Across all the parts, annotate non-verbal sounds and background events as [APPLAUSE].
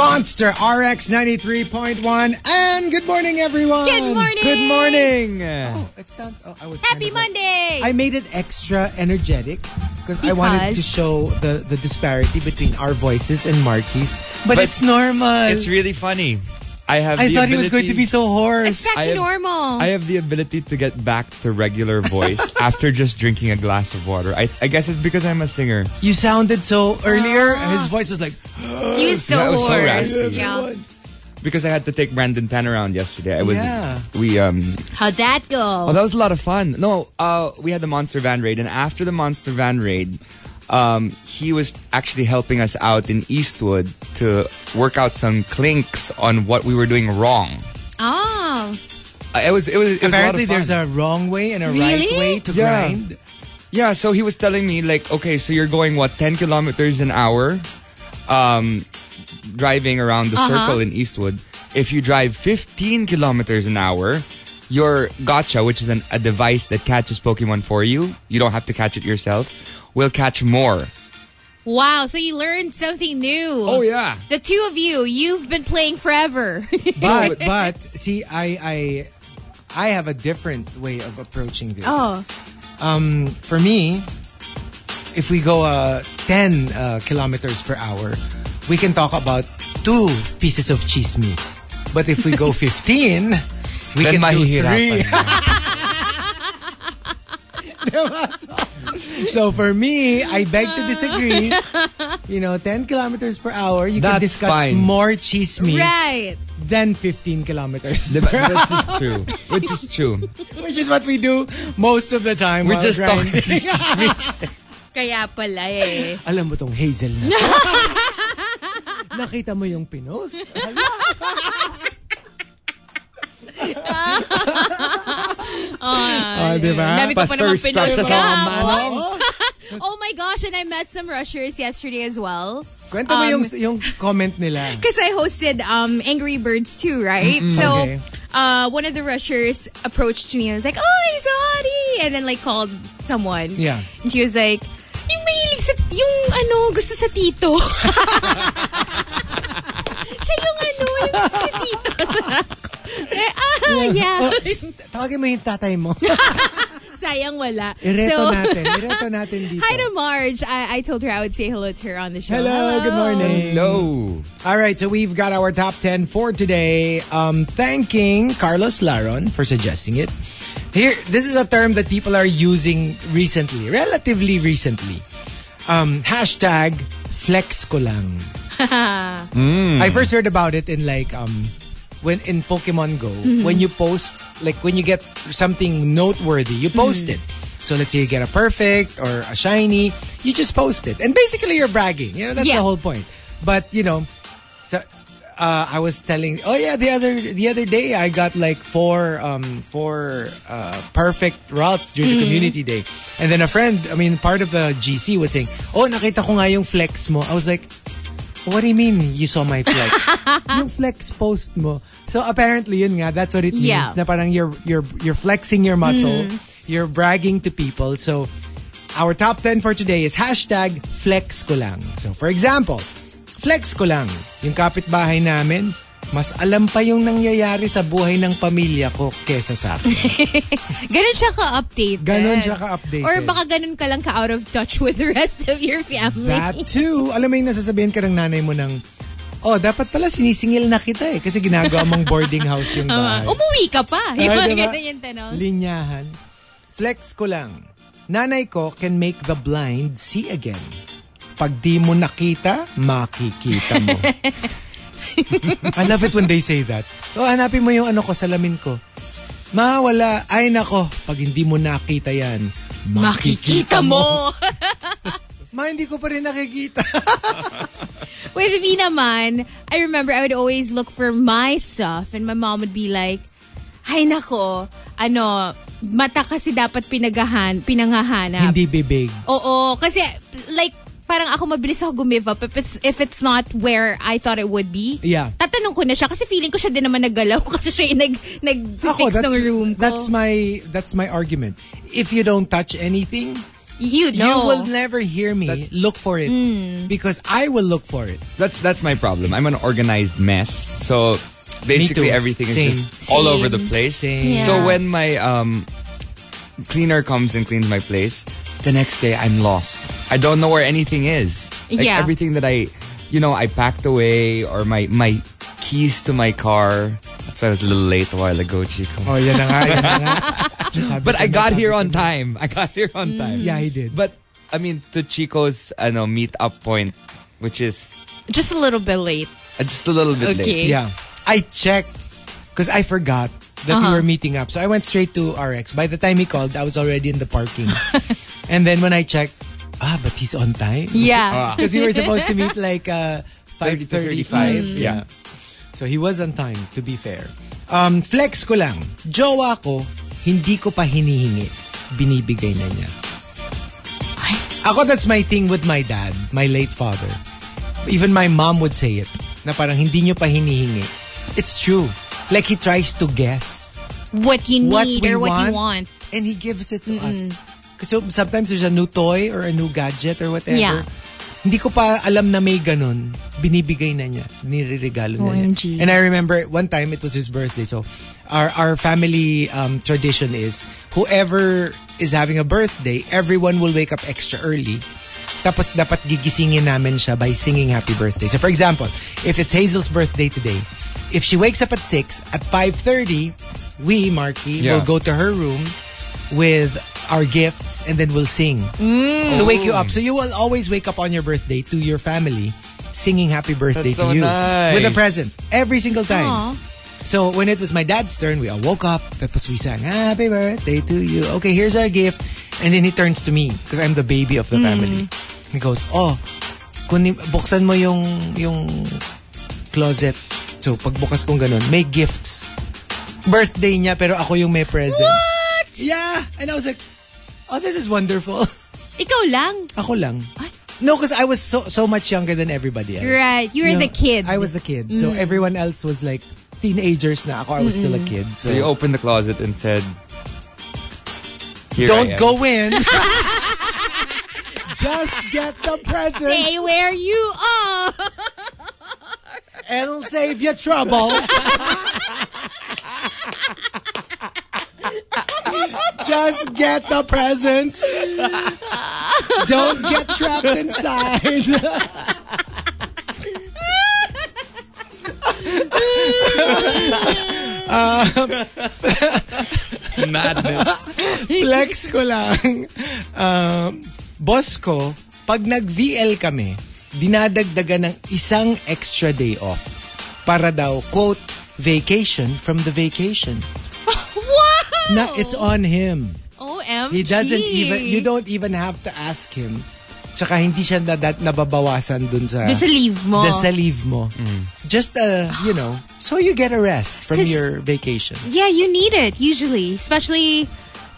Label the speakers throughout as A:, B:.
A: Monster RX 93.1 and good morning everyone.
B: Good morning.
A: Good morning.
C: Oh, it sounds. Oh, I was.
B: Happy
C: kind of like-
B: Monday!
A: I made it extra energetic because I wanted to
B: Because?
A: show the the disparity between our voices and Marky's. But,
C: But
A: it's normal.
C: It's really funny. I have.
A: I
C: the
A: thought he
C: ability,
A: was going to be so
B: it's
A: hoarse.
B: back
C: I
B: to
C: have-
B: normal.
C: I have the ability to get back to regular
A: [LAUGHS]
C: voice after just drinking a glass of water. I, I guess it's because I'm a singer.
A: You sounded so earlier. His voice was like,
B: he was so
C: That was so
B: Ah. hoarse.
C: raspy.
B: yeah.
C: Because I had to take Brandon Tan around yesterday. I was.
A: Yeah.
C: We um.
B: How'd that
C: Oh,
B: go?
C: that was a lot of fun. No, uh, we had the Monster Van raid, and after the Monster Van raid, um, he was actually helping us out in Eastwood to work out some clinks on what we were doing wrong.
B: Oh,
C: Uh, it was. It was. It was
A: apparently
C: a lot of fun.
A: there's a wrong way and a right
B: Really?
A: way to
C: Yeah.
A: grind.
C: Yeah, so he was telling me like, okay, so you're going what 10 kilometers an hour, um, driving around the circle in Eastwood. If you drive 15 kilometers an hour, your gotcha, which is an, a device that catches Pokemon for you, you don't have to catch it yourself, will catch more.
B: wow. So you learned something new.
C: Oh, yeah.
B: The two of you, you've been playing
C: [LAUGHS]
B: forever.
A: But but see, I I I have a different way of approaching this.
B: oh,
A: Um, for me, if we go uh, 10 uh, kilometers per hour, we can talk about two pieces of chismis. But if
C: [LAUGHS]
A: we go 15, we can
C: Then
A: do three.
C: mahihirapan. [LAUGHS]
A: [LAUGHS] so for me, I beg to
C: [LAUGHS]
A: disagree. You know, 10 kilometers per hour, you can
C: That's
A: discuss
C: fine.
A: more chismis
B: right.
A: than 15 kilometers
C: Diba? Which is true. Which is true.
A: which is what we do most of the time.
C: We're
A: while
C: just talking
A: grinding.
B: Kaya pala eh.
A: Alam mo tong Hazel na. [LAUGHS] Nakita mo yung pinos?
B: [LAUGHS] Ah,
A: Oh, di ba?
C: Ah,
B: Dami ko pa naman
C: Pa-thirst trap
B: pinost
C: sa
B: ka.
C: sama, Manong.
B: Oh my gosh, and I met some rushers yesterday as well.
A: Kwento mo
B: Um,
A: yung, yung comment nila.
B: Because I hosted um, Angry Birds too, right? So
A: Okay.
B: uh, one of the rushers approached me and was like, "Oh, he's hottie," and then like called someone.
A: Yeah.
B: And she was like, "Yung mahilig sa yung ano gusto sa tito." [LAUGHS] Siya yung ano yung gusto sa tito. [LAUGHS] Eh, ah, yeah.
A: Oh, shh, tawagin mo yung tatay
B: [LAUGHS]
A: mo.
B: Sayang wala.
A: Ireto Eh,
B: so,
A: natin. Ireto natin dito.
B: [LAUGHS] hi to Marge. I, I told her I would say hello to her on the show.
A: Hello, good
C: [LAUGHS]
A: morning.
C: Hello.
A: All right, so we've got our top 10 for today. Um, thanking Carlos Laron for suggesting it. Here, this is a term that people are using recently, relatively recently. Um, hashtag flex ko lang. Mm. I first heard about it in like um, when in Pokemon Go, when you post like when you get something noteworthy, you post it. So let's say you get a perfect or a shiny, you just post it, and basically you're bragging. You know that's the
B: Yeah.
A: whole point. But you know, so uh, I was telling, oh yeah, the other the other day I got like four um four uh, perfect routes during the community day, and then a friend, I mean part of the GC was saying, oh nakita ko nga yung flex mo. I was like. What do you mean you saw my flex? [LAUGHS] yung flex post mo. So apparently yun nga that's what it means
B: Yeah.
A: na parang you're you're you're flexing your muscle, you're bragging to people. So our top 10 for today is hashtag flex ko lang. So for example, flex ko lang. Yung kapitbahay namin, mas alam pa yung nangyayari sa buhay ng pamilya ko kesa sa akin.
B: Ganun siya ka-updated.
A: Ganun siya ka-updated.
B: Or baka ganun ka lang ka-out of touch [LAUGHS] with the rest of your family.
A: That too. Alam mo yung nasasabihin ka ng nanay mo ng, oh, dapat pala sinisingil na kita eh. Kasi ginagawa mong boarding house
B: [LAUGHS]
A: yung
B: [LAUGHS] Tama.
A: bahay.
B: Umuwi ka pa.
A: Ay,
B: Yung mga
A: diba?
B: ganun yung tanong.
A: Linyahan. Flex ko lang. Nanay ko can make the blind see again. Pag di mo nakita, makikita
B: [LAUGHS]
A: mo. I love it when they say that. O, hanapin mo yung ano ko, salamin ko. Ma, wala. Ay, nako. Pag hindi mo nakita yan,
B: Makikita mo.
A: Ma, hindi ko pa rin nakikita.
B: [LAUGHS] With me naman, I remember I would always look for my stuff and my mom would be like, Ay nako, ano, mata kasi dapat pinagahan, pinangahanap.
A: hindi bibig.
B: Oo, kasi like, parang ako mabilis ako gumive up if it's, if it's not where I thought it would be.
A: Yeah.
B: Tatanong ko na siya kasi feeling ko siya din naman naggalaw [LAUGHS] kasi siya yung nag, nag-fix
A: Ako, that's,
B: ng room ko.
A: that's my that's my argument. If you don't touch anything,
B: You know.
A: You will never hear me
C: That's-
A: look for it
C: Hmm.
A: because I will look for it.
C: That's that's my problem. I'm an organized mess. So basically
A: too.
C: everything
A: Same.
C: is just all over the place.
A: Same.
C: So
B: Yeah.
C: when my um cleaner comes and cleans my place, the next day I'm lost. I don't know where anything is. Like
B: Yeah.
C: everything that I you know, I packed away or my my keys to my car. That's why I was a little late a while ago, Chico.
A: Oh, yan na nga, yan na
C: [LAUGHS]
A: nga.
C: But I got
A: [LAUGHS]
C: here on time. I got here on time.
A: Mm. Yeah, he did.
C: But I mean to Chico's I know meet up point, which is
B: Just a little bit late.
C: uh, just a little bit late.
B: Okay.
A: Yeah. I checked because I forgot that we
B: Uh-huh.
A: were meeting up. So I went straight to RX. By the time he called, I was already in the
C: [LAUGHS]
A: parking. and then when I checked, ah, but he's on time.
B: Yeah.
A: Because we were supposed to meet like uh, 5.30.
C: 35. Yeah.
A: So he was on time, to be fair. Um, flex ko lang. Jowa ko, hindi ko pa hinihingi. Binibigay na niya. Ako, that's my thing with my dad, my late father. Even my mom would say it. Na parang hindi niyo pa hinihingi. It's true. Like he tries to guess
B: What you need
A: what we
B: or what
A: want,
B: you want.
A: and he gives it to us. Kasi so, sometimes there's a new toy or a new gadget or whatever.
B: Yeah.
A: Hindi ko pa alam na may ganun. Binibigay na niya. Niriregalo na
B: OMG.
A: niya. And I remember one time it was his birthday. So our our family um, tradition is whoever is having a birthday, everyone will wake up extra early. Tapos dapat gigisingin namin siya by singing happy birthday. So for example, if it's Hazel's birthday today, if she wakes up at 6, at 5.30, we, Marky,
C: Yeah.
A: will go to her room with our gifts and then we'll sing to wake you
C: Oh.
A: up. So you will always wake up on your birthday to your family singing happy birthday
C: That's so
A: to you
C: nice.
A: with a present every single time.
B: Aw.
A: So when it was my dad's turn, we all woke up. Tapos we sang happy birthday to you. Okay, here's our gift. And then he turns to me because I'm the baby of the family. He goes, oh, kunin, buksan mo yung, yung closet. So pagbukas kong ganun, may gifts. Birthday niya pero ako yung may present. What? Yeah. And I was like, oh, this is wonderful. [LAUGHS]
B: Ikaw lang.
A: Ako lang. No, because I was so so much younger than everybody else.
B: Right. You're
A: No,
B: the kid. Mm.
A: I was the kid. So everyone else was like teenagers na. Ako, I was still a kid. So,
C: So you opened the closet and said, Here I
A: don't
C: am."
A: go
C: [LAUGHS]
A: in. Just get the present.
B: Stay where you are.
A: It'll save you trouble. Just get the presents. Don't get trapped inside.
C: Madness.
A: flex ko lang. Um, boss ko, pag nag-VL kami, dinadagdagan ng isang extra day off para daw, quote, vacation from the vacation.
B: wow.
A: Na it's on him.
B: OMG.
A: He doesn't even, you don't even have to ask him. Tsaka hindi siya na, na, nababawasan dun sa,
B: Doon sa leave mo.
A: dun sa leave mo.
C: Mm.
A: Just, uh, you know, so you get a rest from
B: 'Cause-
A: your vacation.
B: yeah, you need it usually. Especially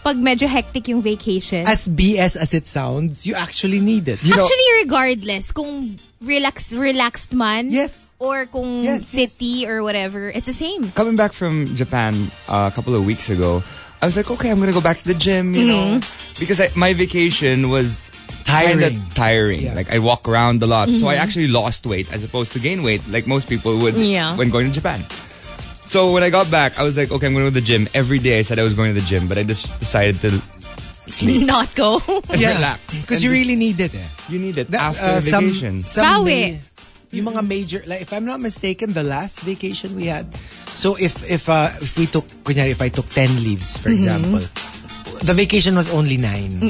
B: pag medyo hectic yung vacation.
A: As BS as it sounds, you actually need it. You know,
B: Actually, regardless, kung relax, relaxed man.
A: Yes.
B: Or kung
A: Yes,
B: city or whatever, it's the same.
C: [LAUGHS] Coming back from Japan uh, a couple of weeks ago, I was like, okay, I'm gonna go back to the gym, you know, because I, my vacation was kinda
A: Tiring.
C: tiring.
A: Yeah.
C: Like I walk around a lot, so I actually lost weight as opposed to gain weight, like most people would
B: Yeah.
C: when going to Japan. So when I got back, I was like, okay, I'm going to the gym every day. I said I was going to the gym, but I just decided to sleep.
B: [LAUGHS] Not go.
C: and
A: yeah,
C: relax.
A: because you
C: And
A: really need it. Eh.
C: you need it
A: Na- uh,
C: after
A: some-
C: vacation.
A: Some,
B: Bawi.
A: ma- yung mga major, like if I'm not mistaken, the last vacation we had. So if if uh, if we took, kunyari, if I took 10 leaves, for example, the vacation was only 9.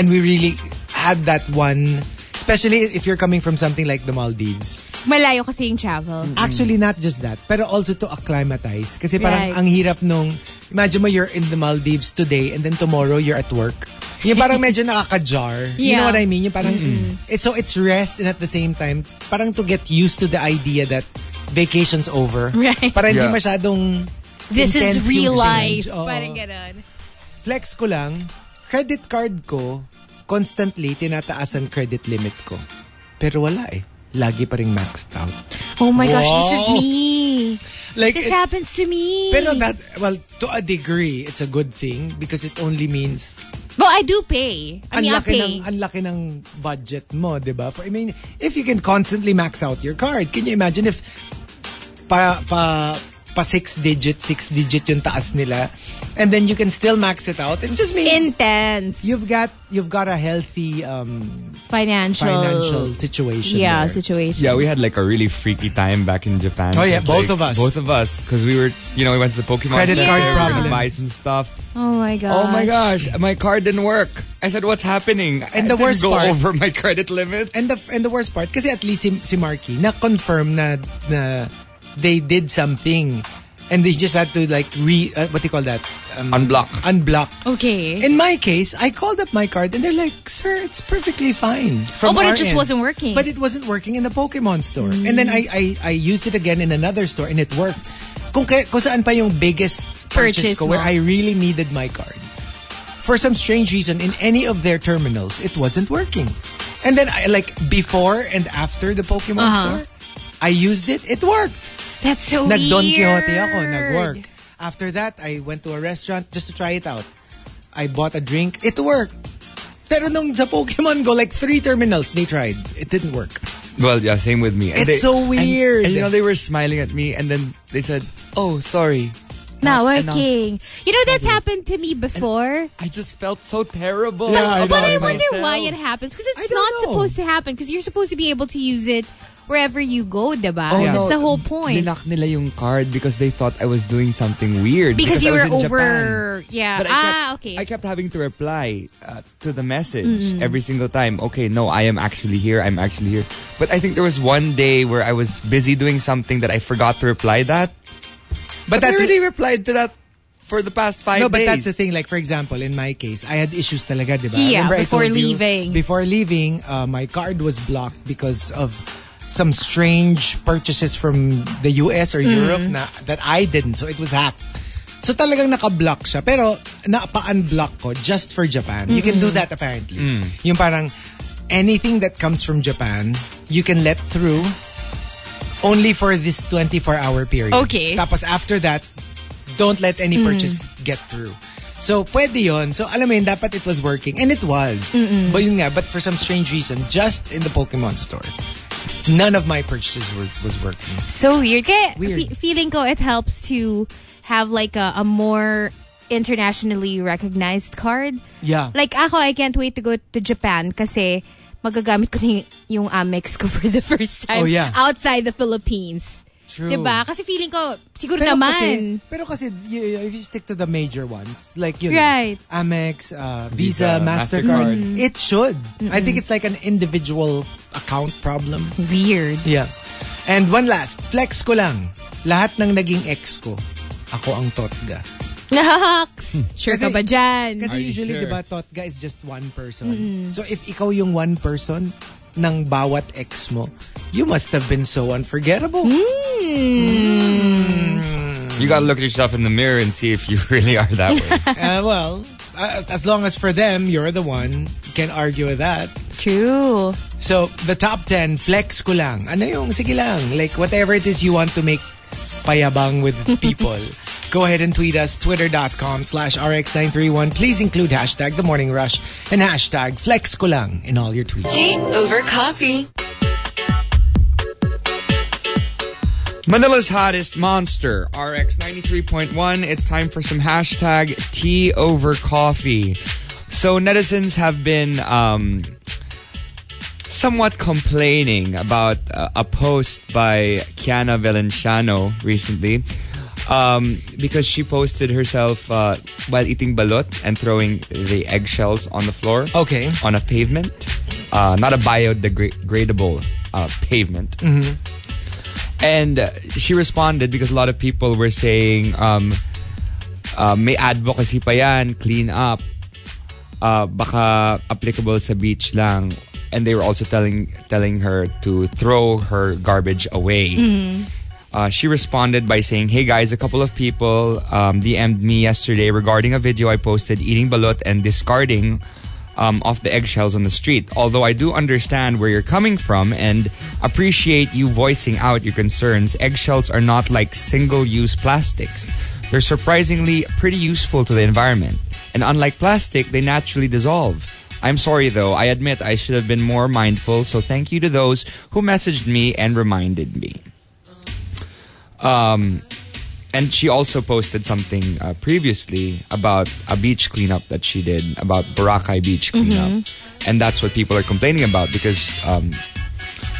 A: And we really had that one, especially if you're coming from something like the Maldives.
B: Malayo kasi yung travel.
A: Actually, not just that, pero also to acclimatize. Kasi parang
B: Right.
A: ang hirap nung, imagine mo you're in the Maldives today and then tomorrow you're at work. Yung parang medyo nakaka-jar. You know
B: Yeah.
A: what I mean? Yung parang, it's, so it's rest and at the same time, parang to get used to the idea that vacation's over.
B: Right.
A: Para hindi
C: Yeah.
A: masyadong
B: This
A: intense
B: is
A: yung
B: real
A: change. Oh.
B: life.
A: Oo.
B: Parang ganun.
A: Flex ko lang, credit card ko, constantly tinataas ang credit limit ko. Pero wala eh. Lagi pa rin maxed out.
B: Oh my gosh, this is
A: Wow.
B: me.
A: Like,
B: This
A: it-
B: happens to me.
A: Eh. Pero that, well, to a degree, it's a good thing because it only means
B: Well, I do pay. I
A: Ang
B: mean, I
A: laki,
B: pay.
A: ng, ang laki ng budget mo, di ba? For- I mean, if you can constantly max out your card, can you imagine if pa, pa, pa six digit, six digit yung taas nila, and then you can still max it out? It just means
B: Intense.
A: you've got you've got a healthy um,
B: financial.
A: financial situation.
B: Yeah,
A: there.
B: situation.
C: Yeah, we had like a really freaky time back in Japan.
A: Oh, yeah,
C: 'Cause,
A: both
C: like,
A: of us.
C: Both of us, because we were, you know, we went to the Pokemon
A: Credit
C: store,
B: card
C: we were gonna
A: problems.
C: buy some stuff.
B: Oh my gosh.
C: Oh my gosh, my card didn't work. I said, "What's happening?" I
A: And the
C: didn't
A: worst
C: go
A: part-
C: over my credit limit.
A: And the and the worst part, kasi at least si, si Marky, na-confirm na, na they did something. And they just had to like re, uh, what do you call that? Um,
C: Unblock.
A: Unblock.
B: Okay.
A: In my case, I called up my card and they're like, sir, it's perfectly fine. From
B: Oh, but it
A: our
B: just
A: end."
B: wasn't working. Mm.
A: But it wasn't working in the Pokemon store. And then I, I, I used it again in another store and it worked. Kung, kaya, kung saan pa yung biggest purchase,
B: Purchase
A: ko where
B: mo.
A: I really needed my card. For some strange reason, in any of their terminals, it wasn't working. And then, I, like, before and after the Pokemon
B: Uh-huh.
A: store, I used it. It worked.
B: That's so
A: Nag
B: weird.
A: Don Quixote ako, nag-work. After that, I went to a restaurant just to try it out. I bought a drink. It worked. Pero nung sa Pokemon Go, like three terminals they tried. It didn't work.
C: Well, yeah, same with me. And
A: It's
C: they-
A: so
C: and-
A: weird.
C: And, you know, they were smiling at me, and then they said, "Oh, sorry."
B: Not
C: Not enough.
B: working. You know, that's happened to me before.
C: I just felt so terrible.
A: Yeah, I know,
B: but I
A: I
B: wonder
C: myself.
B: why it happens. Because
A: I
B: it's
A: don't
B: not
A: know.
B: supposed to happen. Because you're supposed to be able to use it wherever you go, diba?
C: Oh,
A: Yeah.
B: That's
C: no.
B: the whole point.
C: Linak nila yung card because they thought I was doing something weird.
B: because you
C: I was
B: were
C: in Japan.
B: over. Yeah.
C: But I kept,
B: ah, okay.
C: I kept having to reply uh, to the message every single time. Okay, no, I am actually here. I'm actually here. But I think there was one day where I was busy doing something that I forgot to reply that.
A: But,
C: I
A: that's
C: already replied to that for the past five
A: no, but
C: days.
A: that's the thing. Like for example, in my case, I had issues talaga, di ba?
B: Yeah,
A: Remember I told
B: before
A: you,
B: leaving.
A: before leaving, uh, my card was blocked because of some strange purchases from the US or Europe
B: Mm.
A: na that I didn't. So it was hacked. So talagang naka-block siya. Pero napa-unblock ko just for Japan. You can do that apparently.
C: Mm.
A: Yung parang anything that comes from Japan, you can let through only for this 24-hour period.
B: Okay. Mm.
A: Tapos after that, don't let any purchase get through. So, pwede yun. So, alam mo yun, dapat it was working. And it was. But yun nga, but for some strange reason, just in the Pokemon store, none of my purchases were, was working.
B: So weird. Kaya
A: Weird.
B: fe- feeling ko it helps to have like a, a more internationally recognized card.
A: Yeah.
B: Like ako, I can't wait to go to Japan kasi magagamit ko na y- yung Amex ko for the first time
A: Oh, yeah.
B: outside the Philippines.
A: True.
B: Diba? Kasi feeling ko, siguro
A: Pero kasi,
B: naman.
A: pero kasi y- y- if you stick to the major ones, like you
B: Right. Mm-hmm.
A: know, Amex, uh, Visa,
C: Visa,
A: MasterCard,
C: MasterCard.
A: it should. I think it's like an individual account problem.
B: [LAUGHS] weird.
A: Yeah. And one last, flex ko lang. Lahat ng naging ex ko, ako ang totga.
B: Naks! Sure
A: Hmm. Kasi-
B: ka ba dyan?
A: Kasi
C: Are you
A: usually,
C: sure?
A: diba, totga is just one person. So if ikaw yung one person ng bawat ex mo, you must have been so unforgettable.
B: Hmm.
C: You gotta look at yourself in the mirror and see if you [LAUGHS] really are that way.
A: [LAUGHS] Uh, well, uh, as long as for them, you're the one. Can argue with that.
B: True.
A: So, the top 10, flex ko lang. Ano yung, sige lang. Like, whatever it is you want to make payabang with people. Go ahead and tweet us, twitter.com slash rx931. Please include hashtag The Morning Rush and hashtag flex ko lang in all your tweets.
D: Tea over coffee.
C: Manila's hottest monster, RX 93.1. It's time for some hashtag tea over coffee. So, netizens have been um, somewhat complaining about uh, a post by Kiana Valenciano recently um, because she posted herself uh, while eating balot and throwing the eggshells on the floor.
A: Okay.
C: On a pavement. Uh, not a biodegradable uh, pavement. And uh, she responded because a lot of people were saying, um, uh, may advocacy pa yan, clean up. Uh, baka applicable sa beach lang. And they were also telling telling her to throw her garbage away. Uh, she responded by saying, Hey guys, a couple of people um, DM'd me yesterday regarding a video I posted eating balut and discarding um, off the eggshells on the street. Although I do understand where you're coming from and appreciate you voicing out your concerns, eggshells are not like single use plastics. They're surprisingly pretty useful to the environment. And And unlike plastic, they naturally dissolve. I'm sorry though, I admit I should have been more mindful, so thank you to those who messaged me and reminded me. Um, and she also posted something uh, previously about a beach cleanup that she did about Boracay beach cleanup, and that's what people are complaining about because, um,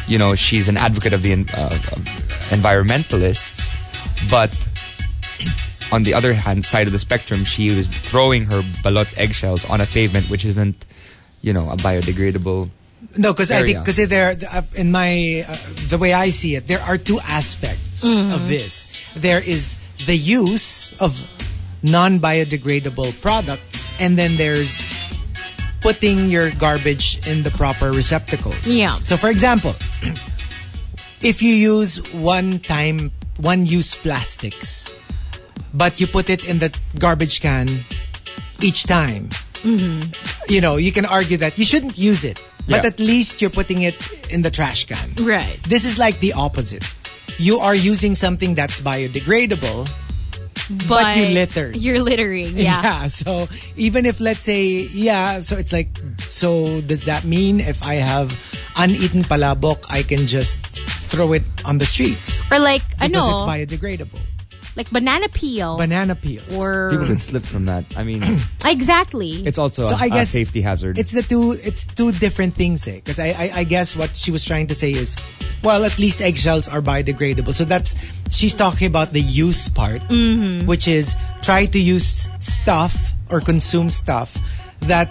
C: you know, she's an advocate of the en- uh, of environmentalists, but on the other hand side of the spectrum, she was throwing her balot eggshells on a pavement which isn't, you know, a biodegradable.
A: No, because I think
C: area.
A: because there uh, in my uh, the way I see it, there are two aspects of this. There is the use of non-biodegradable products, and then there's putting your garbage in the proper receptacles.
B: Yeah.
A: So, for example, if you use one-time, one-use plastics, but you put it in the garbage can each time you know, you can argue that you shouldn't use it, but
C: Yeah.
A: at least you're putting it in the trash can.
B: Right.
A: This is like the opposite. You are using something that's biodegradable. [LAUGHS]
B: But,
A: you littered.
B: You're littering, yeah.
A: So even if let's say, yeah, so it's like, so does that mean if I have uneaten palabok, I can just throw it on the streets
B: Or like, I
A: because it's
B: know,
A: biodegradable?
B: like banana peel.
A: Banana peels.
B: or ah,
C: People could slip from that. I mean,
B: exactly.
C: it's also
A: So
C: a,
A: I
C: a
A: guess
C: Ah, safety hazard.
A: it's the two it's two different things eh because I, I i guess what she was trying to say is well at least eggshells are biodegradable so that's she's talking about the use part
B: Mm-hmm.
A: which is try to use stuff or consume stuff that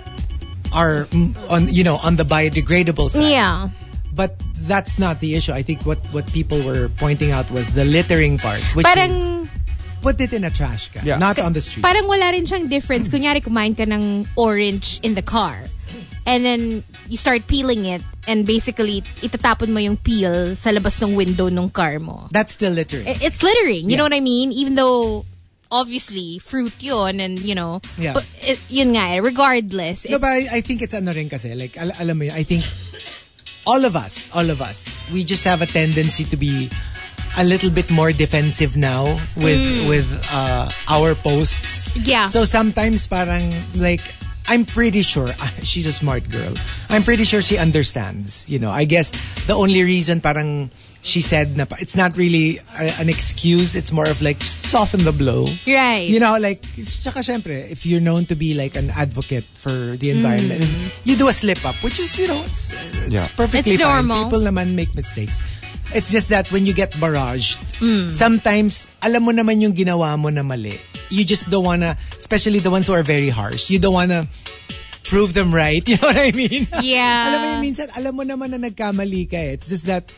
A: are mm, on you know on the biodegradable side
B: yeah.
A: but that's not the issue i think what what people were pointing out was the littering part which is
B: Parang
A: put it in a trash can
C: Yeah.
A: not on the street
B: parang wala rin siyang
A: Hmm.
B: difference. Kunyari, kumain ka ng orange in the car. And then, you start peeling it. And basically, itatapon mo yung peel sa labas ng window ng car mo.
A: that's still littering
B: I- It's littering. You know what I mean? Even though, obviously, fruit yon and, you know.
A: Yeah.
B: But, it, yun nga, eh, regardless.
A: No,
B: it-
A: but I, I think it's ano rin kasi. Like, al- alam mo yun, I think all of us, all of us, we just have a tendency to be a little bit more defensive now with with uh, our posts.
B: Mm. Yeah.
A: So sometimes parang like I'm pretty sure [LAUGHS] she's a smart girl. I'm pretty sure she understands. You know, I guess the only reason parang she said na pa- it's not really a, an excuse. It's more of like just soften the blow.
B: Right.
A: You know, like, tsaka syempre, if you're known to be like an advocate for the environment, you do a slip up, which is, you know, it's, it's
C: Yeah.
A: perfectly
B: Mm-hmm. It's
A: fine.
B: normal.
A: People naman make mistakes. It's just that when you get barraged,
B: Mm.
A: sometimes, alam mo naman yung ginawa mo na mali. You just don't wanna, especially the ones who are very harsh, you don't wanna prove them right. [LAUGHS] You know what I mean?
B: Yeah.
A: alam mo yun, minsan, alam mo naman na nagkamali ka eh. It's just that,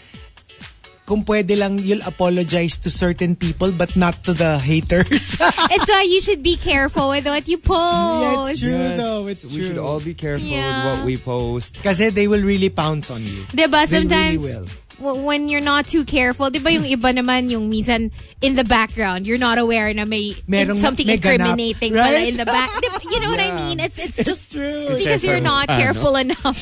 A: kung pwede lang, you'll apologize to certain people but not to the [LAUGHS] haters.
B: It's why you should be careful with what
A: [LAUGHS]
B: you
A: Yeah,
B: post.
A: it's true though. It's
C: we
A: true.
C: should all be careful
B: Yeah.
C: with what we post.
A: Kasi they will really pounce on you.
B: Diba?
A: They
B: Sometimes,
A: really will.
B: w- when you're not too careful, diba yung iba naman yung minsan in the background, you're not aware na may
A: Merong-
B: something
A: may ganap,
B: incriminating pala
A: right?
B: in the back. Diba? You know what I mean? It's it's
A: [LAUGHS]
B: just
A: true.
B: it's because you're not
A: ano?
C: Ah, no.
B: careful
A: [LAUGHS]
B: enough.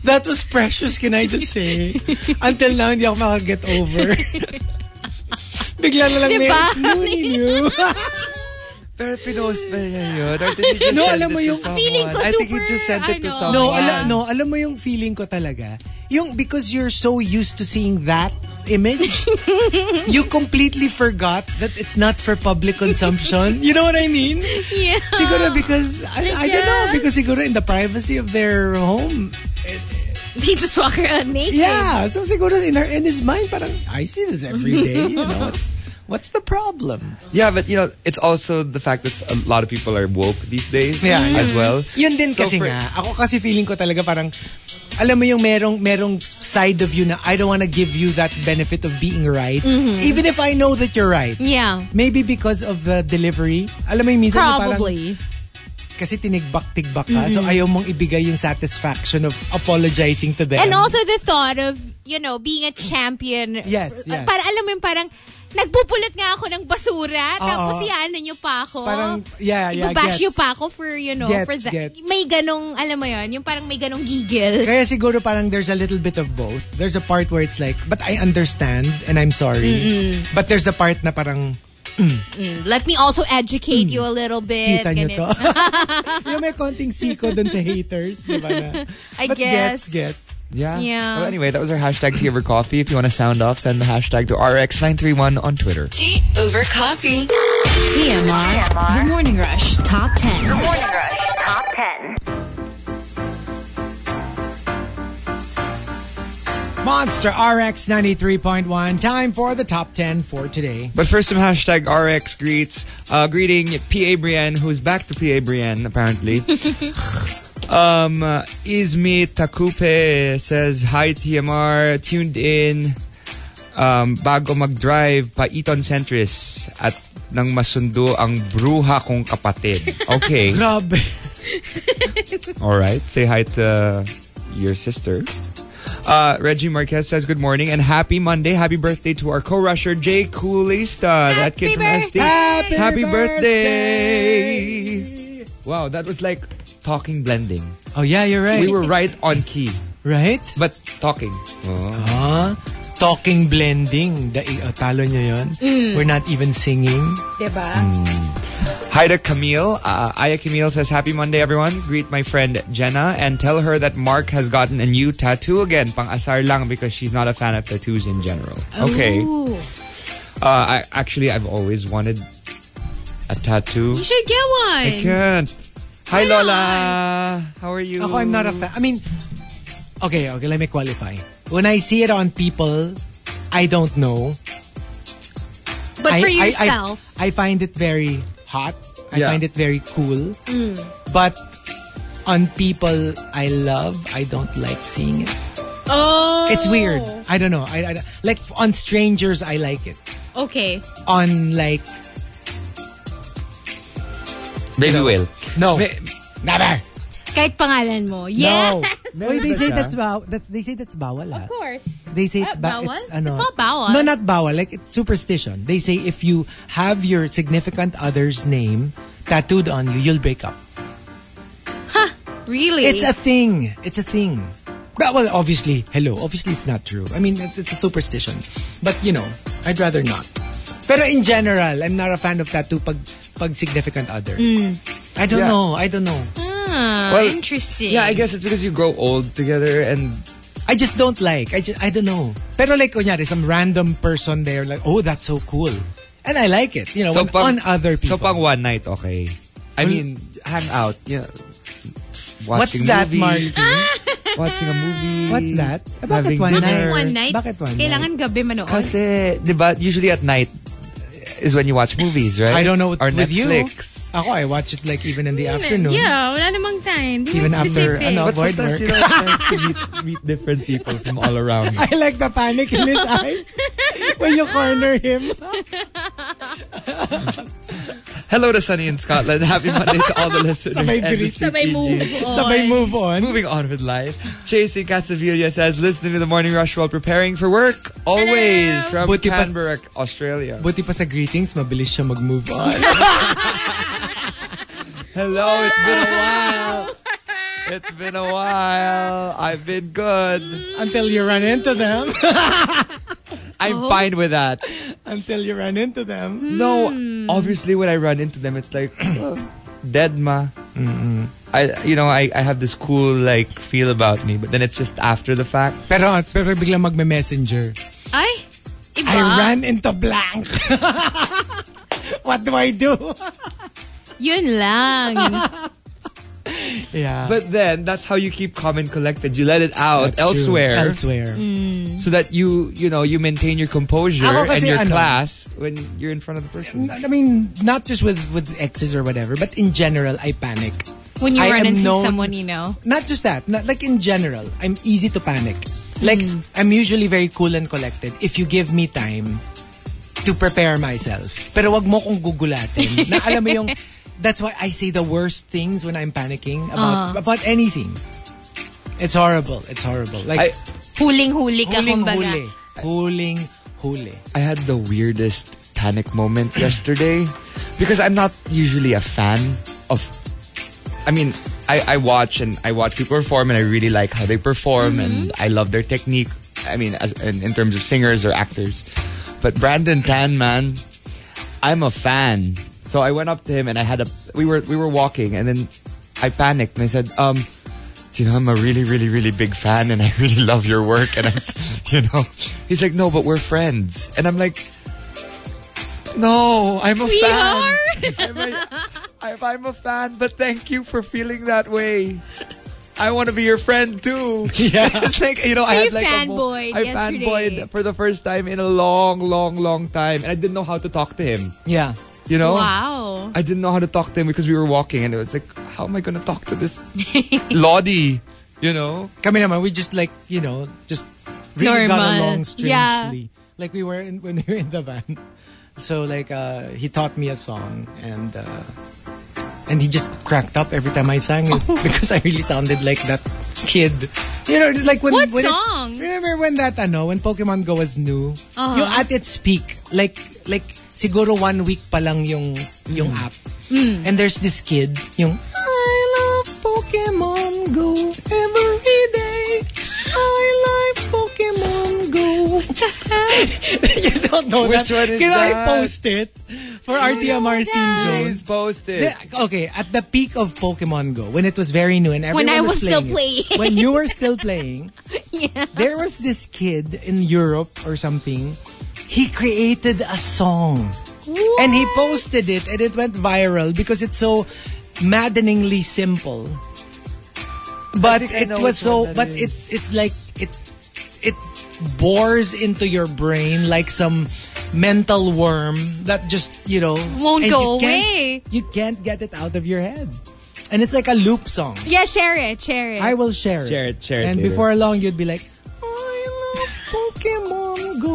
A: That was precious, can I just say? Until now, hindi ako makaget
B: [LAUGHS]
A: over. Bigla na lang
B: Diba?
A: may ni
B: [LAUGHS]
A: new.
C: Pero pinost na niya yun. Or did he just
A: No,
C: send
A: alam
C: it
A: mo
C: to
A: yung-
C: someone?
B: Feeling ko
C: I think he
B: super,
C: just sent it to
B: ano.
C: someone.
A: No,
B: Yeah.
A: alam, no, alam mo yung feeling ko talaga. Yung because you're so used to seeing that
B: [LAUGHS]
A: image, you completely forgot that it's not for public consumption. You know what I mean?
B: [LAUGHS] yeah.
A: Siguro because, I, I don't know,
B: guess.
A: because siguro in the privacy of their home,
B: They just walk around naked.
A: Yeah, so siguro in, her, in his mind, parang, I see this every day, you know, what's, what's the problem?
C: Yeah, but you know, it's also the fact that a lot of people are woke these days
A: Yeah.
B: Mm-hmm.
C: as well.
A: Yun din
C: So
A: kasi
C: for-
A: nga, ako kasi feeling ko talaga parang, alam mo yung merong, merong side of you na I don't wanna give you that benefit of being right, even if I know that you're right.
B: Yeah.
A: Maybe because of the delivery. Alam mo yung minsan na parang, eh.
B: Probably.
A: kasi tinigbak-tigbak ka, so ayaw mong ibigay yung satisfaction of apologizing to them.
B: And also the thought of, you know, being a champion.
A: Yes, yes.
B: Para alam mo yung parang, nagpupulot nga ako ng basura,
A: Oo.
B: tapos iyaano nyo pa ako.
A: Parang, yeah, yeah,
B: Ibabash
A: gets.
B: nyo pa ako for, you know,
A: Gets,
B: for that.
A: gets.
B: May ganong, alam mo yon yung parang may ganong giggle.
A: Kaya siguro parang there's a little bit of both. There's a part where it's like, but I understand and I'm sorry. But there's the part na parang,
B: Let me also educate you a little bit.
A: Kita
B: ganun.
A: nyo to. [LAUGHS] yung may konting siko dun sa haters, di ba na?
B: I
A: But
B: guess.
A: gets, gets.
C: Yeah.
B: Yeah.
C: Well, anyway, that was our hashtag tea over coffee. If you want to sound off, send the hashtag to RX931 on Twitter.
D: Tea over
E: E
D: coffee.
E: TMR, The Morning Rush Top 10.
F: Morning Rush Top 10.
A: Monster RX 93.1. Time for the top 10 for today.
C: But first, some hashtag RX greets. Uh, greeting PA Brienne, who's back to PA Brienne, apparently. um, uh, Izmi Takupe says, Hi TMR, tuned in. Um, bago mag-drive, paiton centris at nang masundo ang bruha kong kapatid. Okay.
A: Grabe.
C: All right. Say hi to your sister. Uh, Reggie Marquez says good morning and happy Monday. Happy birthday to our co-rusher Jay Coolista. that kid from
B: birthday!
C: SD.
A: Happy,
C: birthday! Wow, that was like talking blending.
A: Oh yeah, you're right.
C: We were right on key,
A: right?
C: but talking.
A: Oh. Huh? Talking blending. Da, oh, talo nyo yun? We're not even singing.
B: Diba?
C: Hi to Camille. Uh, Aya Camille says happy Monday, everyone. Greet my friend Jenna and tell her that Mark has gotten a new tattoo again. Pang asar lang because she's not a fan of tattoos in general. Okay.
B: Ooh.
C: Uh, I actually I've always wanted a tattoo.
B: You should get one.
C: I can't. Hi Lola. How are you?
A: Ako, I'm not a fan. I mean, okay, okay, let me qualify. When I see it on people, I don't know.
B: But
A: I-
B: for
A: I- I-
B: yourself.
A: I, find it very hot. I
C: Yeah.
A: find it very cool.
B: Mm.
A: But on people I love, I don't like seeing it.
B: oh.
A: It's weird. I don't know. I, I like on strangers I like it.
B: Okay.
A: On like
C: Baby Will.
A: no.
C: Never.
B: Kahit pangalan mo. Yeah. [LAUGHS]
A: No. Uy, they say that's bawal. That's, they say that's bawal ah.
B: Of course.
A: They say it's
B: Uh,
A: ba-
B: bawal?
A: It's, ano,
B: It's not bawal.
A: No, not bawal. Like it's superstition. They say if you have your significant other's name tattooed on you, you'll break up.
B: Really?
A: It's a thing. It's a thing. But, well, obviously, hello. Obviously, it's not true. I mean, it's, it's a superstition. But you know, I'd rather not. Pero in general, I'm not a fan of tattoo pag, pag significant other.
B: Mm.
A: I don't
C: Yeah.
A: know. I don't know.
B: Ah,
C: Well,
B: interesting.
C: Yeah, I guess it's because you grow old together and
A: I just don't like. I just I don't know. Pero like kunyari, some random person there like, "Oh, that's so cool." And I like it, you know, when- on other people.
C: So pang one night, okay. I mean, hang out. Yeah.
A: What's
C: Watching
A: that,
C: movies,
A: Marky?
C: [LAUGHS] Watching a movie.
A: What's that? Eh, Bakit
C: Having
A: one
B: Bakit
A: night?
B: one night?
A: Bakit one night?
B: Kailangan gabi manood.
C: Kasi, di ba, usually at night is when you watch movies, right?
A: I don't know what,
C: Or
A: with
C: Netflix.
A: you. Ako, I watch it like even in the
B: Wala-
A: afternoon.
B: Yeah, wala namang time. Di
A: Even
B: naman
A: after,
B: specific.
A: ano,
C: But
A: Avoid work.
C: sometimes you know, it's [LAUGHS] nice to meet, meet different people from all around.
A: I like the panic
B: [LAUGHS]
A: in his eyes when you corner him.
C: [LAUGHS] Hello to Sunny in Scotland. Happy Monday to all [LAUGHS] the listeners.
A: Sabay
C: and the
A: greet.
B: Sabay
C: CPG.
B: move on.
A: Sabay move on.
C: Moving on with life. Chasing Casavilla says, listening to the morning rush while preparing for work. Always from
A: Buti pa-
C: Canberra, Australia.
A: Buti pa sa greetings, mabilis siya mag-move on.
C: Hello, it's been a while. It's been a while. I've been good.
A: [LAUGHS] Until you run into them. [LAUGHS]
C: I'm
A: Oh.
C: fine with that.
A: Until you run into them.
C: No,
A: Hmm.
C: obviously when I run into them, it's like [CLEARS THROAT] oh, dead ma. I you know I, I have this cool like feel about me, but then it's just after the fact.
A: Pero, pero biglang magme-messenger.
B: Ay, iba.
A: I ran into blank. What do I do?
B: Yun lang.
A: Yeah.
C: But then that's how you keep calm and collected. You let it
A: That's
C: out
A: true. Mm.
C: elsewhere,
A: Elsewhere.
C: so that you you know you maintain your composure
A: Ako
C: and
A: kasi
C: your
A: ano-
C: class when you're in front of the person.
A: I mean, not just with, with exes or whatever, but in general, I panic.
B: When you
A: I
B: run
A: am
B: into
A: known-
B: someone you know.
A: Not just that, not, like in general, I'm easy to panic. Like, I'm usually very cool and collected if you give me time to prepare myself. Pero wag mo kong gugulatin. na alam mo yung, that's why I say the worst things when I'm panicking about, about anything. It's horrible. It's horrible.
C: I
A: Like,
B: Huling-huli ka,
A: huling
B: kumbaga.
A: huli. Huling huli.
C: I had the weirdest panic moment yesterday because I'm not usually a fan of. I mean, I, I watch and I watch people perform and I really like how they perform and I love their technique. I mean, as, in, in terms of singers or actors, but Brandon Tan, man, I'm a fan. So I went up to him and I had a we were we were walking and then I panicked and I said, um, you know, I'm a really, really, really big fan and [LAUGHS] I really love your work and I [LAUGHS] you know. He's like, No, but we're friends. And I'm like No, I'm a
B: We
C: fan. [LAUGHS]
B: are.
C: I'm a, I'm, I'm a fan, but thank you for feeling that way. I want to be your friend
B: [LAUGHS]
C: too. Yeah, [LAUGHS] it's like you know, I
B: So
C: had
B: you
C: like a mo-
B: fanboyed
C: I
B: yesterday.
C: fanboyed for the first time in a long, long, long time, and I didn't know how to talk to him.
A: Yeah.
C: You know,
A: [LAUGHS]
B: Wow.
C: I didn't know how to talk to him because we were walking, and it's like, how am I gonna talk to this Lodi? You know,
A: Kami naman, we just like, you know, just really got
B: Normal.
A: along
B: Yeah.
A: strangely. Like we were in, [LAUGHS] when we were in the van. So like, uh, he taught me a song and, uh, and he just cracked up every time I sang
B: [LAUGHS]
A: it because I really sounded like that kid. You know, like when
B: What
A: when it-
B: song? Uh-huh.
A: remember when that ano, when Pokemon Go was new? Yung at its peak, like like siguro one week pa lang yung yung
B: Mm.
A: app. And there's this kid, yung I love Pokemon Go every day. I love Pokemon Go. [LAUGHS] you don't know
C: Which
A: that.
C: one is
A: Can I
C: that?
A: post it for RTMR Scene Zone?
C: please post it.
A: The- okay, at the peak of Pokemon Go, when it was very new and everyone
B: When I was
A: playing
B: still
A: it,
B: playing.
A: when you were still
B: [LAUGHS]
A: playing, there was this kid in Europe or something. He created a song and he posted it, and it went viral because it's so maddeningly simple. But
C: think I
A: it
C: know
A: was
C: which one
A: so.
C: that
A: But
C: is.
A: it's it's like it it bores into your brain like some mental worm that just you know
B: Won't
A: and
B: go
A: you can't-
B: away.
A: You can't get it out of your head, and it's like a loop song.
B: Yeah, share it, share it.
A: I will share it.
C: Share it, share it
A: And
C: later.
A: before long, you'd be like, I love Pokemon Go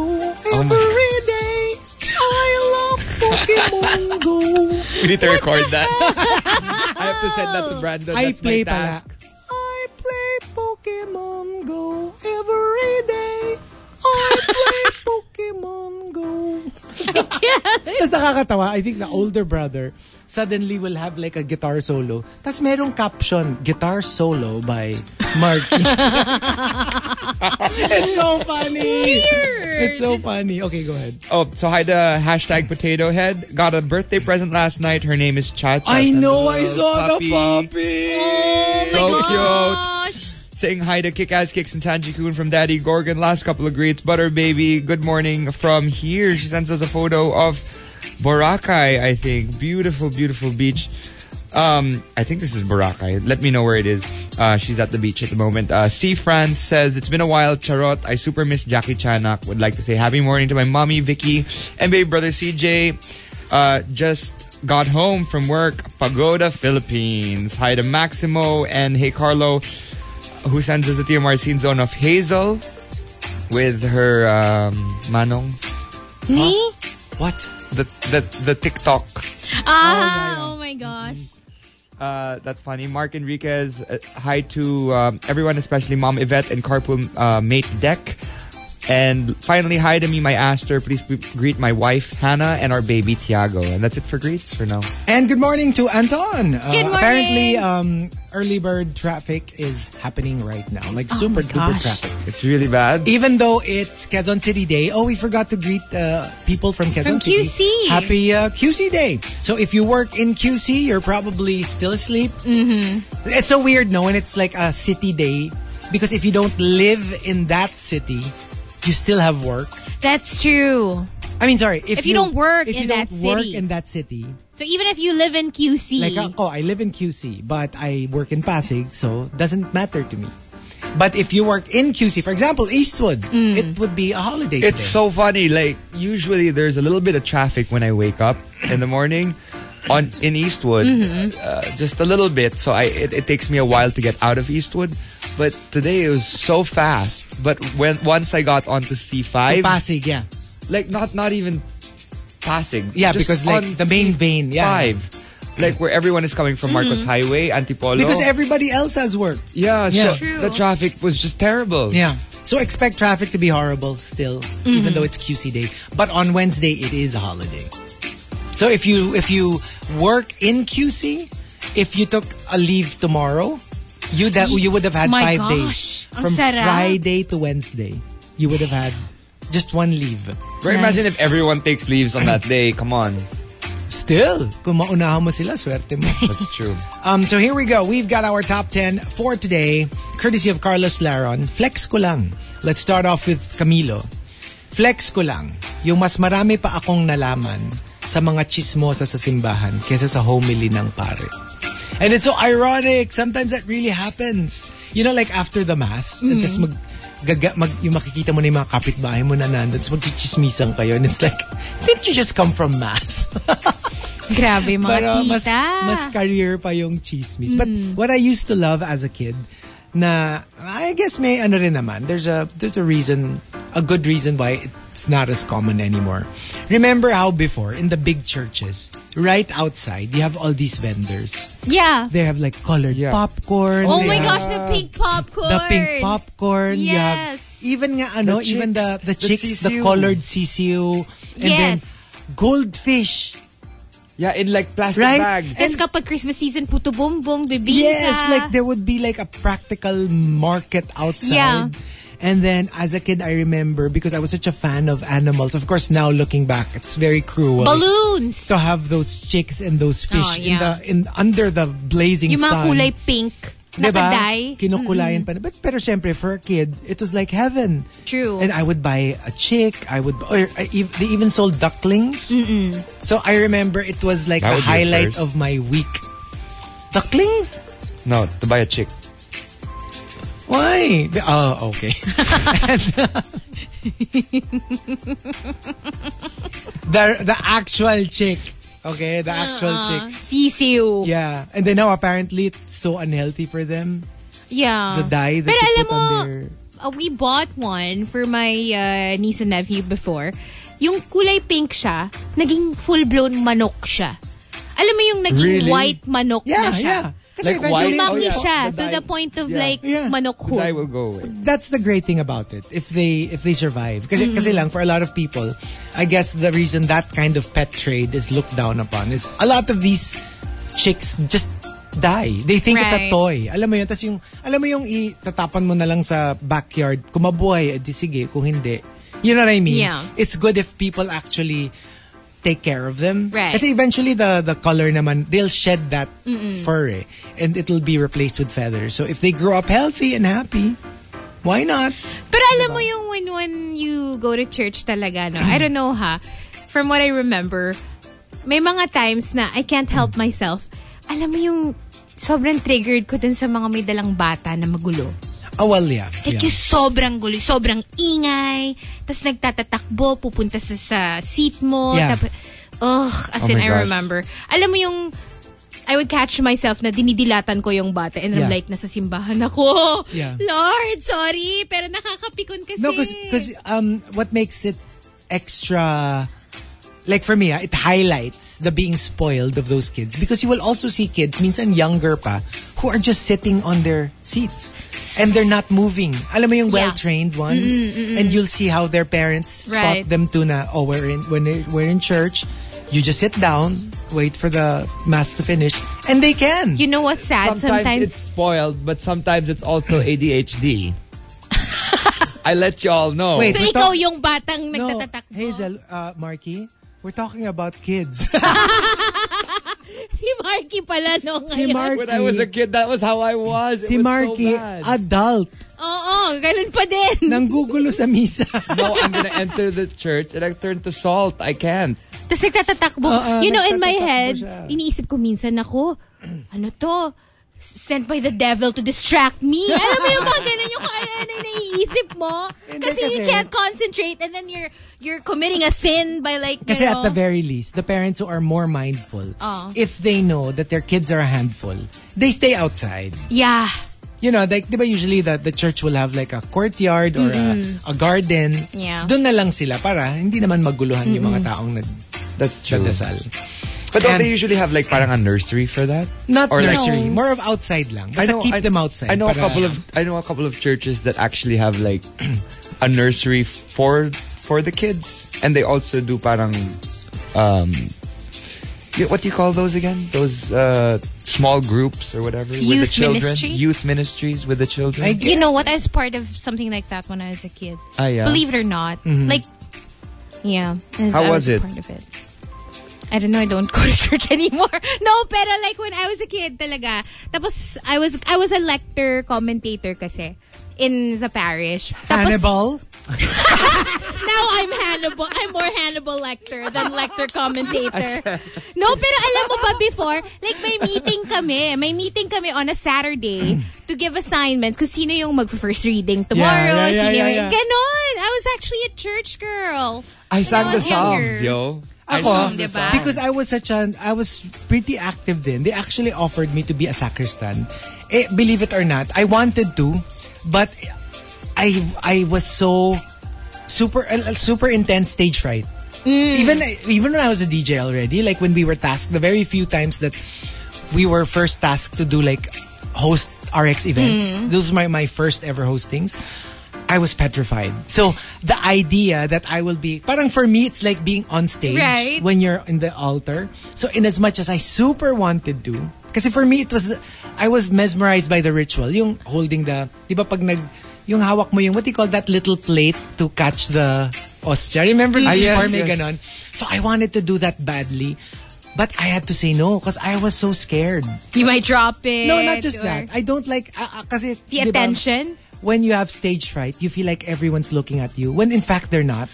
C: Oh my-
A: every day. I love Pokemon Go.
C: We need to record that. [LAUGHS] I have to send that to Brandon.
A: I
C: That's
A: play
C: my
A: pala.
C: task.
A: I play Pokemon Go every day. I [LAUGHS] play Pokemon Go. Tapos nakakatawa, I think the older brother suddenly will have like a guitar solo. Tapos merong caption, guitar solo by [LAUGHS] Marky. it's so funny. It's so funny. Okay, go ahead.
C: Oh, so hi to hashtag potato head. Got a birthday present last night. Her name is Chacha.
A: I
C: It's a
A: know, I
C: little
A: saw the puppy. Oh
C: so cute.
B: Oh Gosh.
C: Saying hi to Kick Ass Kicks and Tanji Kun from Daddy Gorgon. Last couple of greets. Butter Baby, good morning from here. She sends us a photo of Boracay, I think. Beautiful, beautiful beach. Um, I think this is Boracay. Let me know where it is. Uh, she's at the beach at the moment. Uh, C. France says, It's been a while, Charot. I super miss Jackie Chanak. Would like to say happy morning to my mommy, Vicky, and baby brother CJ. Uh, just got home from work, Pagoda, Philippines. Hi to Maximo and hey, Carlo who sends us the TMR scene zone of Hazel with her um, manongs.
B: Me?
C: What? The the the TikTok.
B: Ah, oh my gosh.
C: Uh, that's funny. Mark Enriquez. Uh, hi to um, everyone, especially Mom Yvette and Carpool uh, Mate Deck. And finally, hi to me, my Aster. Please p- greet my wife Hannah and our baby Tiago. And that's it for greets for now.
A: And good morning to Anton. Uh,
B: Good morning.
A: Apparently, um, early bird traffic is happening right now. Like super duper
B: Oh gosh.
A: traffic.
C: It's really bad.
A: Even though it's Quezon City Day, oh, we forgot to greet uh, people from Quezon
B: From
A: City.
B: QC.
A: Happy uh, QC Day. So if you work in QC, you're probably still asleep. Mm-hmm. It's so weird, no? And it's like a city day because if you don't live in that city, you still have work.
B: That's true.
A: I mean, sorry. If,
B: If you don't work
A: if
B: in
A: you
B: that
A: don't work
B: city.
A: in that city,
B: So even if you live in QC,
A: Like uh, ako, I live in QC, but I work in Pasig, so doesn't matter to me. But if you work in QC, for example, Eastwood, it would be a holiday.
C: It's
A: today.
C: so funny. Like usually, there's a little bit of traffic when I wake up in the morning on in Eastwood,
A: Mm-hmm.
C: uh, just a little bit. So I it, it takes me a while to get out of Eastwood. But today it was so fast. But when once I got onto C
A: To
C: five,
A: Pasig, yeah.
C: like not not even passing.
A: Yeah,
C: just
A: because like
C: on
A: the main vein, yeah. Mm-hmm.
C: five, like where everyone is coming from, Marcos Highway, Antipolo.
A: Because everybody else has work.
C: yeah,
A: Yeah.
C: so
B: True.
C: the traffic was just terrible.
A: Yeah. So expect traffic to be horrible still, even
B: Mm-hmm.
A: though it's QC day. But on Wednesday it is a holiday. So if you if you work in QC, if you took a leave tomorrow, you that you would have had
B: My
A: five
B: gosh,
A: days
B: ang
A: from
B: sarap.
A: Friday to Wednesday. You would have had Just one leave.
C: Bro, imagine if everyone takes leaves on that day. Come on.
A: Still, kung maunahan mo sila, swerte mo.
B: [LAUGHS]
C: That's true.
A: Um, so here we go. We've got our top 10 for today, courtesy of Carlos Laron. Flex ko lang. Let's start off with Camilo. Flex ko lang. Yung mas marami pa akong nalaman sa mga chismosa sa simbahan kesa sa homily ng pare. And it's so ironic. Sometimes that really happens. You know, like after the mass, and tas mag, gaga, mag, yung makikita mo na yung mga kapitbahay mo na nandun, tas magchichismisan kayo, and it's like, didn't you just come from mass?
B: Grabe mga
A: Pero
B: tita. Mm.
A: mas, mas career pa yung chismis. But what I used to love as a kid, na I guess may ano rin naman, there's a, there's a reason, a good reason why it's not as common anymore. Remember how before, in the big churches, right outside, you have all these vendors.
B: yeah.
A: They have like colored
C: Yeah.
A: popcorn.
B: Oh
A: they
B: my
A: have
B: gosh, the pink popcorn.
A: The pink popcorn. You have
B: Yes.
A: even nga ano,
C: The
A: even the
C: chicks,
A: the
C: the
A: chicks, the,
C: sisiu.
A: colored sisiu. And then goldfish.
C: Yeah, in like plastic
A: Right? Eh.
C: bags.
B: Tapos kapag Christmas season, puto bumbong, bibingka.
A: Yes, like there would be like a practical market outside.
B: Yeah.
A: And then as a kid, I remember because I was such a fan of animals. Of course, now looking back, it's very cruel
B: Balloons.
A: to have those chicks and those fish
B: Oh, yeah.
A: in the in under the blazing
B: Yung mga
A: sun.
B: kulay pink.
A: Diba?
B: Nakaday.
A: Kinukulayan pa. na. But, pero syempre, for a kid, it was like heaven.
B: True.
A: And I would buy a chick. I would, or I, ev- they even sold ducklings. So I remember it was like a
C: That would be a
A: highlight of
C: first.
A: my week. Ducklings?
C: No, to buy a chick.
A: Why? Be- Oh,
B: [LAUGHS]
A: okay. the the actual chick. Okay, the actual
B: Uh-uh.
A: chick.
B: Sisiu.
A: Yeah. And then now apparently it's so unhealthy for them.
B: Yeah.
A: The dye that
B: Uh-huh. Pero
A: you
B: alam
A: put
B: mo,
A: on their
B: uh, we bought one for my uh, niece and nephew before. Yung kulay pink siya, naging full-blown manok siya. Alam mo yung naging
C: Really?
B: white manok
A: Yeah,
B: na siya.
A: yeah. Kasi
C: Like
A: eventually,
C: white? Oh,
B: Lumaki
C: yeah.
B: siya
C: The
B: to
C: dye.
B: the point of
C: Yeah.
B: like
A: Yeah.
B: manokhood.
C: I will go away.
A: that's the great thing about it. If they if they survive, kasi
B: Mm.
A: kasi lang for a lot of people, I guess the reason that kind of pet trade is looked down upon is a lot of these chicks just die. They think it's a
B: Right.
A: toy. Alam mo yun, tas yung alam mo yung itatapan mo na lang sa backyard, kung mabuhay, edi sige, kung hindi. You know what I mean?
B: Yeah.
A: It's good if people actually take care of them.
B: Right.
A: Kasi eventually the the color naman, they'll shed that fur eh, and it'll be replaced with feathers. So if they grow up healthy and happy, why not?
B: Pero alam mo yung when, when you go to church talaga, no? I don't know ha. From what I remember, may mga times na I can't help myself. Alam mo yung sobrang triggered ko dun sa mga may dalang bata na magulo.
A: Oh, well, yeah.
B: Like
A: yeah.
B: yung sobrang gulo, sobrang ingay, tapos nagtatatakbo, pupunta sa, sa seat mo.
A: Yeah.
B: Tapos, ugh, as
C: Oh
B: in
C: my
B: I
C: gosh.
B: remember. Alam mo yung I would catch myself na dinidilatan ko yung bata and
A: Yeah.
B: I'm like, nasa simbahan ako.
A: Yeah.
B: Lord, sorry, pero nakakapikon kasi.
A: No, because um, what makes it extra, like for me, ah, it highlights the being spoiled of those kids because you will also see kids, minsan younger pa, who are just sitting on their seats and they're not moving. Alam mo yung
B: Yeah.
A: well-trained ones, and you'll see how their parents
B: Right.
A: taught them to na, oh, we're in when we're- we're in church. You just sit down, wait for the mass to finish, and they can.
B: You know what's sad?
C: Sometimes,
B: Sometimes,
C: it's spoiled, but sometimes
A: [LAUGHS]
C: it's also ADHD. I let y'all know.
A: Wait.
B: so
A: We're
B: ikaw
A: talk-
B: yung batang
A: no,
B: nagtatatakbo.
A: Hazel, uh, Marky, we're talking about
B: [LAUGHS]
A: kids.
B: Si Marky pala no ngayon.
A: Si Marky.
C: When I was a kid, that was how I was.
A: Si
C: It was so
A: Marky,
C: bad.
A: adult,
B: Oo, ganun pa din.
A: nanggugulo sa
C: [LAUGHS]
A: misa.
C: no, I'm gonna enter the church and I turn to salt. I can't.
B: Tapos nagtatatakbo.
A: Oo,
B: you know, in my
A: nagtatatakbo
B: head,
A: siya.
B: iniisip ko minsan ako, ano to? Sent by the devil to distract me. Alam mo yung mga ganun yung kung ano na naiisip mo.
A: Hindi,
B: Kasi, you
A: kasi-
B: can't concentrate and then you're you're committing a sin by like, you
A: Kasi at
B: know,
A: the very least, the parents who are more mindful,
C: Ah.
B: Oo.
A: if they know that their kids are a handful, they stay outside.
B: yeah.
A: You know, like, di ba usually the, the church will have like a courtyard or a, a garden.
B: Yeah.
A: Doon na lang sila para hindi naman maguluhan yung mga taong
C: That's true.
A: nagdadasal.
C: But don't
A: And-
C: they usually have like parang a nursery for that?
A: Not
C: Or like-
A: nursery,
B: No.
A: more of outside lang. Basta keep them outside.
C: I know
A: para-
C: a couple of I know a couple of churches that actually have like [CLEARS THROAT] a nursery for for the kids, and they also do parang um, y- what do you call those again? Those uh, small groups or whatever with the
B: Youth
C: children.
B: ministry?
C: Youth ministries with the children.
A: I-
B: You know what? I was part of something like that when I was a kid.
C: Ah, yeah. Mm-hmm.
B: Believe it or not. Like, yeah. I
C: How
B: I
C: was
B: a
C: it?
B: Part of it. I don't know. I don't [LAUGHS] go to church anymore. No, pero like when I was a kid talaga. Tapos, I was, I was a lector commentator kasi in the parish. Tapos,
A: Hannibal?
B: now I'm Hannibal. I'm more Hannibal Lecter than Lecter
A: [LAUGHS]
B: commentator. No, pero alam mo ba before, like may meeting kami. May meeting kami on a Saturday to give assignments kung sino yung mag-first reading
A: Yeah, yeah,
B: tomorrow.
A: yeah,
B: sino
A: yeah,
B: yung-
A: yeah.
B: Ganon! I was actually a church girl.
C: I sang
B: When
C: the
B: was younger.
C: Psalms, yo.
A: Ako,
B: Di ba?
A: because I was such an, I was pretty active then. They actually offered me to be a sacristan. Eh, believe it or not, I wanted to, but I I was so super uh, super intense stage fright. Even even when I was a DJ already, like when we were tasked, the very few times that we were first tasked to do like host RX events, those were my, my first ever hostings. I was petrified. So the idea that I will be parang for me it's like being on stage
B: Right.
A: when you're in the altar. So in as much as I super wanted to, kasi for me it was I was mesmerized by the ritual, yung holding the, 'di ba pag nag yung hawak mo yung what do you call that little plate to catch the ostia. Remember
C: Ah, yes,
A: before may
C: yes.
A: ganon? So I wanted to do that badly. But I had to say no because I was so scared.
B: You might drop it.
A: No, not just
B: or
A: that. I don't like uh, uh, kasi di
B: The
A: ba,
B: attention.
A: when you have stage fright, you feel like everyone's looking at you when in fact they're not.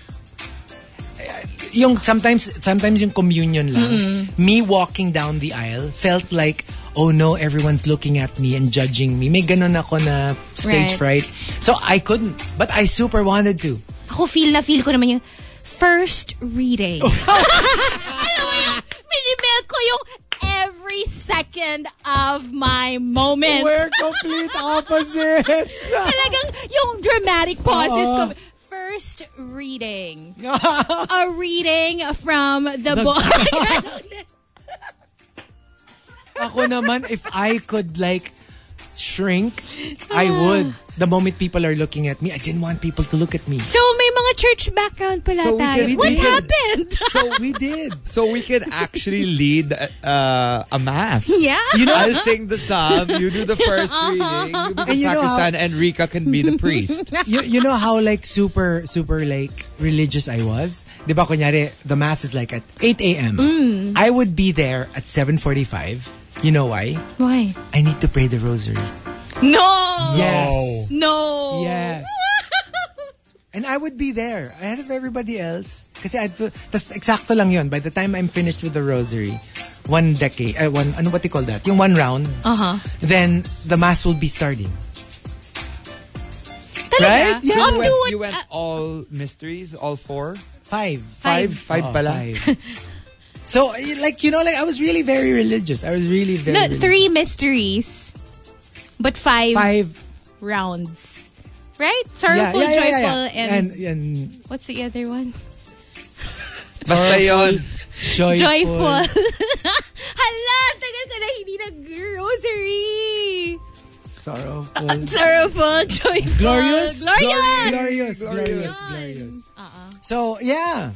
A: Eh, Yung sometimes sometimes yung communion lang, me walking down the aisle felt like oh no, everyone's looking at me and judging me. May ganun ako na stage
B: Right.
A: fright. So I couldn't, but I super wanted to.
B: Ako feel na feel ko naman yung first
C: Oh.
B: reading. [LAUGHS] Alam mo yung minimelt ko yung every second of my moment.
A: complete opposite.
B: [LAUGHS] Talagang yung dramatic pauses
A: Oo.
B: ko. First
C: [LAUGHS]
B: reading. A reading from the, book. [LAUGHS]
A: Ako naman, if I could like shrink, I would. The moment people are looking at me, I didn't want people to look at me.
B: so may mga church background pala
C: So we
B: tayo.
C: can-
B: What
C: we can-
B: happened?
A: So we did.
C: So we can actually lead uh, a mass.
B: Yeah.
C: You know, I'll sing the psalm. You do the
B: [LAUGHS]
C: first reading. You be the
A: And you know how-
C: sacristan, and Rika can be the priest.
A: you, you know how like super super like religious I was? 'Di ba kunyari the mass is like at 8 a.m. I would be there at 7:45. You know why?
B: Why?
A: I need to pray the rosary.
B: [LAUGHS] No!
A: Yes.
B: No!
A: Yes. [LAUGHS] And I would be there ahead of everybody else. Kasi I'd, tas eksakto lang yun. By the time I'm finished with the rosary, one decade, uh, one, ano what do you call that? Yung one round,
B: Uh-huh.
A: then the mass will be starting.
B: [LAUGHS] Talaga?
A: Right? Yeah.
B: I'll do
C: you uh, went,
B: it.
C: you went all mysteries, all four?
A: Five.
B: Five.
C: Five
A: Oh,
C: pala.
A: five. [LAUGHS] so, eh, like, you know, like, I was really very religious. I was really very
B: No,
A: religious.
B: three mysteries, but five,
A: Five.
B: rounds. Right?
A: Yeah, yeah,
B: Sorrowful,
A: yeah, yeah, yeah.
B: joyful, And,
A: and, and
B: what's the other one?
C: Basta yun.
A: joyful.
B: Joyful. [LAUGHS] Hala, tagal ko na hindi nag-rosary.
A: Sorrowful.
B: Sorrowful, joyful.
A: Glorious?
B: Glorious. Uh-uh.
A: Glorious. Glorious. Glorious. So, yeah.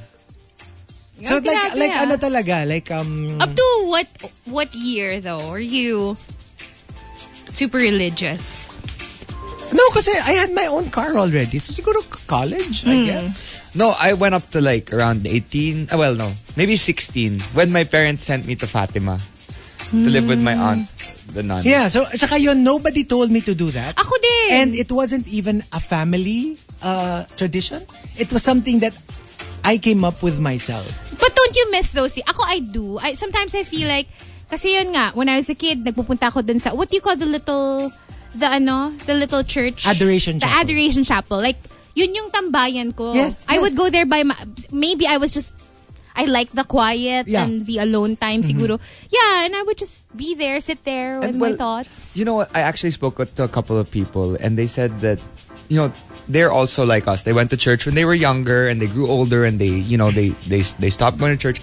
A: So,
B: Grabe,
A: like,
B: grabe,
A: like,
B: ah.
A: ano talaga? Like, um,
B: Up to what what year though? Are you super religious?
A: no, kasi I had my own car already. So, siguro c- college, I
B: Hmm.
A: guess.
C: No, I went up to like around 18. ah, Well, no. Maybe 16. When my parents sent me to Fatima to live with my aunt, the nun.
A: Yeah, so, saka yun, nobody told me to do that.
B: Ako din.
A: And it wasn't even a family uh, tradition. It was something that I came up with myself.
B: But don't you miss those? Ako, I do. I, sometimes I feel like, kasi yun nga, when I was a kid, nagpupunta ako dun sa, what do you call the little, the ano, the little church?
A: Adoration
B: the
A: Chapel.
B: Adoration Chapel. Like, yun yung tambayan ko.
A: Yes,
B: I would
A: yes.
B: go there by, my, maybe I was just, I like the quiet
A: Yeah. Mm-hmm.
B: and the alone time siguro. Yeah, and I would just be there, sit there with
C: And
B: my
C: well,
B: thoughts.
C: You know what? I actually spoke to a couple of people, and they said that, you know, they're also like us. They went to church when they were younger, and they grew older, and they, you know, they they they stopped going to church,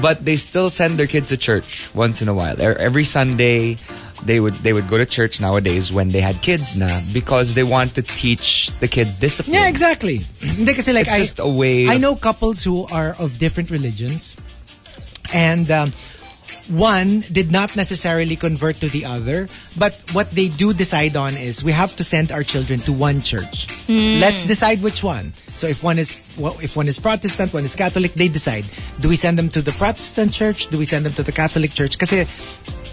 C: but they still send their kids to church once in a while. E- Every Sunday, they would they would go to church nowadays when they had kids now because they want to teach the kids discipline.
A: Yeah, exactly. Hindi kasi like
C: It's
A: I,
C: just a way
A: I
C: of-
A: know couples who are of different religions, and um, one did not necessarily convert to the other, but what they do decide on is we have to send our children to one church. Let's decide which one. So if one is well, if one is Protestant, one is Catholic, they decide. Do we send them to the Protestant church? Do we send them to the Catholic church? Kasi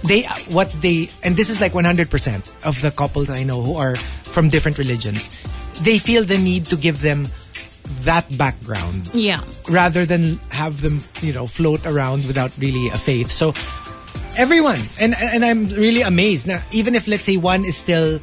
A: they what they and this is like 100% of the couples I know who are from different religions. They feel the need to give them that background
B: Yeah.
A: rather than have them, you know, float around without really a faith. So everyone, and and I'm really amazed. Now, even if let's say one is still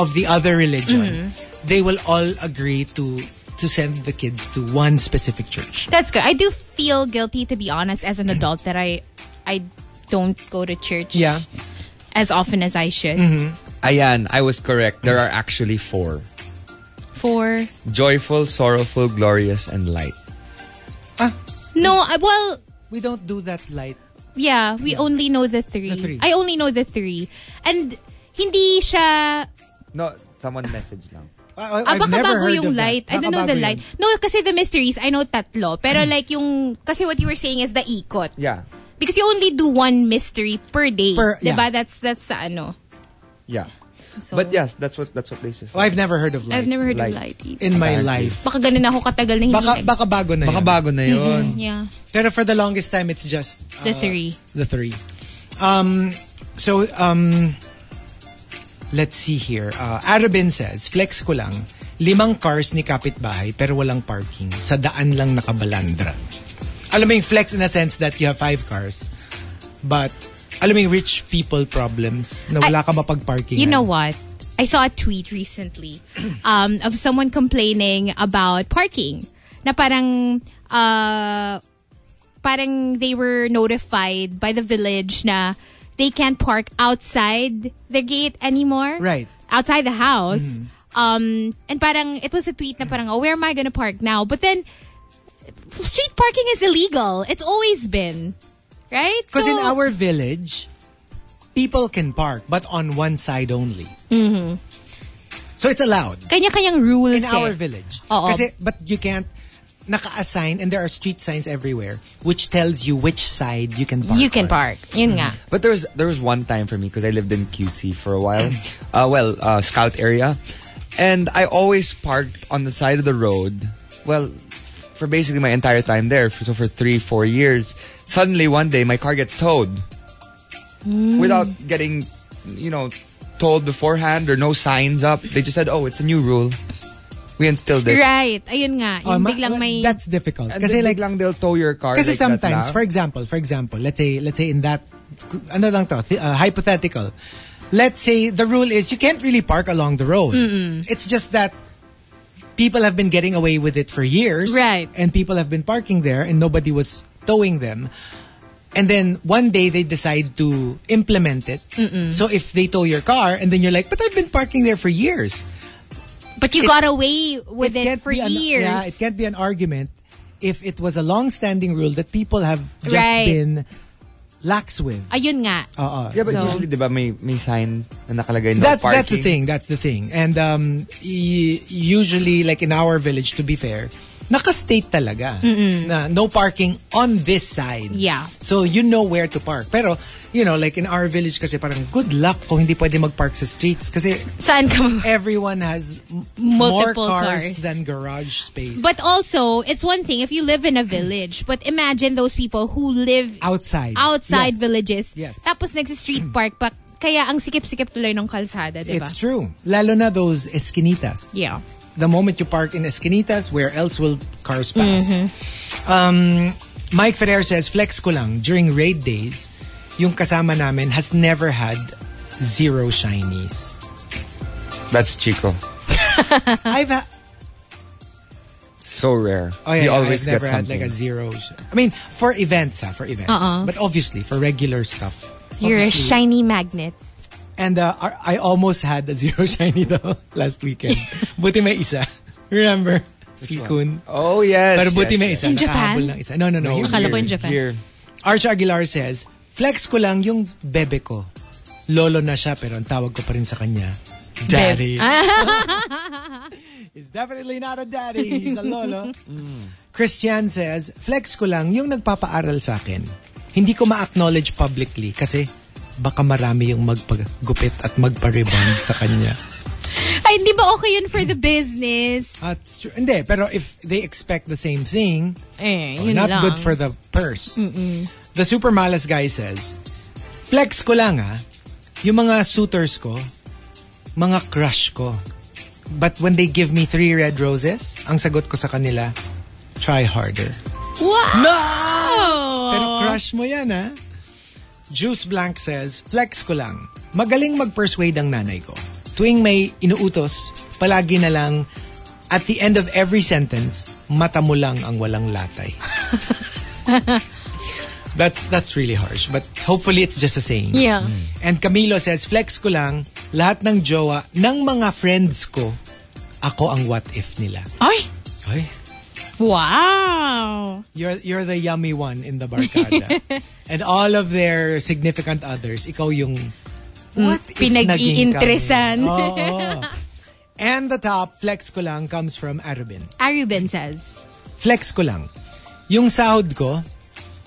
A: of the other religion,
B: Mm-hmm.
A: they will all agree to to send the kids to one specific church.
B: That's good. I do feel guilty to be honest as an
A: Mm-hmm.
B: adult that I I don't go to church
A: Yeah. Mm-hmm.
B: as often as I should.
C: Ayan, I was correct. There are actually four.
B: For
C: Joyful, sorrowful, glorious, and light.
B: No, I, well,
A: We don't do that light.
B: yeah, we only know the three.
A: The three.
B: I only know the three. And hindi siya
C: No, someone message lang.
A: I,
B: Ah, baka bago
A: of
B: yung
A: that.
B: light. I
A: Baka
B: don't know the
A: bago
B: light.
A: yun. Mm.
B: No, kasi the mysteries, I know tatlo. Pero like yung, kasi what you were saying is the ikot.
C: Yeah.
B: Because you only do one mystery per day.
A: Per-
B: diba?
A: yeah.
B: That's, that's the ano.
C: Yeah.
B: So,
C: but yes, that's what that's what they just
A: Oh, I've never heard of light
B: I've never heard of
C: Light.
B: light either.
A: in my
C: Apparently.
A: life.
B: Baka ganun ako katagal na hindi. eh.
A: Baka,
B: nag-
A: baka bago na yun. Ah.
C: Baka bago na yun.
B: yeah.
A: Pero for the longest time, it's just uh,
B: The three.
A: the three. Um, so, um, let's see here. Uh, Arabin says, flex ko lang, limang cars ni kapitbahay pero walang parking. Sa daan lang nakabalandra. Alam mo yung flex in a sense that you have five cars. But, alam mo yung rich people problems na wala
B: Ay,
A: ka mapag-parking.
B: You know what? I saw a
A: [CLEARS THROAT]
B: tweet recently um, of someone complaining about parking. Na parang, uh, parang they were notified by the village na they can't park outside the gate anymore.
A: Right. Mm-hmm.
B: Outside the house. Um, and parang, it was a tweet na parang, oh, where am I gonna park now? But then, street parking is illegal. It's always been. Right?
A: Because in
B: So-
A: our village, people can park but on one side only.
B: Mm-hmm.
A: So it's allowed.
B: Kanya-kanyang rules
A: in our
B: eh.
A: village.
B: Oo.
A: Kasi, but you can't, naka-assign and there are street signs everywhere which tells you which side you can park. Mm-hmm.
B: You can
A: on.
B: park. Yun nga.
C: But there was there was one time for me because I lived in QC for a while. Uh, well, uh, Scout area, and I always parked on the side of the road. Well, for basically my entire time there, for, so for three four years. Suddenly one day my car gets towed
B: Mm.
C: without getting, you know, told beforehand or no signs up. They just said, "Oh, it's a new rule. We instilled it."
B: Right. Ayun nga.
A: Oh,
B: Yung
A: ma-
B: biglang may...
A: That's difficult.
C: And
A: Kasi
C: then
A: like,
C: biglang they'll tow your car.
A: kasi
C: like that
A: sometimes,
C: lang.
A: for example, for example, let's say, let's say in that, ano lang to, th- uh, hypothetical. Let's say the rule is you can't really park along the road. It's just that people have been getting away with it for years.
B: Right.
A: And people have been parking there and nobody was towing them. And then one day they decide to implement it. So if they tow your car and then you're like, but I've been parking there for years.
B: but you got away with it,
A: can't
B: for
A: be an-
B: years.
A: yeah, it can't be an argument if it was a long-standing rule that people have just
B: Right.
A: been lax with.
B: Ayun nga.
A: Oo.
C: Yeah, but
B: So-
C: usually, di ba, may, may sign na nakalagay Uh-uh. no
A: that's
C: parking.
A: that's the thing. That's the thing. And um, y- usually, like in our village, to be fair, naka-state talaga na no parking on this side.
B: Yeah.
A: So you know where to park. Pero, you know, like in our village kasi parang good luck kung hindi pwede mag-park sa streets kasi
B: Saan ka
A: [LAUGHS]
B: mag-
A: everyone has m- more
B: Multiple
A: cars,
B: cars.
A: than garage space.
B: But also, it's one thing if you live in a village, but imagine those people who live
A: outside.
B: outside
A: Yes.
B: villages.
A: Yes.
B: Tapos
A: [CLEARS THROAT]
B: nagsi-street park pa. Kaya ang sikip-sikip tuloy ng kalsada, di ba?
A: It's true. Lalo na those esquinitas.
B: Yeah.
A: the moment you park in Esquinitas, where else will cars pass?
B: Mm-hmm.
A: Um, Mike Ferrer says, flex ko lang, during raid days, yung kasama namin has never had zero shinies.
C: That's Chico.
A: I've ha-
C: So rare.
A: oh, yeah,
C: he
A: yeah,
C: always
A: I've never
C: gets
A: had
C: something.
A: like a zero. Sh- I mean, for events, ha, for events.
B: Uh-uh.
A: But obviously, for regular stuff.
B: You're a
A: obviously.
B: shiny magnet.
A: And uh, ar- I almost had a zero [LAUGHS] shiny though last weekend. buti may isa. [LAUGHS] Remember? Slikun.
C: oh, yes.
A: Pero buti
C: yes,
A: may
C: yes.
A: isa.
B: In Japan?
A: nakahabol ng isa. No, no, no.
C: No,
A: Yung-
B: Akala ko
C: here,
B: in Japan.
C: Here.
A: Arch Aguilar says, flex ko lang yung bebe ko. Lolo na siya pero ang tawag ko pa rin sa kanya, Daddy. [LAUGHS] He's definitely not a Mm. daddy. He's a lolo. Christian says, flex ko lang yung nagpapaaral sa akin. hindi ko ma-acknowledge publicly kasi baka marami yung magpagupit at magpa-rebound sa kanya.
B: [LAUGHS] Ay, hindi ba okay yun for the business?
A: At, str- hindi, pero if they expect the same thing,
B: Eh,
A: Oh,
B: yun
A: not
B: lang.
A: good for the purse. The super malas guy says, flex ko lang ah, yung mga suitors ko, mga crush ko. But when they give me three red roses, ang sagot ko sa kanila, try harder. [LAUGHS]
B: Wow!
A: No! Pero crush mo yan ah. Juice Blank says, flex ko lang. Magaling mag-persuade ang nanay ko. Tuwing may inuutos, palagi na lang at the end of every sentence, mata mo lang ang walang latay. [LAUGHS] that's that's really harsh, but hopefully it's just a saying. Mm.
B: Yeah.
A: And Camilo says, flex ko lang, lahat ng jowa ng mga friends ko, ako ang what if nila.
B: Ay!
A: Ay,
B: Wow!
A: You're you're the yummy one in the barkada. and all of their significant others, ikaw yung what if naging
B: pinag-iinteresan.
A: kami? Oo. And the top, flex ko lang, comes from Arubin.
B: Aruben says,
A: Flex ko lang. Yung sahod ko,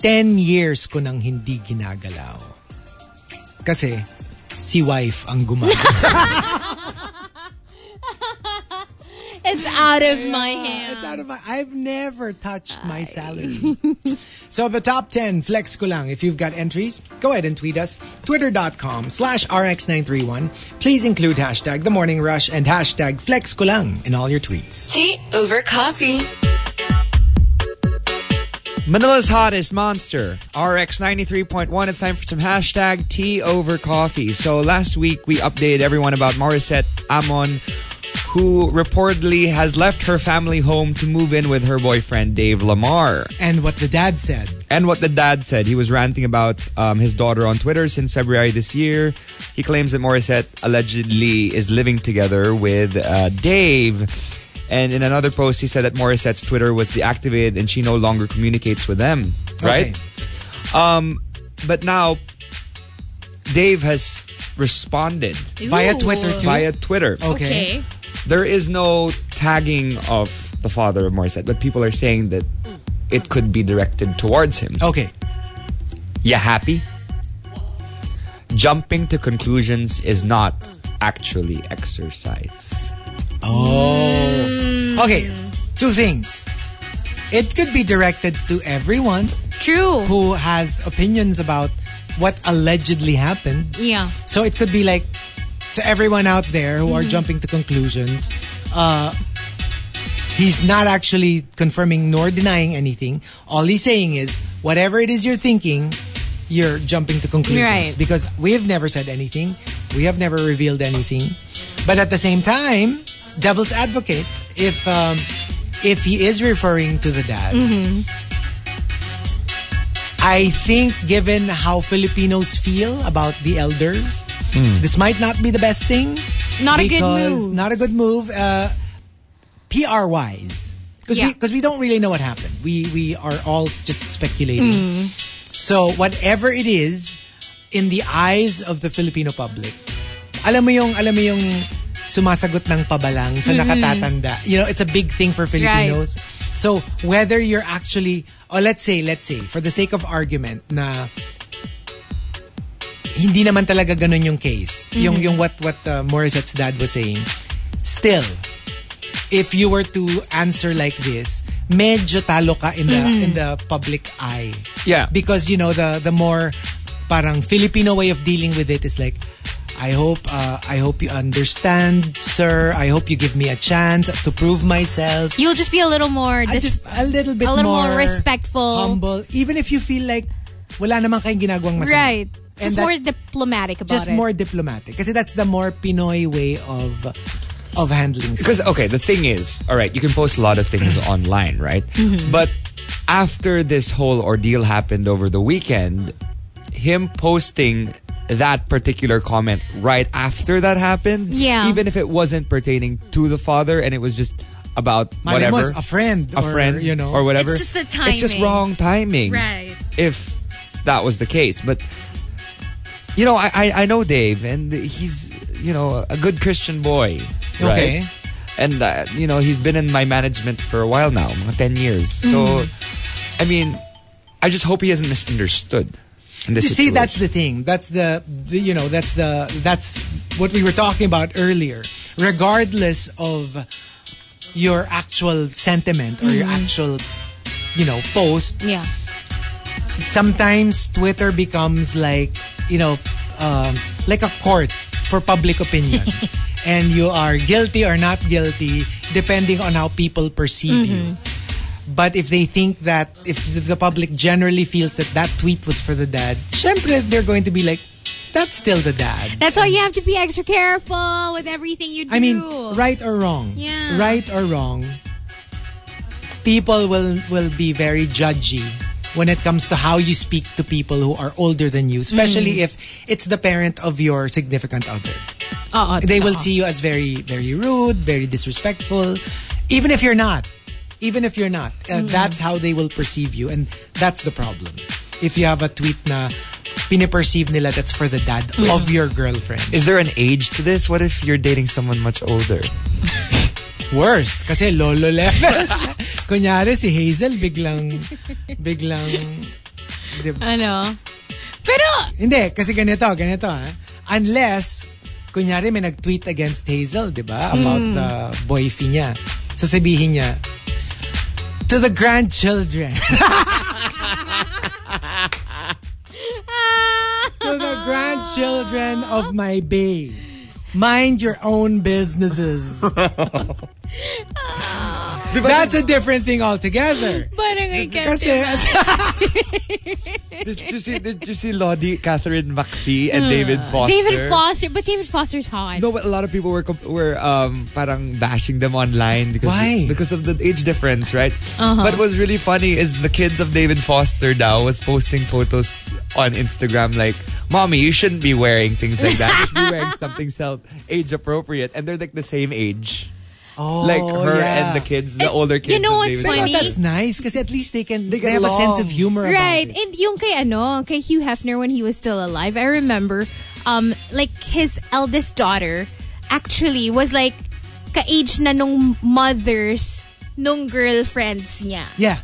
A: 10 years ko nang hindi ginagalaw. Kasi, si wife ang gumagawa.
B: It's out of my
A: It's
B: hands.
A: out of my, I've never touched my salary. so the top 10, flex ko lang. If you've got entries, go ahead and tweet us. Twitter.com slash RX931. Please include hashtag The Morning Rush and hashtag flex ko lang in all your tweets.
D: Tea over coffee.
C: Manila's hottest monster, RX 93.1. It's time for some hashtag tea over coffee. So last week we updated everyone about Marisette Amon, who reportedly has left her family home to move in with her boyfriend Dave Lamar.
A: And what the dad said.
C: And what the dad said. He was ranting about um, his daughter on Twitter since February this year. He claims that Morissette allegedly is living together with uh, Dave. And in another post, he said that Morissette's Twitter was deactivated and she no longer communicates with them. Right? Um, but now, Dave has responded
A: Via
B: Ooh.
A: Twitter too.
C: via Twitter.
B: Okay.
C: There is no tagging of the father of Morissette, but people are saying that it could be directed towards him.
A: Okay.
C: You happy? Jumping to conclusions is not actually exercise.
A: Okay. Two things. It could be directed to everyone
B: True.
A: who has opinions about what allegedly happened.
B: Yeah.
A: So it could be like to everyone out there who are jumping to conclusions. Uh, he's not actually confirming nor denying anything. All he's saying is whatever it is you're thinking, you're jumping to conclusions
B: Right.
A: because we have never said anything. We have never revealed anything. But at the same time, devil's advocate, if um, if he is referring to the dad. I think given how Filipinos feel about the elders, this might not be the best thing.
B: Not a good
A: because-
B: move.
A: Not a good move. Uh, PR wise, because
B: Yeah.
A: we because we don't really know what happened. We we are all just speculating.
B: Hmm.
A: So whatever it is, in the eyes of the Filipino public, alam mo yung alam mo yung sumasagot ng pabalang sa nakatatanda. You know, it's a big thing for Filipinos. So whether you're actually, or let's say, let's say, for the sake of argument, na hindi naman talaga ganun yung case. Yung yung what what uh, Morissette's dad was saying. Still, if you were to answer like this, medyo talo ka in the
B: Mm-hmm.
A: in the public eye.
C: Yeah.
A: Because you know the the more parang Filipino way of dealing with it is like I hope uh, I hope you understand, sir. I hope you give me a chance to prove myself.
B: You'll just be a little more
A: I just
B: dis-
A: a little bit
B: a little more
A: more
B: respectful.
A: humble. Even if you feel like wala naman kayong ginagawang masama.
B: right.
A: And
B: Just
A: that-
B: more diplomatic about
A: just
B: it.
A: more diplomatic kasi that's the more Pinoy way of of handling things.
C: Because, okay, the thing is, all right, you can post a lot of things
B: Mm-hmm.
C: online, right? But after this whole ordeal happened over the weekend, him posting that particular comment right after that happened,
B: Yeah.
C: even if it wasn't pertaining to the father and it was just about
A: Malay
C: whatever
A: mo, a friend
C: a
A: or,
C: friend,
A: you know.
C: or whatever.
B: It's just the
C: It's just
B: timing.
C: wrong timing,
B: Right.
C: If that was the case, but you know, I I, I know Dave, and he's you know a good Christian boy,
A: Okay.
C: right? And uh,
A: Mm-hmm.
C: you know he's been in my management for a while now, mga ten years. So, I mean, I just hope he hasn't misunderstood. In this
A: You see, that's
C: situation.
A: the thing. That's the, the you know that's the that's what we were talking about earlier. Regardless of your actual sentiment or your actual you know post,
B: Yeah.
A: sometimes Twitter becomes like you know um, like a court for public opinion, and you are guilty or not guilty depending on how people perceive you. But if they think that if the- the public generally feels that that tweet was for the dad, syempre they're going to be like, that's still the dad.
B: That's why you have to be extra careful with everything you do.
A: I mean, right or wrong,
B: Yeah.
A: right or wrong, people will will be very judgy when it comes to how you speak to people who are older than you,
B: Mm.
A: especially if it's the parent of your significant other.
B: Oo,
A: They will see
B: totoo.
A: you as very very rude, very disrespectful, even if you're not. Even if you're not, uh,
B: Mm.
A: that's how they will perceive you, and that's the problem. If you have a tweet na piniperceive nila that's for the dad
B: Mm.
A: of your girlfriend.
C: Is there an age to this? What if you're dating someone much older?
A: Worse. Kasi lolo levels. Kunyari si Hazel biglang, biglang, di ba?
B: Ano? Pero,
A: Hindi, kasi ganito, ganito ha. ¿eh? Unless, kunyari may nag-tweet against Hazel, di ba? About
C: Hmm.
A: the boy fee niya. Sasabihin niya, to the grandchildren. [LAUGHS]
B: ah,
A: to the grandchildren of my babe. Mind your own
C: [LAUGHS]
A: businesses. That's a different thing altogether.
B: [LAUGHS] parang I can't
A: Kasi, [LAUGHS]
C: Did you see? Did you see Lodi, Catherine McPhee,
A: Hmm.
C: and David Foster?
B: David Foster. But David Foster's hot.
C: No, but a lot of people were comp- were um parang bashing them online because
A: Why?
C: because of the age difference, right?
B: Uh-huh.
C: But what's really funny is the kids of David Foster now was posting photos on Instagram like, "Mommy, you shouldn't be wearing things like that. You should
B: [LAUGHS]
C: be wearing something self age appropriate." And they're like the same age,
A: oh,
C: like her
A: yeah.
C: and the kids, the older kids.
B: you know
C: of
B: what's
C: David
A: Pero
B: funny?
A: that's nice kasi at least they can they,
C: get
A: have a
C: along.
A: sense of humor
B: Right.
A: about it.
B: And yung kay ano, kay Hugh Hefner when he was still alive, I remember um like his eldest daughter actually was like ka-age na nung mothers nung girlfriends niya.
A: Yeah.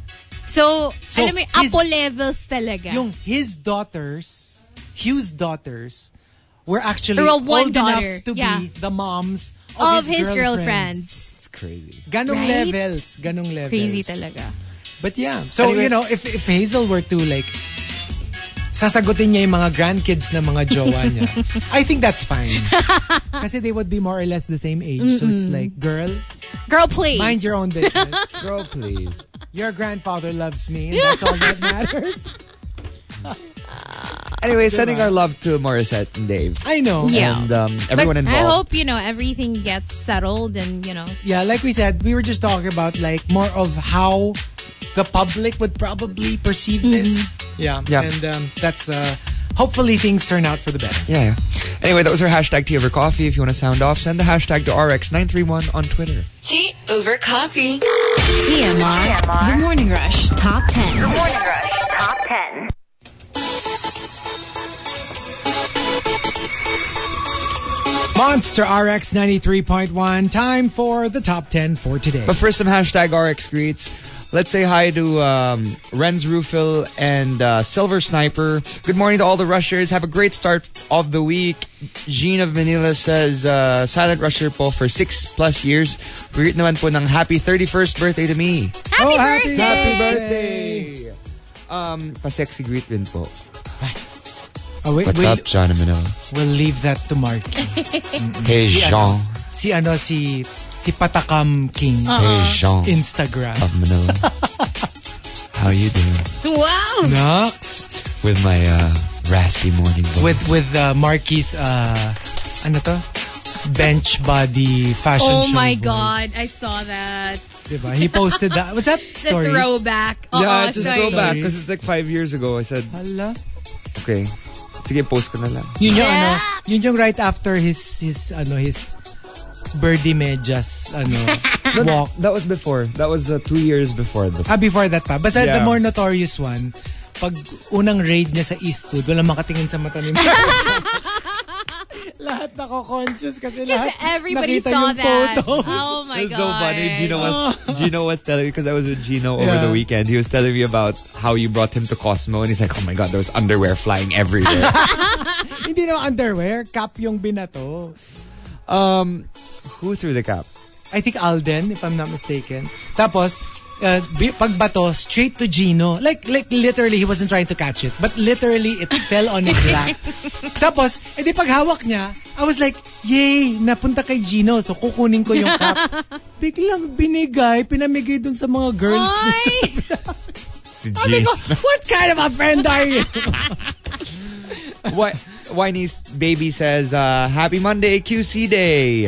B: So,
A: So,
B: alam mo, yung
A: his-
B: apo levels talaga.
A: Yung his daughters, Hugh's daughters, were actually
B: There were
A: old
B: one daughter,
A: enough to
B: yeah.
A: be the moms of,
B: of his girlfriends.
C: It's crazy.
A: Ganong
B: Right?
A: levels. Ganong levels.
B: Crazy talaga.
A: But yeah. So,
C: Anyway.
A: you know, if, if Hazel were to like sasagutin niya yung mga grandkids na mga
B: [LAUGHS]
A: jowa niya, I think that's fine. Kasi they would be more or less the same age. So it's like, girl,
B: Girl, please.
A: mind your own business.
C: Bro, please.
A: Your grandfather loves me, and that's all that matters.
C: Anyway, sending our love to Morissette and Dave.
A: I know.
B: Yeah.
C: And um,
B: But
C: everyone involved.
B: I hope, you know, everything gets settled and, you know.
A: Yeah, like we said, we were just talking about like more of how the public would probably perceive this. Yeah.
C: Yeah.
A: And um, that's uh, hopefully things turn out for the better.
C: Yeah, yeah. Anyway, that was our hashtag tea over coffee. If you want to sound off, send the hashtag to RX931 on Twitter.
D: Tea over coffee.
E: TMR. The Morning Rush Top 10.
B: Oh,
F: Morning Rush Top 10.
A: Monster RX 93.1, time for the top 10 for today.
C: But first, some hashtag RX greets. Let's say hi to um, Renz Rufil and uh, Silver Sniper. Good morning to all the rushers. Have a great start of the week. Jean of Manila says, uh, silent rusher po for six plus years. Greet naman po ng happy 31st birthday to me.
B: Happy birthday!
C: birthday! Um, pa-sexy greet din po.
A: Oh, wait,
C: What's
A: we'll,
C: up, John of Manila?
A: we'll leave that to Mark.
C: Hey, Jean.
A: Si ano, si, si Patakam King.
C: Hey, Jean.
A: Instagram.
C: of Manila. How you doing
B: Wow!
A: No?
C: with my uh, raspy morning voice?
A: with with uh, Marquis uh, ano to bench body fashion
B: Oh
A: show
B: my
A: voice.
B: god, I saw that.
A: diba? he posted that was that
B: [LAUGHS] The
A: story
B: throwback.
C: yeah,
B: Oo,
C: it's just
B: sorry.
C: throwback because it's like five years ago. I said,
A: Hala.
C: okay, sige, post ko na lang.
A: yun yung
B: Yeah.
A: ano yun yung right after his his ano his birdie medyas
B: [LAUGHS]
A: ano walk
C: That was before. That was uh, two years before. The
B: Oh
A: ah before that pa basta the
C: Yeah.
A: more notorious one pag unang raid niya sa Eastwood walang makatingin sa mata
B: [LAUGHS]
A: ni lahat nako conscious kasi lahat
B: Everybody
A: nakita
B: saw
A: yung
B: that.
A: photos.
B: Oh my
C: It was
B: god.
C: so funny. Gina was
B: [LAUGHS]
C: Gino was telling me because I was with Gino over
A: Yeah.
C: the weekend. He was telling me about how you brought him to Cosmo, and he's like, "Oh my God, there was underwear flying
B: [LAUGHS]
C: everywhere."
A: [LAUGHS] Hindi naman underwear. Cap yung binato.
C: um, who threw the cap?
A: I think Alden, if I'm not mistaken. Tapos, uh, bi- pagbato, straight to Gino. Like, like literally, he wasn't trying to catch it. But literally, it [LAUGHS] fell on his lap. Tapos, edi paghawak niya, I was like, yay, napunta kay Gino. So, kukunin ko yung cup. Biglang binigay, pinamigay dun sa mga girls. [LAUGHS]
B: Ay!
C: Si
A: Sabi ko, what kind of a friend are you?
C: Why, Winey's baby says, uh, Happy Monday, QC Day.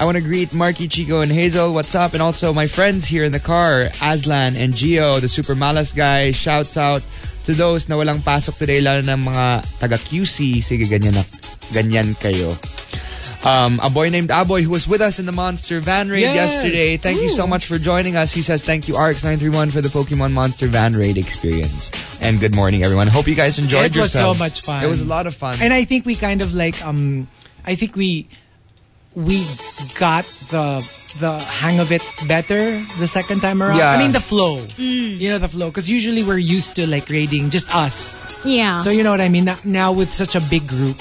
C: I want to greet Marky, Chico, and Hazel. What's up? And also my friends here in the car, Aslan and Gio, the super malas guy. Shouts out to those na walang pasok today, lalo ng mga taga QC. Sige, ganyan na. Ganyan kayo. Um, a boy named Aboy who was with us in the Monster Van Raid
A: Yes.
C: yesterday. Thank you so much for joining us. He says, Thank you, RX931, for the Pokemon Monster Van Raid experience. And good morning, everyone. Hope you guys enjoyed
A: It was
C: yourselves.
A: so much fun.
C: It was a lot of fun.
A: And I think we kind of like um I think we we got the the hang of it better the second time around.
C: Yeah.
A: I mean the flow. You know the flow cuz usually we're used to like raiding just us.
B: Yeah.
A: So you know what I mean? Now, now with such a big group,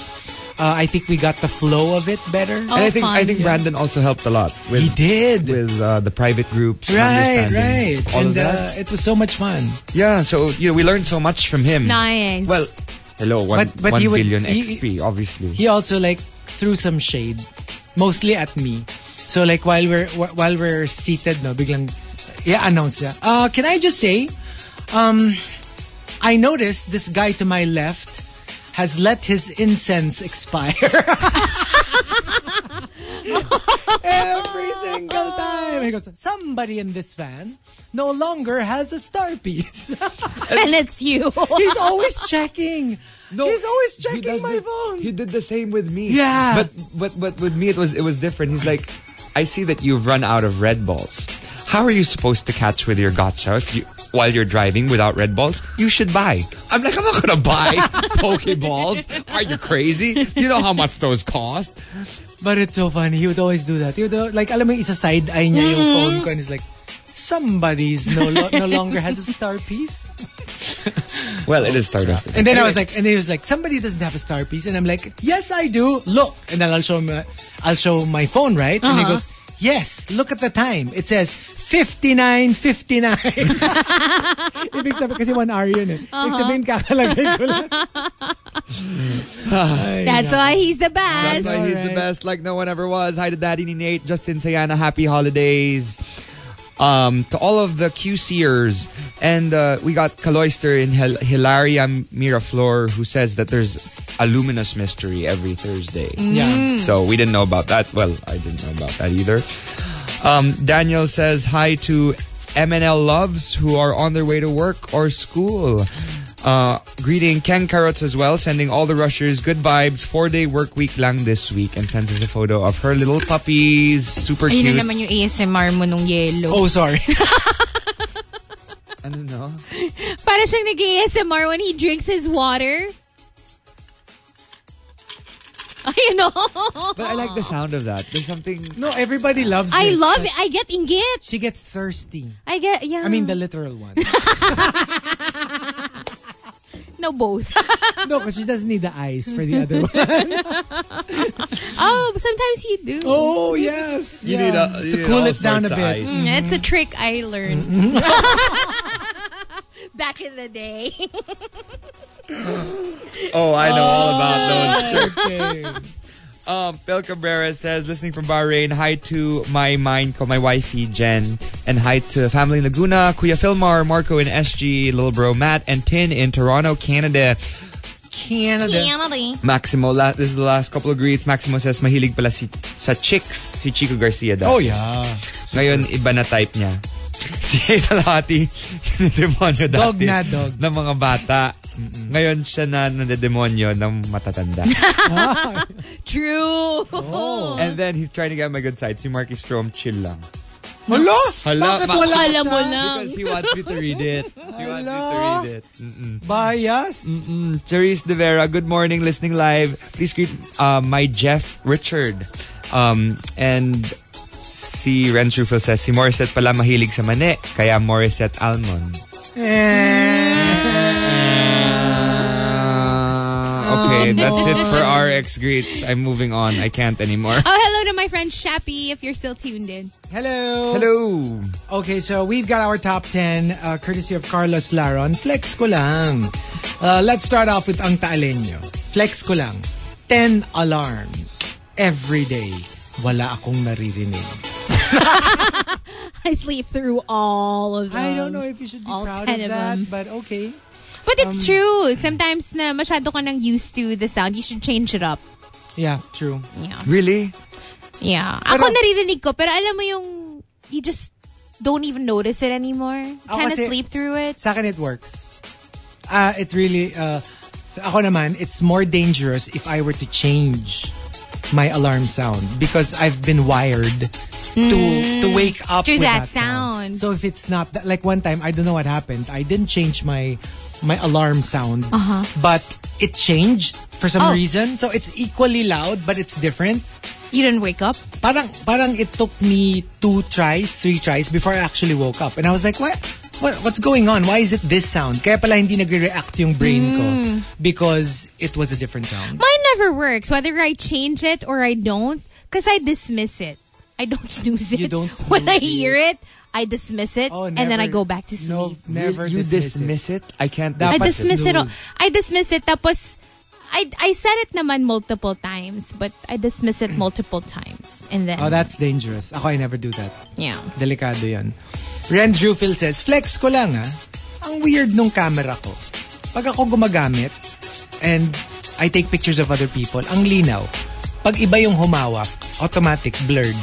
A: uh, I think we got the flow of it better.
C: And
B: Oh,
C: I think
B: fun.
C: I think Brandon also helped a lot. With,
A: He did.
C: with uh, the private groups.
A: Right,
C: understanding
A: right.
C: All
A: and
C: of that.
A: Uh, it was so much fun.
C: yeah, so you know we learned so much from him.
B: Nice.
C: Well, hello, one,
A: But- but
C: one
A: he would-
C: billion
A: he-
C: XP, obviously.
A: He also like threw some shade mostly at me. So like while we're wh- while we're seated no biglang yeah announce niya. Uh can I just say um, I noticed this guy to my left has let his incense expire. [LAUGHS] Every single time. He goes, somebody in this van no longer has a star piece. [LAUGHS]
B: and it's you.
A: He's always checking. He's always
C: he
A: checking
C: does
A: my
C: the-
A: phone.
C: He did the same with me.
A: Yeah.
C: But but but with me it was it was different. He's like, I see that you've run out of red balls. How are you supposed to catch with your gotcha if you while you're driving without red balls? You should buy. I'm like, I'm not gonna buy [LAUGHS] Pokeballs. Are you crazy? You know how much those cost.
A: But it's so funny. He would always do that. He would, al- like, alam mo yung isa side eye niya yung
B: Mm-hmm.
A: phone ko and he's like, somebody's no, lo- no longer has a star
B: [LAUGHS]
A: piece.
C: Well, it is Stardust.
A: And then I was like, and then he was like, somebody doesn't have a star piece. And I'm like, yes, I do. Look. And then I'll show him, uh, I'll show my phone, right? And he
B: Uh-huh.
A: goes, yes, look at the time. It says 59.59. [LAUGHS] Ibig sabihin, kasi one hour yun eh.
B: Uh-huh.
A: Ibig sabihin, kakalagay ko lang. Ay, [LAUGHS]
B: [LAUGHS] That's why he's the best.
C: That's why he's the
A: Alright.
C: best, like no one ever was. Hi to Daddy ni Nate, Justin Sayana, happy holidays. Um, to all of the QCers. And uh, we got Caloister in Hil- Hilaria Miraflor who says that there's a luminous mystery every Thursday.
B: Hmm.
A: Yeah.
C: So we didn't know about that. Well, I didn't know about that either. Um, Daniel says hi to MNL Loves who are on their way to work or school. Uh, greeting Ken Carrots as well, sending all the rushers good vibes. Four day work week lang this week, and sends us a photo of her little puppies. Super
B: Ayun
C: cute.
B: na naman yung ASMR mo nung
A: Oh,
B: yellow. [LAUGHS]
A: sorry.
C: I don't know.
B: Para siyang nag-ASMR when he drinks his water. [LAUGHS] Ayun know.
C: But I like the sound of that. There's something.
A: No, everybody loves
B: I
A: it.
B: love it. I get inggit.
A: She gets thirsty.
B: I get, yeah.
A: I mean, the literal one. [LAUGHS]
B: No, both. [LAUGHS]
A: No, because she doesn't need the eyes for the other one.
B: oh, sometimes you do.
A: [LAUGHS] [LAUGHS] Oh, yes.
C: You
A: yeah.
C: need a- you
A: to
C: need
A: cool
C: all
A: it down a
C: sorts of
A: bit.
C: eyes.
B: Mm, It's a trick I
A: [LAUGHS]
B: learned. [LAUGHS] Back in the day.
C: Oh, I know all about those.
A: Okay.
C: [LAUGHS] Um, Phil Cabrera says, listening from Bahrain, hi to my mind, call my wifey Jen, and hi to family Laguna, Kuya Filmar, Marco in SG, little bro Matt, and Tin in Toronto, Canada.
A: Canada.
B: Reality.
C: Maximo, la- this is the last couple of greets. Maximo says, mahilig pala si, sa chicks, si Chico Garcia daw.
A: Oh, yeah.
C: Ngayon, iba na type niya. [LAUGHS] Si Hazel [LAUGHS] Hati, niya dati.
A: Dog na dog.
C: Ng mga bata. Ngayon siya na nadedemonyo ng matatanda.
A: [LAUGHS]
B: True.
A: Oh.
C: And then he's trying to get my good side. Si Marky Strom, chill lang.
A: Hala?
C: Hala,
A: Bakit
C: ma-
A: wala
B: Alam
A: siya?
B: mo lang.
C: Because he wants me to read it. He wants me to
A: Hello?
C: read it. Mm-mm.
A: Bias?
C: Mm-mm. Cherise De Vera, good morning, listening live. Please greet uh, my Jeff Richard. Um, and Si Renz Rufil says, si Morissette pala mahilig sa mani, kaya Morissette Almond.
A: Eh.
C: Ah, okay, that's it for RX greets. I'm moving on. I can't anymore.
B: Oh, hello to my friend Shappy if you're still tuned in.
A: Hello.
C: Hello!
A: Okay, so we've got our top 10 uh, courtesy of Carlos Laron. Flex ko lang. Uh, let's start off with ang taaleño. Flex ko lang. 10 alarms every day. Wala akong naririnig.
B: I sleep through all of them.
A: I don't know if you should be
B: Um, all
A: proud of
B: 10 of
A: that,
B: them.
A: but okay.
B: But
A: Um,
B: it's true. Sometimes na masyado ka nang used to the sound, you should change it up.
A: Yeah, true.
B: Yeah.
C: Really?
B: Yeah.
A: Pero-
B: Ako naririnig ko, pero alam mo yung, you just don't even notice it anymore.
A: Ako
B: Kind of
A: kasi-
B: sleep through it.
A: Sa akin, it works. Uh, it really, uh, ako naman, it's more dangerous if I were to change my alarm sound because I've been wired to to wake up
B: Mm. to
A: with that,
B: that sound.
A: So if it's not that, like one time, I don't know what happened. I didn't change my my alarm sound, but it changed for some
B: Uh-huh. Oh.
A: reason. So it's equally loud, but it's different
B: You didn't wake up.
A: parang parang it took me two tries, three tries before I actually woke up. And I was like, what? what what's going on? Why is it this sound? Kaya pala hindi nagre-react yung brain ko
B: Hmm.
A: because it was a different sound.
B: Mine never works, whether I change it or I don't, because I dismiss it. I don't [LAUGHS] snooze it.
A: You don't snooze
B: When I
A: it.
B: hear it, I dismiss it,
A: Oh,
B: and then I
A: never-
B: go back to
A: No,
B: sleep.
A: never
C: you
A: dismiss,
C: dismiss it? I can't
A: Dapat
B: I
A: Dapat
B: dismiss it. all.
A: snooze.
B: I dismiss it. Tapos, I, I said it naman multiple times, but I dismiss it multiple times. And then,
A: Oh, that's dangerous. Ako, I never do that.
B: yeah.
A: Delikado yan. Ren Drewfield says, flex ko lang ah. Ang weird nung camera ko. Pag ako gumagamit and I take pictures of other people, ang linaw. Pag iba yung humawak, automatic blurred.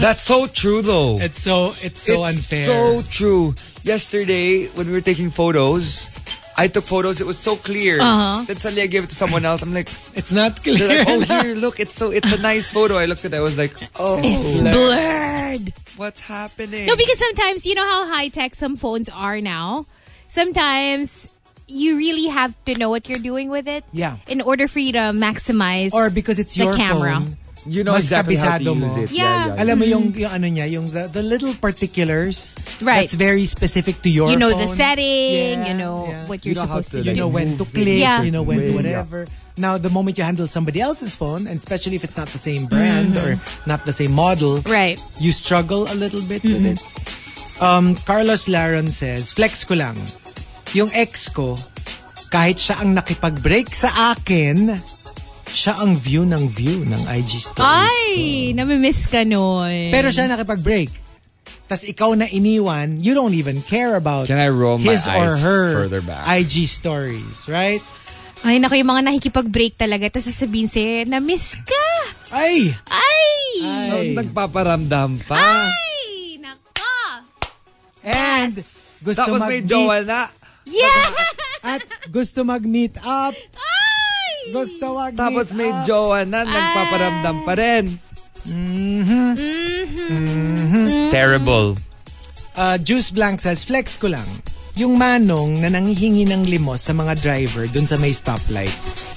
C: That's so true though.
A: It's so, it's so
C: It's
A: unfair.
C: So true. Yesterday, when we were taking photos, I took photos. It was so clear. Uh-huh. Then suddenly I gave it to someone else. I'm like,
A: It's not
C: they're
A: clear.
C: like,
B: [LAUGHS]
C: oh here, look, it's so it's a nice photo. I looked at it. I was like, oh,
B: It's blurred.
C: what's happening?
B: No, because sometimes, you know how high tech some phones are now? Sometimes, you really have to know what you're doing with it.
A: Yeah.
B: In order for you to maximize.
A: Or because it's
B: The
A: your
B: camera.
A: phone.
C: you know
A: mas
C: exactly how
A: kabisado
C: to use
A: mo.
C: it.
B: Yeah.
A: Alam mo yung, yung ano niya, yung the, the little particulars
B: Right.
A: that's very specific to your
B: you know the
A: phone.
B: setting,
A: Yeah,
B: you know
A: yeah.
B: what
C: You
B: you're
C: know how
B: supposed to, do.
C: to,
A: You
C: like,
A: know when to
C: move
A: click,
B: it Yeah.
A: you know when to
C: Yeah.
A: whatever. Now, the moment you handle somebody else's phone, and especially if it's not the same brand
B: Mm-hmm.
A: or not the same model,
B: Right.
A: you struggle a little bit with it. Um, Carlos Laron says, flex ko lang. Yung ex ko, kahit siya ang nakipag-break sa akin, siya ang view ng view ng IG stories.
B: Ay, namimiss ka nun.
A: Pero siya nakipag-break. Tapos ikaw na iniwan, you don't even care about
C: Can I roll my
A: his or
C: eyes
A: her
C: further back?
A: IG stories, right?
B: Ay, naku, yung mga nakikipag-break talaga, tapos sasabihin sa'yo, na-miss ka!
A: Ay!
B: Ay!
C: Tapos
A: Ay!
C: nagpaparamdam pa.
B: Ay! Nako!
A: And gusto
C: Tapos may
A: mag-meet
C: jowa na.
A: [LAUGHS]
B: Yeah!
A: at gusto mag-meet up.
B: Ay!
A: Gusto mag-meet
C: Tapos may
B: Ah!
A: up.
C: jowa na. Nagpaparamdam pa rin. Terrible.
A: Uh, Juice Blank says, flex ko lang. Yung manong na nangihingi ng limos sa mga driver dun sa may stoplight,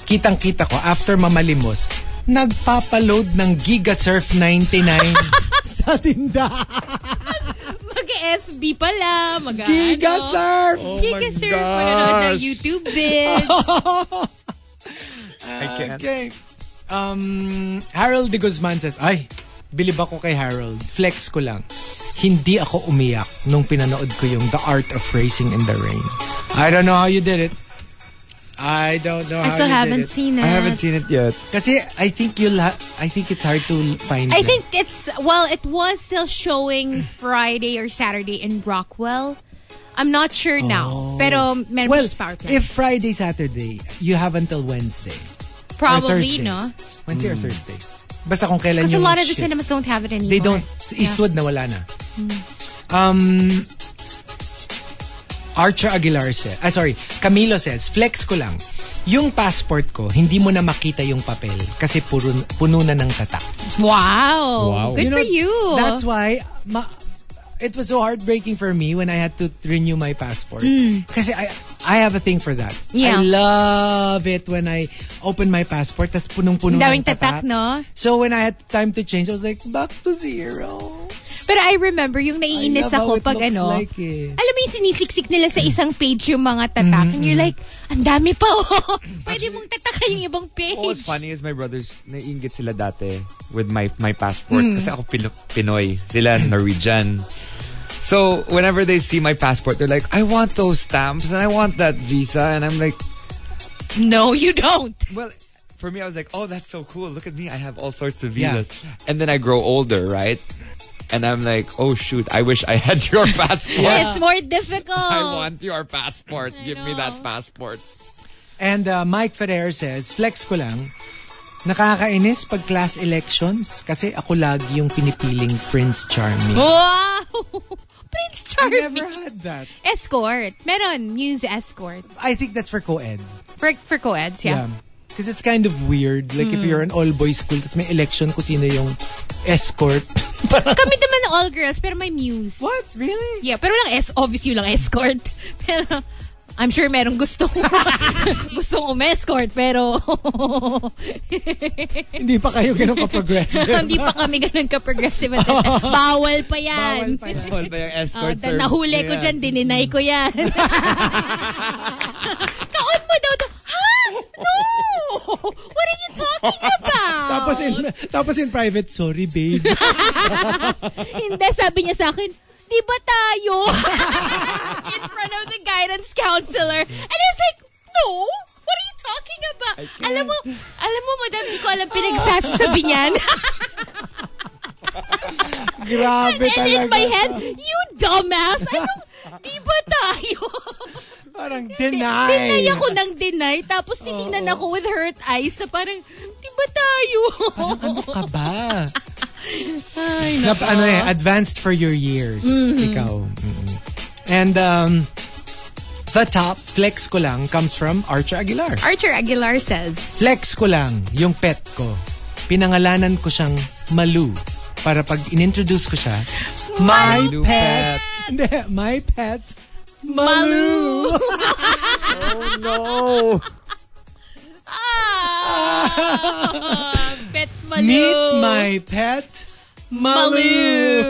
A: kitang-kita ko after mamalimos, nagpapaload ng Giga Surf 99 [LAUGHS] sa tindahan.
B: Mag-FB pala, mag
A: Giga Surf!
B: Giga surf, manonood ng YouTube
A: [LAUGHS]
B: bids.
C: I can't.
A: Okay. Um, Harold de Guzman says, Ay, bilib ako kay Harold. Flex ko lang. Hindi ako umiyak nung pinanood ko yung The Art of Racing in the Rain. I don't know how you did it. I don't know
B: I
A: how
B: still
A: you did
B: haven't
A: it.
B: seen it.
C: I haven't seen it yet.
A: Kasi I think you'll ha- I think it's hard to find
B: I
A: it.
B: think it's well, it was still showing Friday or Saturday in Rockwell. I'm not sure now. Pero meron
A: Oh. Well,
B: pa sa power plant.
A: if Friday, Saturday, you have until Wednesday. or
B: probably
A: Thursday.
B: no.
A: Wednesday or Thursday. Basta kung kailan
B: Because a
A: yung
B: lot of the
A: shift.
B: cinemas don't have it anymore.
A: They don't. Eastwood na wala na.
B: Hmm.
A: Um, Archer Aguilar says, ah sorry, Camilo says, flex ko lang. Yung passport ko, hindi mo na makita yung papel kasi puro, puno na ng tatak.
B: Wow. Good
A: know,
B: for you.
A: That's why, ma, it was so heartbreaking for me when I had to renew my passport. Kasi I I have a thing for that.
B: Mm. Yeah.
A: I love it when I open my passport tas punong-puno
B: Daming
A: ng tatak.
B: tatak, no?
A: So when I had time to change, I was like, back to zero.
B: Pero I remember yung naiinis
A: I love
B: ako
A: how it
B: pag
A: looks
B: ano,
A: like eh.
B: alam mo yung sinisiksik nila sa isang page yung mga tatak. And you're like, ang dami pa oh. [LAUGHS] Pwede mong tatakan yung ibang page.
C: What was Oh, funny is my brothers, naiingit sila dati with my my passport. Kasi ako Pino- Pinoy. Sila Norwegian. So, whenever they see my passport, they're like, I want those stamps and I want that visa. And I'm like,
B: No, you don't.
C: well, for me, I was like, oh, that's so cool. Look at me. I have all sorts of visas. And then I grow older, right? And I'm like, oh, shoot. I wish I had [LAUGHS] your passport.
B: It's more difficult.
C: [LAUGHS] I want your passport. Give me that passport.
A: And uh, Mike Ferrer says, flex ko lang, nakakainis pag class elections kasi ako lagi yung pinipiling Prince Charming.
B: Wow! [LAUGHS] Prince Oh, Charming.
A: Never had that.
B: Escort. Meron, muse escort.
A: I think that's for co-ed.
B: For, for co-eds, yeah. Hmm.
A: Because it's kind of weird. Like if you're an all-boys school, tapos may election kung sino yung escort. [LAUGHS] Parang,
B: Kami naman all girls, pero may muse.
A: what? Really?
B: Yeah, pero walang es, obviously walang escort. [LAUGHS] Pero, I'm sure merong gustong, [LAUGHS] gustong umescort, pero [LAUGHS]
A: Hindi pa kayo ganun ka-progressive.
B: [LAUGHS] hindi pa kami ganun ka-progressive. at that time. Bawal pa
A: Bawal
B: yan.
A: pa yan.
C: Bawal ba yung
B: Ah,
C: escort
B: da-
C: service?
B: nahuli ko
C: Yeah.
B: dyan, dininay ko
A: [LAUGHS]
B: yan. [LAUGHS] Kaon mo daw to. Ha? No! What are you talking about?
A: Tapos in,
B: Oh.
A: tapos in private, sorry
B: [LAUGHS]
A: babe.
B: Hindi, sabi niya sa akin, di ba tayo?
A: [LAUGHS]
B: In front of the guidance counselor. And I was like, no! What are you talking about? Alam mo, alam mo, madam, di ko alam pinagsasabi
A: [LAUGHS]
B: niyan.
A: Grabe
B: And in
A: talaga.
B: my head, you dumbass! Anong, di ba
A: [LAUGHS]
B: tayo?
A: Parang
B: Deny
A: deny.
B: ako ng deny, tapos titingnan ako with hurt eyes na parang, di ba tayo?
A: Ano ka ba? Ay, Nap, ano eh, advanced for your years.
B: Mm-hmm.
A: Ikaw. Mm-mm. And um, the top, flex ko lang, comes from Archer Aguilar.
B: [LAUGHS] Archer Aguilar says,
A: Flex ko lang yung pet ko. Pinangalanan ko siyang Malu para pag inintroduce ko siya, My
C: Malu
A: pet.
C: pet.
A: Hindi, my pet. Malu.
C: No.
A: [LAUGHS]
B: ah, Pet Malu.
A: Meet my pet. Malu.
B: Malu.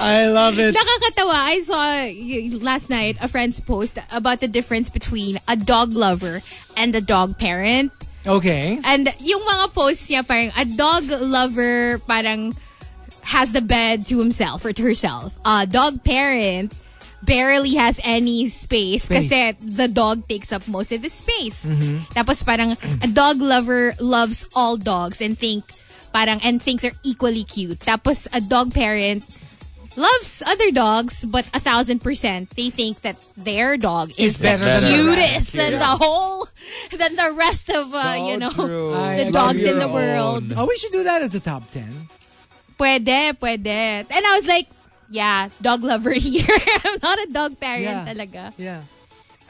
A: I love it.
B: Nakakatawa. I saw y- last night a friend's post about the difference between a dog lover and a dog parent.
A: Okay.
B: And yung mga posts niya parang a dog lover parang has the bed to himself or to herself. A dog parent barely has any space,
A: Space. Mm-hmm.
B: kasi the dog takes up most of the space. Tapos parang a dog lover loves all dogs and think parang and thinks are equally cute. Tapos a dog parent loves other dogs but a thousand percent they think that their dog is,
A: Is better
B: the
A: than the
B: cutest than the whole than the rest of uh, you know
A: I
B: [LAUGHS] the
A: love
B: dogs in
A: your
B: the world.
A: Oh, we should do that as a top 10.
B: Pwede, pwede. And I was like, yeah, dog lover [LAUGHS] here. I'm not a dog parent talaga.
A: Yeah.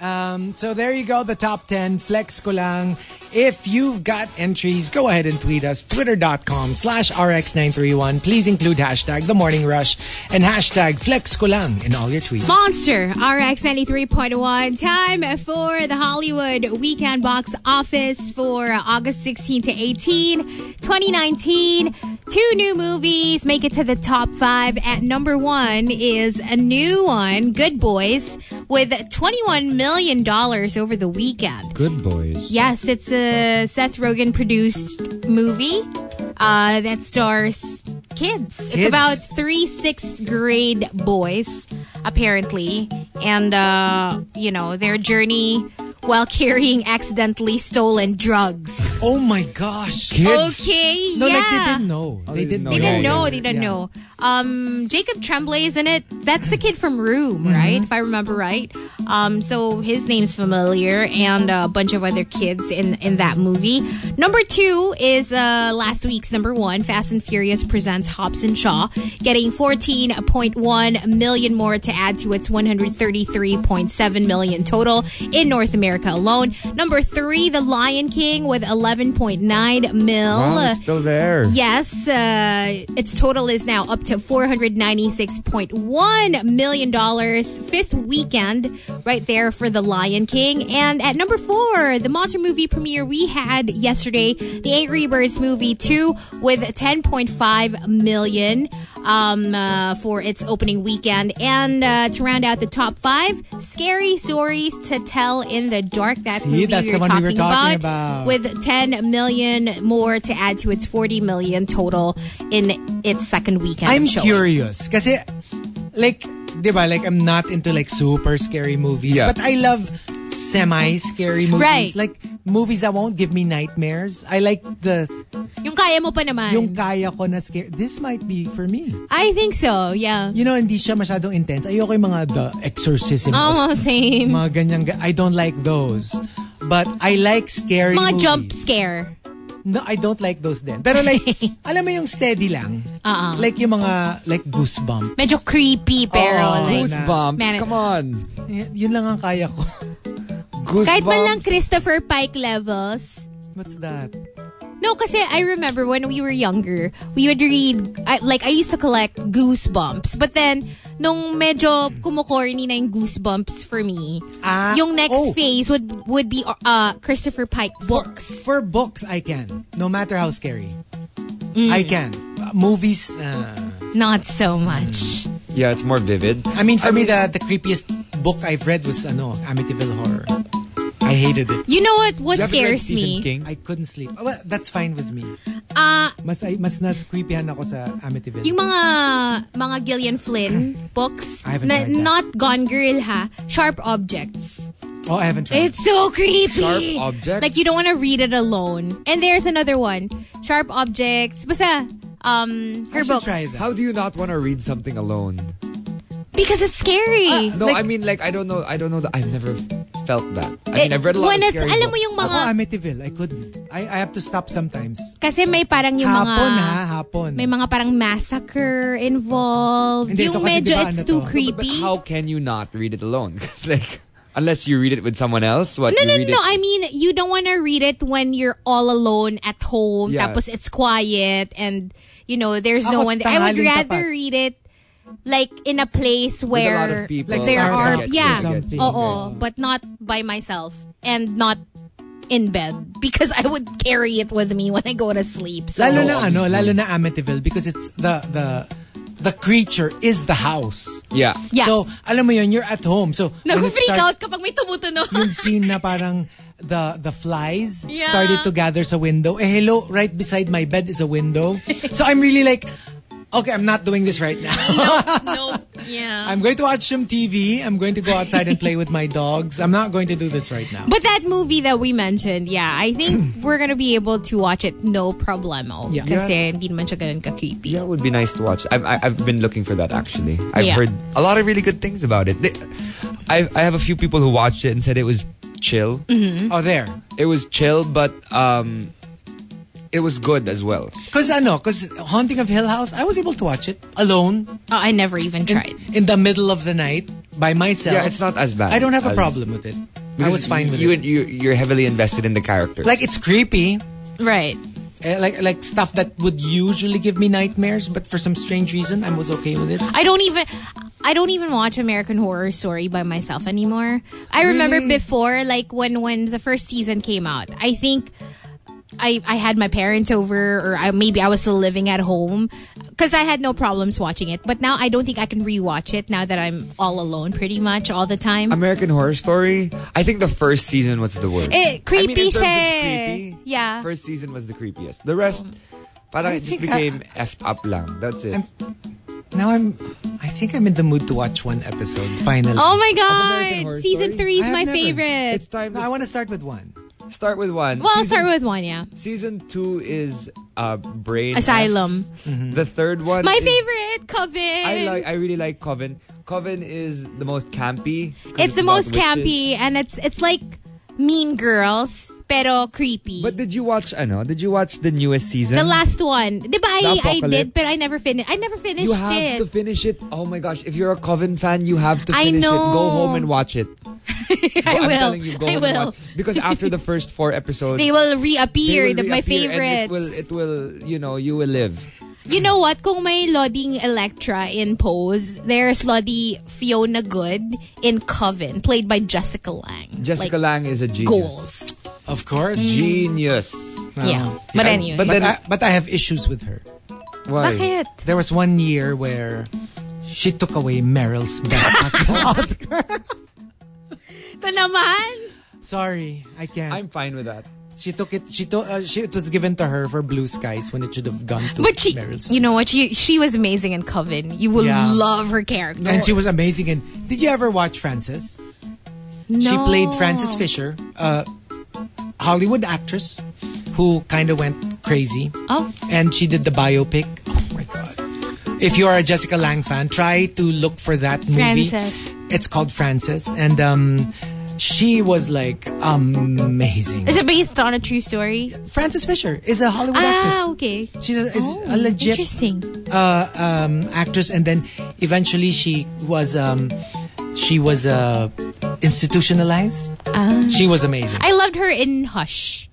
A: Um, so there you go, the top 10. Flex ko lang. If you've got entries, go ahead and tweet us. Twitter.com slash RX931. Please include hashtag The Morning Rush and hashtag Flex ko lang in all your tweets.
B: Monster RX 93.1. Time for the Hollywood Weekend Box Office for August 16 to 18, 2019. Two new movies make it to the top five. At number one is a new one, Good Boys, with $21 million over the weekend.
C: Good boys.
B: Yes, it's a Seth Rogen produced movie uh, that stars kids. It's
A: Kids.
B: about three sixth grade boys, apparently, and uh, you know their journey while [LAUGHS] carrying accidentally stolen drugs.
A: Oh my gosh.
B: Okay,
A: No,
B: yeah.
A: like they didn't know. They didn't know.
B: They didn't
C: Yeah,
B: know.
C: yeah,
B: They didn't know. Um, Jacob Tremblay is in it. That's the kid from Room,
C: Mm-hmm.
B: right? If I remember right. Um, so his name's familiar, and a bunch of other kids in in that movie. Number two is uh, last week's number one. Fast and Furious presents Hobbs and Shaw, getting fourteen point one million more to add to its one hundred thirty three point seven million total in North America alone. Number three, The Lion King, with eleven point nine mil.
C: Wow, it's still there.
B: Yes, uh, its total is now up to $496.1 million. dollars. Fifth weekend right there for The Lion King. And at number four, the monster movie premiere we had yesterday, the Angry Birds movie 2 with 10.5 million um, uh, for its opening weekend. And uh, to round out the top five, Scary Stories to Tell in the Dark. That
A: See,
B: movie
A: that's
B: we
A: the
B: were
A: one we were
B: talking,
A: talking about.
B: with 10 million more to add to its 40 million total in its second weekend.
A: I'm
B: of showing.
A: curious kasi like 'di ba like I'm not into like super scary movies
G: Yeah.
A: but I love semi scary movies
B: Right.
A: like movies that won't give me nightmares. I like the
B: Yung kaya mo pa naman.
A: yung kaya ko na scare. This might be for me.
B: I think so, yeah.
A: You know, hindi siya masyadong intense. Ayoko yung mga the exorcism of
B: Oh, same.
A: mga ganyang ga- I don't like those. But I like scary
B: Mga
A: movies.
B: jump scare.
A: No, I don't like those then. Pero
B: [LAUGHS]
A: like, alam mo yung steady lang.
B: Uh-uh.
A: Like yung mga, like goosebump.
B: Medyo creepy, pero
A: Oh,
B: like,
G: Goosebumps.
B: Man,
G: Come on.
A: Y- yun lang ang kaya ko.
G: Goosebumps.
B: kahit man lang Christopher Pike levels.
A: What's that?
B: No, kasi I remember when we were younger, we would read, I, like, I used to collect Goosebumps. But then, nung medyo kumukorny na yung Goosebumps for me,
A: Ah,
B: yung next
A: oh.
B: phase would would be uh, Christopher Pike books.
A: For books, I can. No matter how scary.
B: Mm.
A: I can. Uh, Movies, uh,
B: Not so much.
G: Yeah, it's more vivid.
A: I mean, for me, the, the creepiest book I've read was, ano, Amityville Horror. I hated it.
B: You know what? What
G: You haven't read
B: scares
G: Stephen
B: me?
G: King?
A: I couldn't sleep. Oh, Well, that's fine with me.
B: Ah,
A: Mas, ay, mas na creepyhan ako sa Amityville.
B: Yung mga mga Gillian Flynn books,
A: I haven't
B: na,
A: tried that.
B: not Gone Girl ha, Sharp Objects.
A: oh, I haven't tried.
B: It's so creepy.
G: Sharp Objects?
B: Like you don't want to read it alone. And there's another one, Sharp Objects. Basta um
A: I
B: her
A: should
B: books
A: try that.
C: How do you not want to read something alone?
B: because it's scary.
C: No,
A: Like-
C: I mean like I don't know. I don't know that I've never felt that. I mean,
B: It-
C: I've read a lot
B: Eh, when
C: of
B: it's
C: scary
B: alam mo
C: books.
B: yung
A: Ako,
B: mga
A: Amityville, I couldn't. I, I have to stop sometimes.
B: kasi may parang yung
A: hapon
B: mga
A: ha, hapon.
B: may mga parang massacre involved.
A: Hindi,
B: yung
A: ito kasi
B: medyo
A: diba
B: it's
A: ano
B: too
A: to?
C: But
B: creepy.
C: how can you not read it alone? [LAUGHS] 'Cause, like unless you read it with someone else, what
B: No,
C: you
B: no, no,
C: read
B: no.
C: it
B: I mean, you don't want to read it when you're all alone at home.
C: Yeah.
B: Tapos it's quiet and, you know, there's
A: Ako,
B: no one. I would
A: tanghaling
B: rather
A: tapat.
B: read it like in a place
C: with
B: where
C: a lot of people.
A: Like
B: there
A: Starbucks
B: are,
A: or
B: yeah,
A: something.
B: oh, but not by myself and not in bed because I would carry it with me when I go to sleep. So
A: Lalo na ano, lalo na Amityville because it's the the the creature is the house.
C: Yeah.
B: Yeah.
A: So, alam mo yun, you're at home. So, when it
B: nag-freak
A: starts,
B: out kapag may tumutunog.
A: yung
B: [LAUGHS]
A: scene na parang the the flies
B: Yeah.
A: started to gather sa window. Eh, hello, right beside my bed is a window. so, I'm really like, okay, I'm not doing this right now. [LAUGHS]
B: nope. Yeah.
A: I'm going to watch some TV. I'm going to go outside and play with my dogs. I'm not going to do this right now.
B: But that movie that we mentioned, yeah, I
A: [CLEARS THROAT]
B: think we're gonna be able to watch it no problemo.
A: Yeah.
B: Kasi hindi naman siya ganun ka-creepy.
C: Yeah, it would be nice to watch. I've, I- I've been looking for that actually. I've
B: Yeah.
C: heard a lot of really good things about it. They, I, I have a few people who watched it and said it was chill.
B: Mm-hmm.
A: oh, there.
C: It was chill, but um, it was good as well.
A: Cause ano, cause Haunting of Hill House, I was able to watch it alone
B: Oh, I never even tried.
A: in the middle of the night by myself.
C: Yeah, it's not as bad
A: I don't have a
C: as-
A: problem with it. I was fine with
C: you,
A: it.
C: You, you're heavily invested in the character.
A: Like it's creepy,
B: Right.
A: eh, like like stuff that would usually give me nightmares, but for some strange reason, I was okay with it.
B: I don't even I don't even watch American Horror Story by myself anymore. I remember before like when when the first season came out. I think I I had my parents over or I, maybe I was still living at home cuz I had no problems watching it. But now I don't think I can rewatch it now that I'm all alone pretty much all the time.
C: American Horror Story. I think the first season was the worst.
B: Eh,
C: I mean, in
B: creepy
C: terms of
B: siya.
C: creepy,
B: Yeah.
C: First season was the creepiest. The rest, parang it just
A: think I-
C: became effed up lang. That's it.
A: I'm- Now I'm, I think I'm in the mood to watch one episode finally.
B: Oh my
C: American
B: god!
C: Horror
B: Season
C: Story?
B: three
A: I
B: is
A: have
B: my
A: never.
B: favorite.
C: It's time
A: No,
C: to
A: I want to start with one.
C: start with one.
B: well, I'll
C: Season-
B: start with one. Yeah,
C: Season two is uh, Brain
B: Asylum.
C: F.
A: Mm-hmm.
C: The third one,
B: My
C: is-
B: favorite, Coven.
C: I like. I really like Coven. Coven is the most campy. 'cause
B: it's the
C: about
B: most
C: witches.
B: campy, and it's it's like Mean Girls, pero creepy.
C: But did you watch? I know. Did you watch the newest season?
B: the last one, diba? I,
C: The
B: I did,
C: Apocalypse.
B: but I never finished. I never finished
C: You have
B: it. [LAUGHS]
C: to finish it. Oh my gosh! If you're a Coven fan, you have to
B: I
C: finish it. Go
B: know.
C: home and watch it.
B: I
C: I'm
B: will.
C: telling you, go
B: I
C: home and
B: will.
C: watch. Because after the first four episodes,
B: They will
C: they
B: reappear.
C: will
B: the, my
C: reappear
B: favorites.
C: and It will. It will. You know. You will live.
B: You know what? Kung may Loding Electra in Pose, there's Lodi Fiona Good in Coven, played by Jessica Lang.
H: Jessica Lang
B: Like,
H: is a genius.
B: Goals.
A: Of course.
H: Genius.
B: Mm, Yeah. But anyway.
A: But,
H: Um, But then-
A: I, but I have issues with her.
H: Why?
B: Bakit?
A: There was one year where she took away Meryl's backpack.
B: Ito naman.
A: Sorry, I can't.
H: I'm fine with that.
A: she took it. She took. Uh, she, it was given to her for Blue Skies when it should have gone to
B: But she,
A: Meryl's.
B: you know what? She she was amazing in Coven. You will
A: Yeah.
B: love her character.
A: and she was amazing. And did you ever watch Frances? She
B: No.
A: played Frances Fisher, a Hollywood actress who kind of went crazy.
B: Oh.
A: And she did the biopic. Oh my God. If you are a Jessica Lang fan, try to look for that movie.
B: Frances.
A: It's called Frances. And um, she was like amazing.
B: Is it based on a true story?
A: Frances Fisher is a Hollywood
B: Ah,
A: actress.
B: okay.
A: She's a, is
B: Oh,
A: a legit
B: Interesting.
A: uh, um, actress, and then eventually she was um, she was uh, institutionalized. She was amazing.
B: I loved her in Hush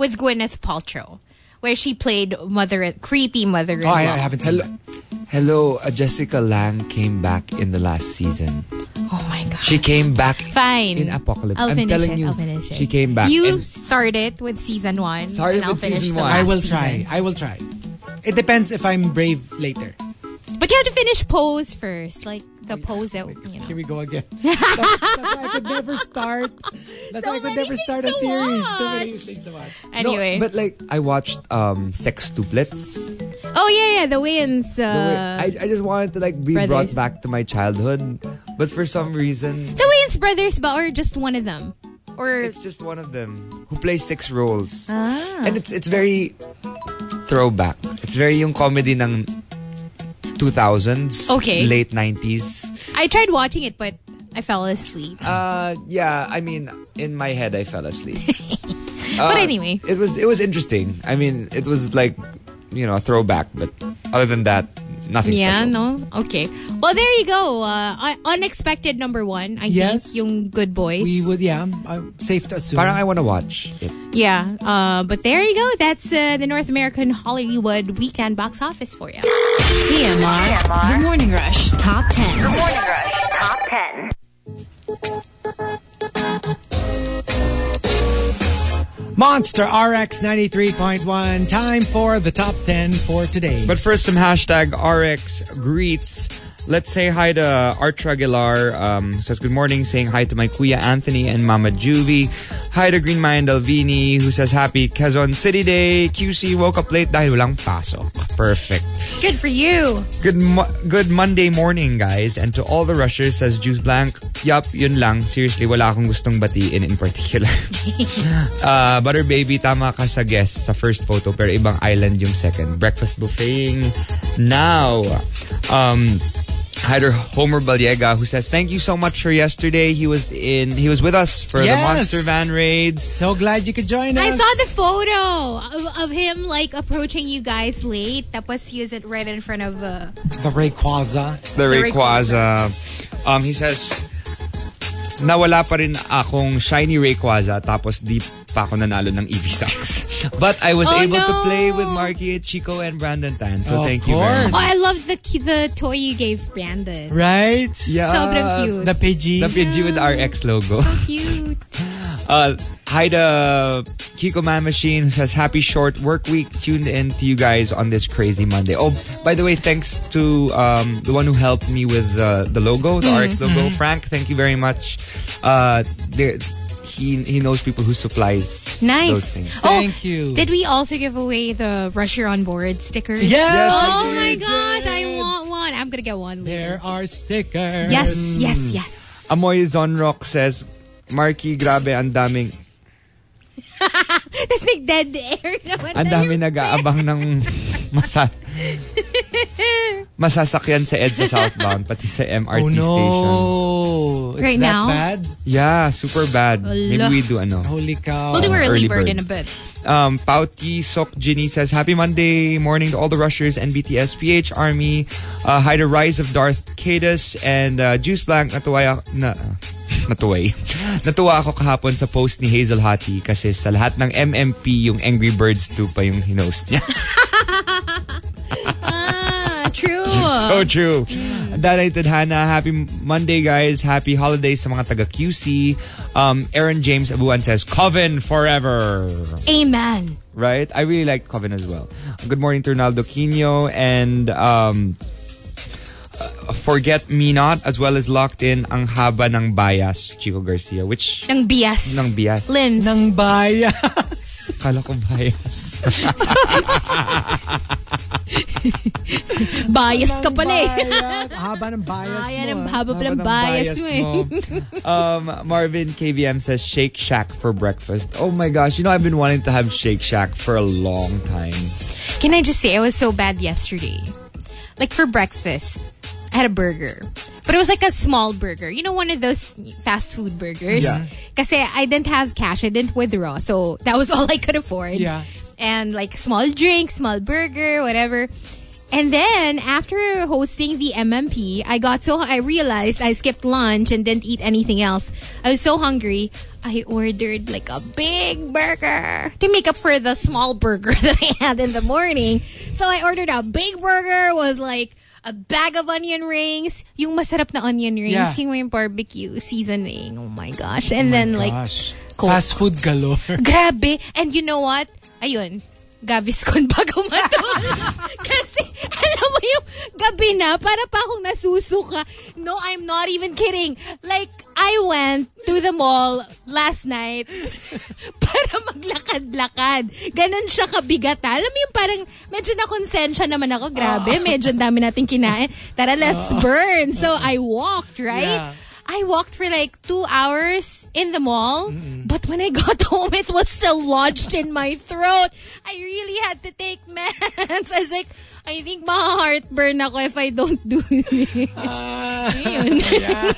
B: with Gwyneth Paltrow, where she played mother, creepy mother.
A: oh, I, I haven't. Seen that.
H: Hello, uh, Jessica Lang came back in the last season.
B: oh my god.
H: She came back
B: Fine.
H: in Apocalypse.
B: I'll
H: I'm
B: finish
H: telling
B: it.
H: you,
B: I'll finish it.
H: she came back.
B: You
H: and-
B: started with season one.
H: Started
B: and I'll
H: with
B: finish
H: season
B: the
H: one.
A: I
B: last
A: will try.
B: season.
A: I will try. It depends if I'm brave later.
B: But you have to finish Pose first, like the Pose that you know.
A: Here we go again. [LAUGHS] that's, that's why I could never start. That's why I
B: So
A: could
B: many
A: never start a
B: things to
A: series. Too many
B: watch.
A: things to watch.
H: No,
B: Anyway.
H: but like I watched um Sextuplets.
B: oh yeah, yeah, the Wayans. Uh,
H: The way- I, I just wanted to like be
B: brothers.
H: brought back to my childhood, but for some reason
B: The Wayans brothers, but or just one of them, or
H: it's just one of them who plays six roles,
B: Ah.
H: and it's it's very throwback. It's very yung comedy ng 2000s,
B: Okay.
H: late 90s.
B: I tried watching it, but I fell asleep.
H: Uh, yeah. I mean, in my head, I fell asleep.
B: [LAUGHS] but anyway,
H: it was it was interesting. I mean, it was like you know a throwback, but other than that, nothing.
B: yeah,
H: special.
B: no, okay. Well, there you go. Uh, un- unexpected number one, I
A: Yes.
B: think, yung Good Boys.
A: We would, yeah. I'm safe to assume.
H: Parang I want to watch it.
B: yeah. Uh, but there you go. That's uh, the North American Hollywood weekend box office for you.
E: TMR. The Morning Rush Top 10.
F: Morning Rush Top 10.
A: Monster RX 93.1. Time for the top 10 for today.
C: But first, some hashtag RX greets. Let's say hi to Artra Aguilar. Um, says good morning, saying hi to my Kuya Anthony and Mama Juvie. Hi to Green Mind Alvini, who says happy Quezon City Day. QC woke up late dahil walang pasok. Perfect.
B: Good for you.
C: Good mo- good Monday morning, guys. And to all the rushers, says Juice Blank, yup, yun lang. Seriously, wala akong gustong batiin in particular. uh, Butter Baby, tama ka sa guest sa first photo, pero ibang island yung second. Breakfast buffeting now. Um, Hider Homer Baliega who says thank you so much for yesterday. He was in he was with us for the
A: Yes.
C: Monster Van raids.
A: so glad you could join us.
B: I saw the photo of, of him like approaching you guys late. Tapos he was right in front of. Uh,
A: the Rayquaza.
C: the
B: The
C: Rayquaza. Um, he says, nawala pa rin akong shiny Rayquaza tapos di pa ako nanalo ng EV Socks. But I was
B: Oh,
C: able to
B: no.
C: play with Marky, Chico, and Brandon Tan. So
A: Of
C: thank you very
A: course.
B: oh,
C: much.
B: I loved the the toy you gave Brandon.
A: Right?
C: Yeah.
B: Sobrang cute.
A: The Pidgey.
C: The PG with the RX logo. [LAUGHS]
B: cute.
C: Uh, hi to Kiko Man Machine who says, Happy short work week. Tuned in to you guys on this crazy Monday. Oh, by the way, thanks to um, the one who helped me with uh, the logo, the RX logo. Frank, thank you very much. Uh, there, he, he knows people who supplies those
B: Nice. Oh,
C: things.
A: Thank you.
B: Did we also give away the Rusher on board stickers?
A: Yes,
B: Oh
A: we
B: my
A: did.
B: gosh, I want one. I'm gonna get one later.
A: There are stickers.
B: Yes, yes, [LAUGHS] yes.
C: Amoy Zonrock says, Marky, grabe, ang daming,
B: That's like dead air. [LAUGHS] naman
C: ang
B: na
C: dami
B: yun.
C: nag-aabang ng masa masasakyan sa EDSA Southbound, pati sa MRT
A: Oh no.
C: station.
A: It's
B: Right
A: that
B: now?
A: bad?
C: Yeah, super bad.
B: Wala.
C: Maybe we do ano.
A: Holy cow.
B: We'll do early,
C: Early
B: bird
C: bird.
B: in a bit.
C: Um, Pauti Sok Ginny says, Happy Monday morning to all the rushers and BTS PH Army. Uh, hi to Rise of Darth Cadus and uh, Juice Blank. Natuwa ako, na, [LAUGHS] natuway. Natuwa ako kahapon sa post ni Hazel Hati kasi sa lahat ng MMP, yung Angry Birds 2 pa yung hinost niya. [LAUGHS]
B: Ah, true.
C: So true. Danay Tadhana, happy Monday guys. Happy holidays sa mga taga QC. Um, Aaron James Abuan says, Coven forever.
B: Amen.
C: Right? I really like Coven as well. Good morning to Ronaldo Quino and um, uh, Forget Me Not as well as Locked In Ang Haba ng Bias, Chico Garcia.
B: [LAUGHS]
C: Which,
B: Nang bias.
C: Nang bias.
B: Limbs.
A: Nang baya.
C: kala ko bias.
B: bias ka pala eh. ano
A: Bias. Haba ng bias
B: Kaya
A: mo.
B: ng
A: ah.
B: haba pala ng bias mo eh.
C: mo. [LAUGHS] um, Marvin KBM says Shake Shack for breakfast. Oh my gosh, you know I've been wanting to have Shake Shack for a long time.
B: eh. Can I just say, I was so bad yesterday. Like for breakfast, I had a burger. But it was like a small burger. You know, one of those fast food burgers.
C: Yeah.
B: Because I didn't have cash, I didn't withdraw. So that was [LAUGHS] all I could afford.
A: Yeah.
B: And like small drink, small burger, whatever. And then after hosting the MMP, I got so I realized I skipped lunch and didn't eat anything else. I was so hungry. I ordered like a big burger to make up for the small burger [LAUGHS] that I had in the morning. So I ordered a big burger with like a bag of onion rings, yung masarap na onion rings,
A: Yeah.
B: yung may barbecue seasoning. Oh my gosh. And then
A: Gosh.
B: like Coke.
A: Fast food
B: [LAUGHS]
A: galore.
B: Grabe. And you know what? Ayun. Gavis ko bago matulog. Kasi, alam mo yung gabi na, para pa akong nasusuka. No, I'm not even kidding. Like, I went to the mall last night [LAUGHS] para maglakad-lakad. Ganon siya kabigat. ha? Alam mo yung parang, medyo nakonsensya naman ako. Grabe, medyo ang dami nating kinain. Tara, let's burn. So, I walked, right?
A: Yeah.
B: I walked for like two hours in the mall, but when I got [LAUGHS] home, it was still lodged in my throat. I really had to take [LAUGHS] meds. I was like, I think maha-heartburn ako if I don't do [LAUGHS] this.
A: Ah,
B: Ayun.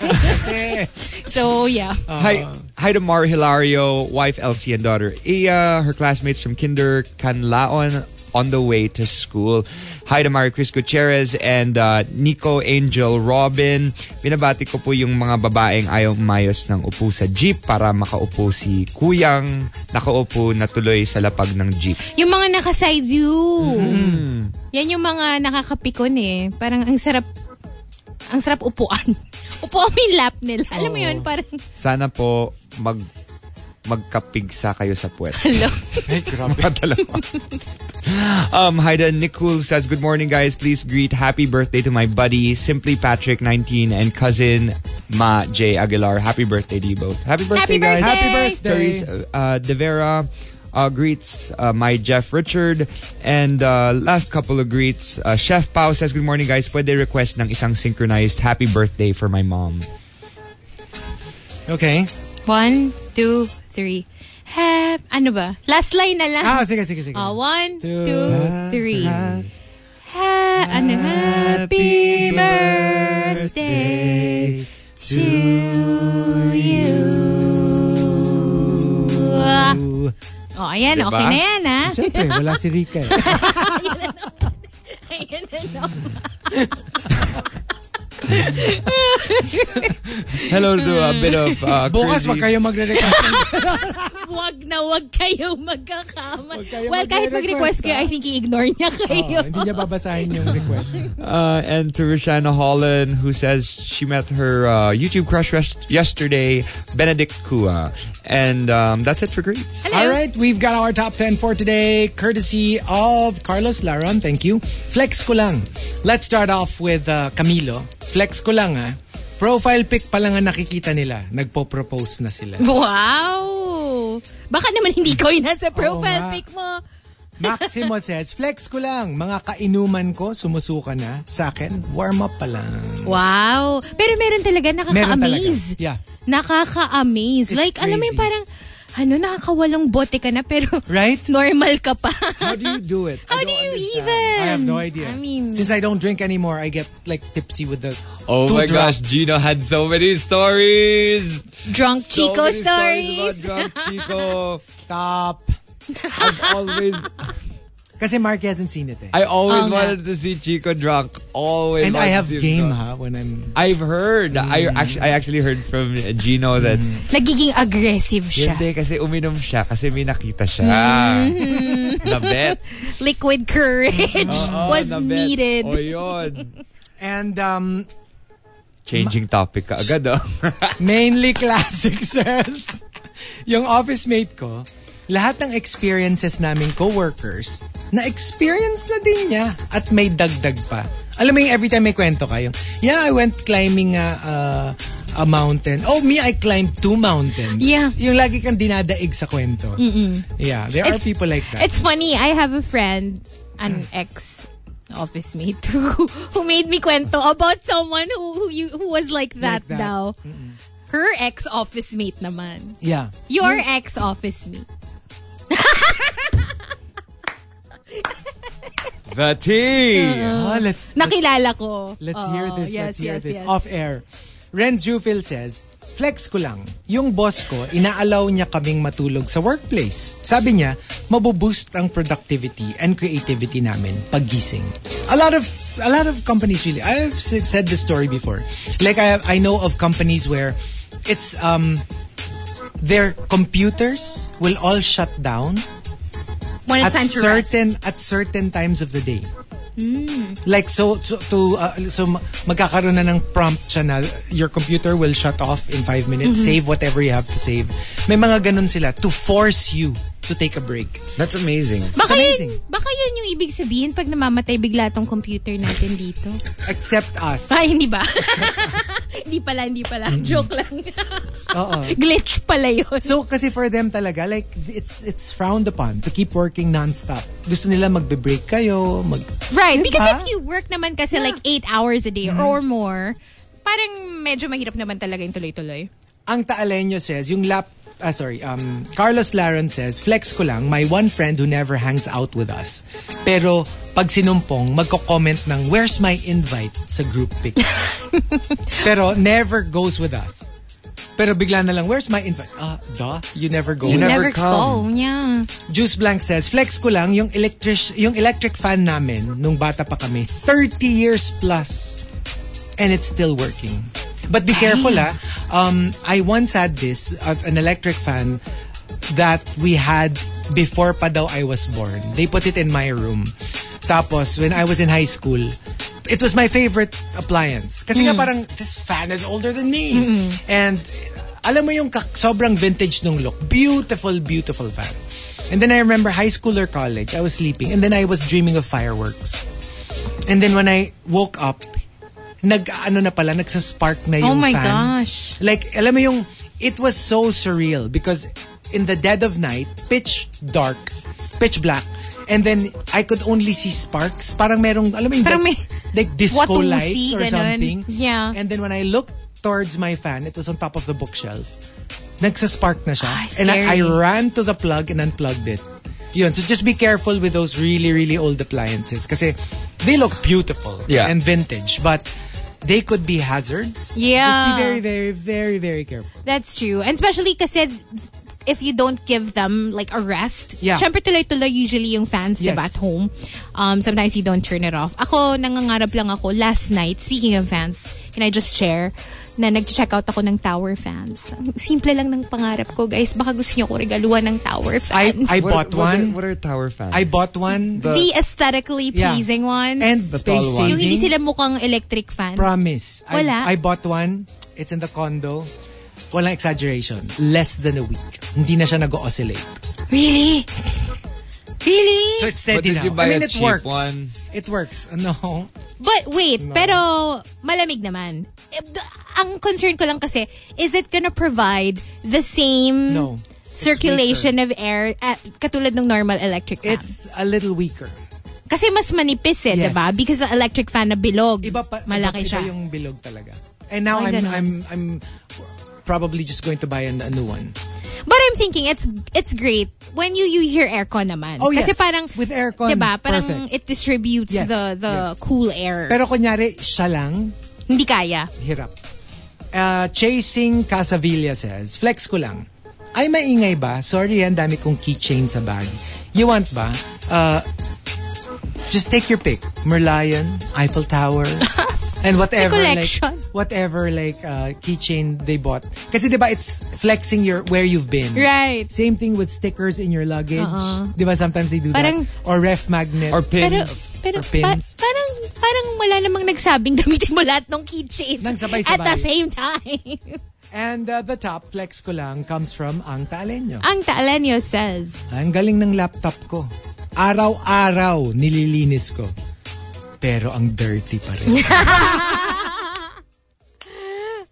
A: Kasi,
B: so, yeah.
C: hi, hi to Mar Hilario, wife Elsie and daughter Iya, her classmates from Kinder Canlaon on the way to school. Hi to Mario Chris Gutierrez and uh, Nico Angel Robin. Binabati ko po yung mga babaeng ayaw mayos ng upo sa jeep para makaupo si Kuyang nakaupo na tuloy sa lapag ng jeep.
B: Yung mga naka-side view.
A: Mm-hmm.
B: Yan yung mga nakakapikon eh. Parang ang sarap, ang sarap upuan. [LAUGHS] Upuan mo yung lap nila. Alam mo yun, parang,
C: Sana po mag magkapigsa kayo sa puwet.
B: [LAUGHS] hello.
C: um, hi to Nicole says, Good morning, guys. Please greet happy birthday to my buddy, Simply Patrick, 19, and cousin Ma J. Aguilar. Happy birthday to you both. Happy birthday,
B: Happy
C: guys.
B: birthday. Happy
A: birthday.
C: Therese, uh, De Vera uh, greets uh, my Jeff Richard. And uh, last couple of greets, uh, Chef Pao says, Good morning, guys. Pwede request ng isang synchronized happy birthday for my mom.
A: okay.
B: One, two, three. Hap, ano ba? Last line na lang.
A: Ah, sige, sige, sige.
B: Ah, one, two,
A: Two,
B: three. Ha- ano, happy birthday to you.
A: Diba?
B: Oh, ayan.
C: Diba?
B: Okay na yan, ah. ha?
A: Siyempre, wala si Rika eh.
B: [LAUGHS] Ayan na naman.
C: Hello to
A: Mm.
C: a bit of
A: [LAUGHS]
C: uh,
A: Bukas wag
C: crazy-
A: kayo
B: [LAUGHS]
A: magre-request.
B: Huwag na huwag kayo magkakama.
A: kayo
B: well, kahit
A: magre-request,
B: mag-request kayo, I think i-ignore niya
A: Oh,
B: kayo.
A: hindi niya babasahin yung request.
C: Uh, and to Roshana Holland, who says she met her uh, YouTube crush rest- yesterday, Benedict Kua. And um, that's it for greets.
B: Hello.
A: All right, we've got our top 10 for today, courtesy of Carlos Laron. Thank you. Flex ko lang. Let's start off with uh, Camilo. Flex ko lang ah. Profile pic pa lang ang nakikita nila. Nagpo-propose na sila.
B: [LAUGHS] Wow! Baka naman hindi ko yung nasa profile
A: nga.
B: pic mo.
A: Maximo says, flex ko lang. Mga kainuman ko, sumusuka na. Sa akin, warm up pa lang.
B: [LAUGHS] Wow! Pero meron talaga
A: Meron talaga.
B: nakaka-amaze.
A: Yeah.
B: Nakaka-amaze.
A: It's
B: like, alam mo yung
A: crazy.
B: parang, ano, nakakawalong bote ka na pero
A: Right?
B: [LAUGHS] normal ka pa.
A: How do you do it?
B: [LAUGHS] How do you even?
A: I have no idea.
B: I mean,
A: Since I don't drink anymore, I get like tipsy with the
C: Oh
A: two
C: my
A: drop.
C: gosh, Gino had so many stories.
B: drunk
C: So
B: Chico
C: many
B: stories. [LAUGHS]
C: about drunk Chico.
A: Stop.
C: I've always
A: Kasi Mark hasn't seen it eh.
H: I always
B: Oo nga.
H: wanted to see Chico drunk. Always.
A: and
H: wanted
A: I
H: to
A: have
H: see him
A: game Mm.
H: drunk.
A: ha when I'm...
H: I've heard. I actually, I actually heard from Gino that
A: Mm.
B: Nagiging aggressive siya.
H: hindi kasi uminom siya kasi may nakita siya.
B: Mm-hmm.
H: The bet.
B: Liquid courage
C: Oh,
H: Oo,
B: was
H: the bet.
B: needed.
H: O
B: [LAUGHS]
H: yun.
A: And um,
H: Changing topic ka agad
C: ah. [LAUGHS]
H: oh.
A: mainly [LAUGHS] classic sales. Yung office mate ko, lahat ng experiences namin coworkers, na-experience na din niya at may dagdag pa. Alam mo yung every time may kwento kayo, yeah, I went climbing a, uh, a mountain. Oh, me, I climbed two mountains.
B: Yeah.
A: Yung lagi kang dinadaig sa kwento. Yeah, there are
B: It's-
A: people like that.
B: It's funny, I have a friend, an ex office mate [LAUGHS] who, who made me kwento about someone who who, you, who was like that,
A: Like that.
B: daw. Her ex office mate naman.
A: yeah.
B: Your
A: Hmm.
B: ex office mate.
H: The tea.
A: Oh, let's
B: Nakilala ko.
A: Let's
B: Oo,
A: hear this.
B: Oh, yes,
A: Let's hear
B: yes,
A: this.
B: yes.
A: Off air. Ren Jufil says, Flex ko lang. Yung boss ko, inaalaw niya kaming matulog sa workplace. Sabi niya, maboboost ang productivity and creativity namin pag gising. A lot of a lot of companies really. I've s- said this story before. Like I I know of companies where it's um their computers will all shut down
B: When it's
A: at
B: time to rest.
A: certain at certain times of the day. Like so so to uh, so ma- magkakaroon na ng prompt siya na your computer will shut off in five minutes. Save whatever you have to save. May mga ganun sila to force you to take a break.
H: That's amazing.
B: Baka
A: It's
B: yun,
A: amazing.
B: baka yun yung ibig sabihin pag namamatay bigla tong computer natin dito. [LAUGHS]
A: Except us.
B: Ay, hindi ba? [LAUGHS] hindi pala, hindi pala. Joke lang. [LAUGHS]
A: Oo.
B: Glitch pala yun.
A: So kasi for them talaga like it's it's frowned upon to keep working nonstop. Gusto nila magbe-break kayo, mag
B: right,
A: Diba? Mm-hmm.
B: because if you work naman kasi like 8 hours a day or more, parang medyo mahirap naman talaga yung tuloy-tuloy.
A: ang Taaleño says, yung lap, ah, sorry, um, Carlos Laron says, flex ko lang, my one friend who never hangs out with us. Pero pag sinumpong, magko-comment ng, where's my invite sa group pic? Pero never goes with us. Pero bigla na lang, where's my invite? Ah, duh, you never go. with us."
B: Never, call. Yeah.
A: Juice Blank says, flex ko lang yung electric, yung electric fan namin nung bata pa kami. 30 years plus. And it's still working. But be careful ah. Um, I once had this, uh, an electric fan that we had before pa daw I was born. They put it in my room. Tapos, when I was in high school, it was my favorite appliance. Kasi nga
B: Mm.
A: parang, this fan is older than me. And alam mo yung kak- sobrang vintage nung look. Beautiful, beautiful fan. And then I remember high school or college, I was sleeping. And then I was dreaming of fireworks. And then when I woke up, nag ano na pala, nagsaspark na
B: Oh
A: yung
B: my
A: fan.
B: gosh.
A: Like, alam mo yung, it was so surreal because in the dead of night, pitch dark, pitch black, and then I could only see sparks. Parang merong, alam mo yung,
B: Parang
A: like,
B: may-
A: like disco
B: Watusi,
A: lights or
B: ganun.
A: something.
B: Yeah.
A: And then when I looked towards my fan, it was on top of the bookshelf. Nagsaspark na siya.
B: Ay,
A: and I, I
B: Ah, scary.
A: ran to the plug and unplugged it. Yun, so just be careful with those really, really old appliances kasi they look beautiful
H: Yeah.
A: and vintage, but they could be hazards. Just
B: Yeah.
A: be very, very, very, very careful.
B: That's true. And especially kasi if you don't give them like a rest,
A: Yeah.
B: syempre tuloy-tuloy usually yung fans,
A: Yes.
B: diba, at home. Um, sometimes you don't turn it off. Ako, nangangarap lang ako last night, speaking of fans, can I just share na nag-check out ako ng tower fans. Ang Simple lang ng pangarap ko, guys. Baka gusto niyo ko regaluhan ng tower
A: I,
B: fan.
A: I
H: What-
A: bought
H: what are-
A: one.
H: What are tower fans?
A: I bought one.
B: the aesthetically
A: Yeah.
B: pleasing ones.
A: and
H: The
A: space
H: tall one.
A: saving.
B: yung hindi sila mukhang electric fan.
A: Promise. I-
B: Wala.
A: I, bought one. It's in the condo. Walang exaggeration. Less than a week. Hindi na siya nag-oscillate.
B: really? Really?
A: So it's steady
H: But did
A: now.
H: you buy
A: I mean,
H: a
A: it
H: cheap
A: works.
H: one?
A: It works. No.
B: But wait, pero malamig naman. Eh, d- Ang concern ko lang kasi, is it gonna provide the same
A: No. It's
B: circulation of air at, katulad ng normal electric fan?
A: It's a little weaker.
B: kasi mas manipis eh,
A: Yes.
B: diba? Because the electric fan na bilog,
A: Iba pa,
B: malaki
A: iba,
B: siya.
A: Iba yung bilog talaga. And now I'm,
B: Ay, ganun.
A: I'm, I'm probably just going to buy an- a new one.
B: But I'm thinking, it's it's great when you use your aircon naman.
A: Oh,
B: kasi
A: yes.
B: parang,
A: With aircon,
B: diba? Parang
A: perfect.
B: it distributes
A: Yes,
B: the the
A: yes.
B: cool air.
A: Pero kunyari, siya lang,
B: Hindi kaya.
A: hirap. Uh, Chasing Casavilla says, flex ko lang. Ay, maingay ba? Sorry, ang dami kong keychain sa bag. You want ba? Uh, Just take your pick. Merlion, Eiffel
B: [LAUGHS]
A: Tower, and whatever like
B: collection.
A: whatever like uh, keychain they bought. Kasi 'di ba it's flexing your where you've been.
B: Right. Uh-huh.
A: Same thing with stickers in your luggage. 'Di ba sometimes they do
B: Parang-
A: that or ref magnet.
C: Or pins.
B: Pero, pero
A: Or pins.
B: pa- parang, parang wala namang nagsabing [LAUGHS] gamitin mo lahat ng keychains
A: Nang sabay-sabay.
B: at the same time. [LAUGHS]
A: and uh, the top flex ko lang comes from Ang Talenyo.
B: Ang Taalanyo says,
A: Ang galing ng laptop ko. Araw-araw nililinis ko. Pero ang dirty pa rin.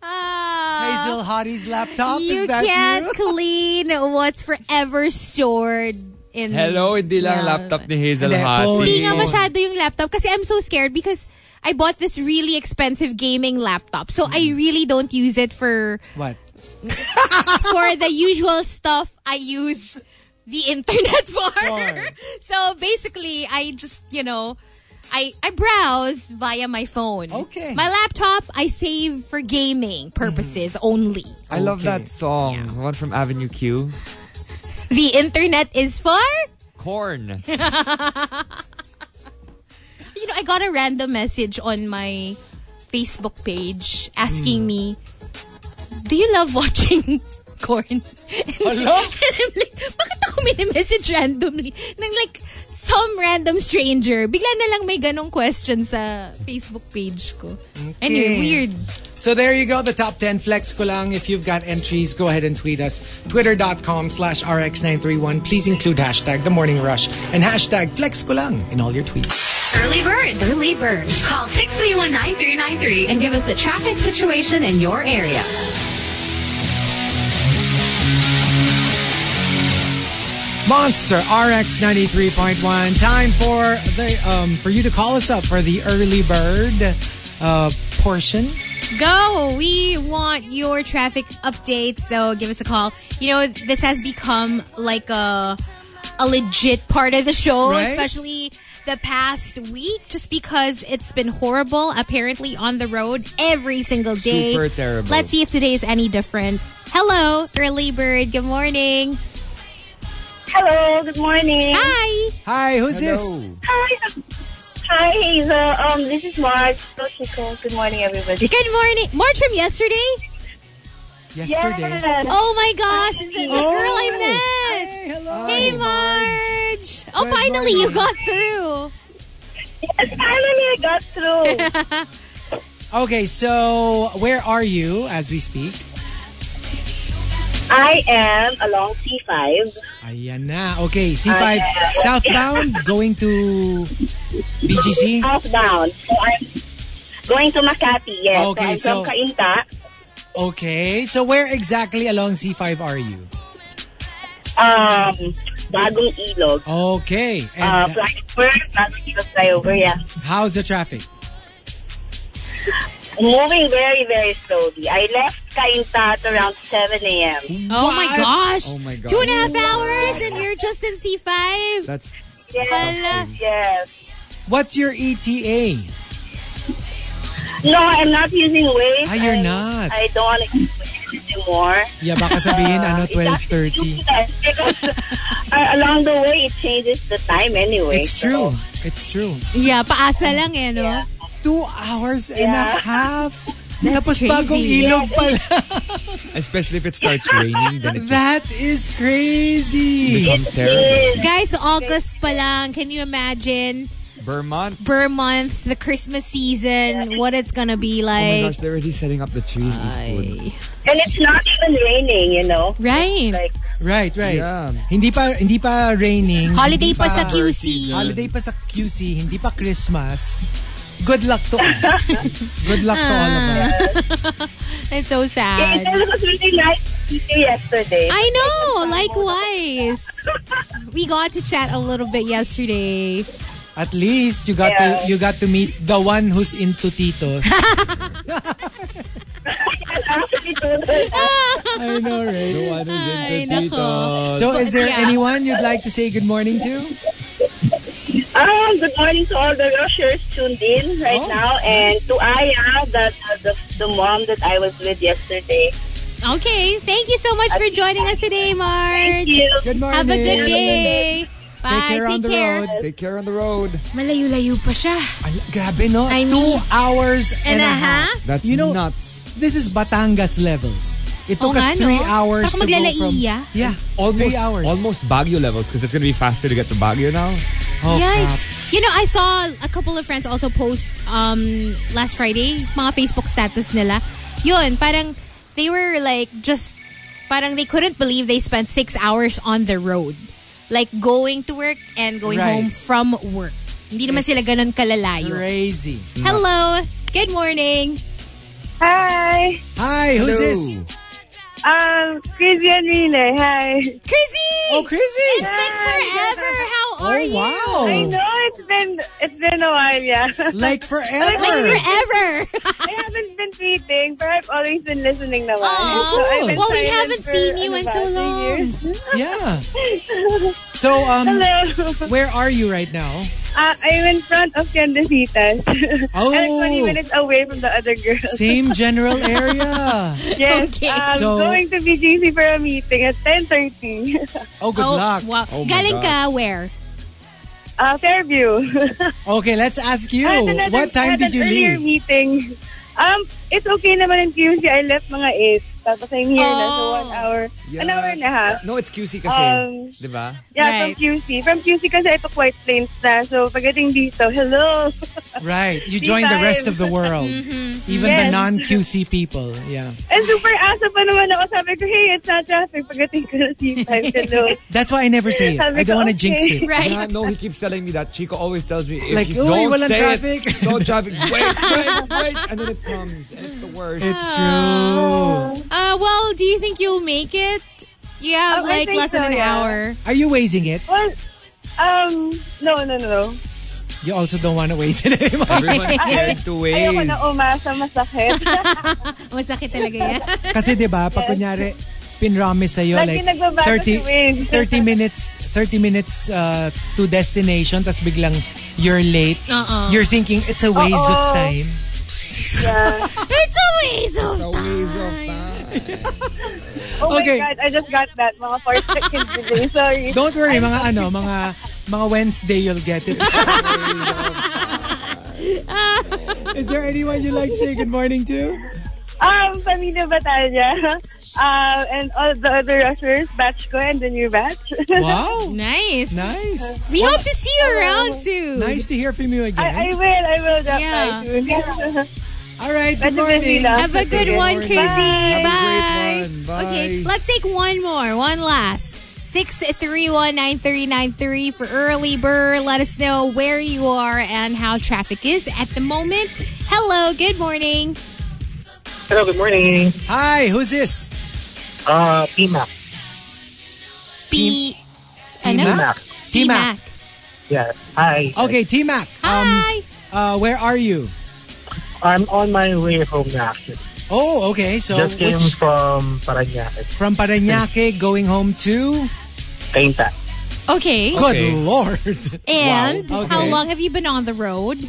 B: ah,
A: Hazel Hottie's laptop?
B: you
A: Is that
B: can't
A: you? [LAUGHS]
B: clean what's forever stored in
C: Hello, hindi lang
B: Yeah.
C: laptop ni Hazel
A: Hindi, phone.
C: Hottie.
B: Hindi nga
A: Ayun.
B: masyado yung laptop kasi I'm so scared because I bought this really expensive gaming laptop. So I really don't use it for
A: What?
B: for [LAUGHS] the usual stuff I use the internet [LAUGHS] for.
A: Sure.
B: so basically, I just, you know, I, I browse via my phone.
A: Okay.
B: My laptop, I save for gaming purposes only.
C: I love
A: Okay.
C: that song. The One from Avenue Q.
B: The internet is for?
C: Corn.
B: You know, I got a random message on my Facebook page asking me, Do you love watching [LAUGHS] corn? Hello? and I'm like, bakit ako minimessage randomly? Nang like, some random stranger. Bigla na lang may ganong question sa Facebook page ko. And
A: Okay.
B: weird.
A: So there you go, the top 10 flex ko lang. If you've got entries, go ahead and tweet us. Twitter.com slash RX931. Please include hashtag The Morning Rush and hashtag flex ko lang in all your tweets.
I: Early bird. Early bird. Call 631-9393 and give us the traffic situation in your area.
A: Monster RX 93.1. Time for the um, for you to call us up for the early bird uh, portion.
B: Go! We want your traffic update, so give us a call. You know, this has become like a a legit part of the show,
A: Right?
B: especially the past week, just because it's been horrible. Apparently, on the road every single day.
C: Super terrible.
B: Let's see if today is any different. Hello, early bird. Good morning.
F: Hello, good morning.
B: Hi.
A: Hi, who's this?
C: Hello.
F: Hi. Hi, Hazel. Um, this is Marge. So Chico. Good morning, everybody.
B: Good morning. March from yesterday.
A: Yesterday.
F: Yes.
B: Oh my gosh, the, the girl
A: Oh.
B: I met.
A: Hey, hello.
B: Hey, Marge. Oh,
A: Good
B: finally, you
A: morning.
B: got through.
F: Yes, finally I got
B: [LAUGHS]
F: through.
A: Okay, so where are you as we speak?
F: I am along C5.
A: Ayan na. Okay, C5 southbound going to BGC.
B: Uh,
F: Southbound. So I'm going to Makati, yes.
A: Okay,
F: so I'm
A: so-
F: from Kainta.
A: Okay, so where exactly along C5 are you?
F: Um, Bagong Ilog.
A: Okay,
F: Uh,
A: and
F: flyover, Bagong Ilog flyover, yeah.
A: how's the traffic?
F: Moving very, very slowly. I left Kainta at around 7 a.m.
B: Oh my gosh.
C: Oh my God.
B: Two and a half hours and you're just in C5.
C: That's
B: Hala.
F: Yes.
A: What's your E ETA?
F: No, I'm not using Waze.
A: Ah, you're
F: I-
A: not.
F: I don't want to use it anymore.
A: Yeah, baka
B: [LAUGHS]
A: sabihin ano,
F: It's actually
A: 12.30.
F: stupid because, [LAUGHS] uh, along the way, it changes the time anyway.
A: It's
F: so-
A: true. It's true.
B: Yeah, paasa lang eh, no?
F: Yeah.
A: Two hours and a
F: Yeah.
A: half.
B: That's
A: Tapos
B: crazy.
A: bagong ilog
B: [LAUGHS]
A: pala. [LAUGHS]
C: especially if it starts raining, then it just
A: That is crazy.
C: becomes terrible.
B: Guys, August pa lang. Can you imagine?
C: Vermont.
B: Burr month, the Christmas season, what it's gonna be
C: Oh my
B: like.
C: gosh, they're already setting up the tree in Eastwood.
F: And it's not even raining, you know.
B: right.
F: Like,
A: Right, right.
C: Yeah.
A: Hindi pa hindi pa raining.
B: Holiday
A: hindi
B: pa sa QC.
A: Holiday pa sa QC, hindi pa Christmas. Good luck to us.
B: [LAUGHS]
A: Good luck to all of us.
B: Ah. It's so sad.
F: it was really nice to see you yesterday. [LAUGHS]
B: I know. Likewise. We got to chat a little bit yesterday.
A: At least you got to
F: Yeah.
A: you got to meet the one who's into titos.
F: I actually told her
B: Ah,
A: I know, right?
C: Oh,
B: Ay, nako.
A: So is there
B: Yeah.
A: anyone you'd like to say good morning to?
F: Um, good morning to all the rushers tuned in right
A: Oh,
F: now, and to Aya, the, the, the mom that I was with yesterday.
B: Okay. Thank you so much for joining us today, Marge.
F: Thank you.
A: Good morning.
B: Have a good day.
A: Take
B: Bye.
A: care on the road.
H: Take care on the road.
B: Malayo-layo pa siya.
A: Al- grabe no?
B: I mean,
A: Two hours and,
B: and
A: a
B: a
A: half.
H: That's
A: you know,
H: nuts.
A: this is Batangas levels. It took
B: Oo
A: us
B: nga,
A: three
B: no?
A: hours
B: Baka
A: to go from...
B: maglalaiya.
A: Yeah, three hours.
C: Almost Baguio levels because it's gonna be faster to get to Baguio now.
A: Oh,
B: Yikes. You know, I saw a couple of friends also post um, last Friday, mga Facebook status nila. Yun, parang they were like just, parang they couldn't believe they spent six hours on the road. Like going to work and going
A: Right.
B: home from work. Hindi naman sila ganun kalalayo.
A: Crazy.
B: Hello. Good morning.
F: Hi.
A: Hi, who's this?
F: Um, Crazy Enrile. Hi.
B: Crazy!
A: Oh, crazy.
B: It's been forever. How
A: oh,
B: are you?
A: wow.
F: I know it's been it's been a while, yeah. [LAUGHS]
A: Like forever.
B: Like forever.
F: I haven't been tweeting, but I've always been listening naman.
B: Aw.
F: I've been
B: Well, we
F: silent
B: haven't
F: for
B: seen you
F: ano
B: in
F: ba,
B: so
F: three
B: long.
F: years.
A: yeah. So, um,
F: Hello.
A: where are you right now?
F: [LAUGHS] Uh, I'm in front of Candecitas.
A: Oh.
F: [LAUGHS] I'm 20 minutes away from the other girls.
B: [LAUGHS]
A: Same general area.
F: Yes,
B: Okay.
F: I'm
A: So-
F: going to BGC for a meeting at 10.30.
A: Oh, good
B: oh,
A: luck.
B: Wow. Galing ka where?
F: [LAUGHS] Uh, Fairview. [LAUGHS]
A: Okay, let's ask you.
F: I had another-
A: what
F: I
A: time
F: had
A: did
F: an
A: you
F: earlier
A: leave?
F: meeting. Um, it's okay naman in QC. I left mga 8. Tapos I'm here na, so
B: Oh.
F: one hour. An hour and a half.
H: No, it's QC kasi.
F: Um,
H: di
F: [LAUGHS]
H: ba?
B: Right.
F: Yeah, from QC. From QC kasi I took White Plains na. So pagdating dito, hello.
A: Right. You
F: Tea
A: joined the rest of
F: time.
A: the world. Even the
F: Mm-hmm. Yes.
A: non QC people. Yeah.
F: And super asa pa naman ako. Sabi ko, hey, it's not traffic. Pagdating ko na sea time,
A: [LAUGHS]
F: hello.
A: That's why I never say it.
F: Sabi
A: I don't
F: ko,
A: want to
F: okay.
A: jinx it.
B: Right.
H: Yeah, no, he keeps telling me that. Chico always tells me, if
A: Like,
H: you
A: "Uy,
H: don't
A: walang
H: say
A: traffic."
H: [LAUGHS] It, no
A: [LAUGHS]
H: traffic. Wait, wait, wait. And then it comes. And it's the worst.
A: It's true.
B: Uh, well, do you think you'll make it? You have
F: Oh, I
B: like
F: think
B: less
F: so,
B: than an
F: yeah. [LAUGHS]
B: hour.
A: Are you wasting it?
F: Well, um, no, no, no, no.
A: You also don't want to waste it anymore.
H: Everyone's scared to
F: Ayoko
H: wait.
F: na umasa, masakit.
B: Masakit talaga yan.
A: [LAUGHS] Kasi 'di ba, pag kunyari pinromise sa'yo like
F: Lagi nagbabago si Win.
A: 30 30 minutes 30 minutes uh, to destination tas biglang you're late.
B: Uh-uh.
A: You're thinking it's a waste of
F: Oo.
A: time.
F: Yeah.
B: it's a waste of time.
F: Oh
A: Okay.
F: my God, I just got that. Mga
A: [LAUGHS]
F: 4 seconds delay. Sorry.
A: Don't worry mga ano, mga mga Wednesday you'll get it. Is there anyone you'd like to say good morning to?
F: Um, Pamina Batalla. Uh, and all the other rushers, batch ko and the new batch.
A: Wow.
B: Nice.
A: Nice.
B: We hope to see you around soon.
A: Nice to hear from you
F: [LAUGHS] I, I
A: again.
F: will, I will drop
B: Yeah.
F: by soon. [LAUGHS]
A: All right, good
F: Medyo busy
A: morning.
F: lang.
B: Have a good one, Crazy. Bye.
H: one. Bye.
B: Okay, let's take one more. One last. 6319393 for early bird. Let us know where you are and how traffic is at the moment. Hello, good morning.
J: Hello, good morning.
A: Hi, who's this?
J: Uh, Pima.
B: P. Ano?
A: T-Mac. T-Mac.
B: T-Mac.
J: Yeah. Hi.
A: Okay, T-Mac.
B: Hi.
A: uh, where are you?
J: I'm on my way home now, actually.
A: Oh, okay. So
J: Just came
A: which,
J: from Paranaque.
A: from Parañaque going home to
J: Tainta.
B: Okay.
A: Good Lord. [LAUGHS]
B: And
A: Wow.
B: how
A: Okay.
B: long have you been on the road?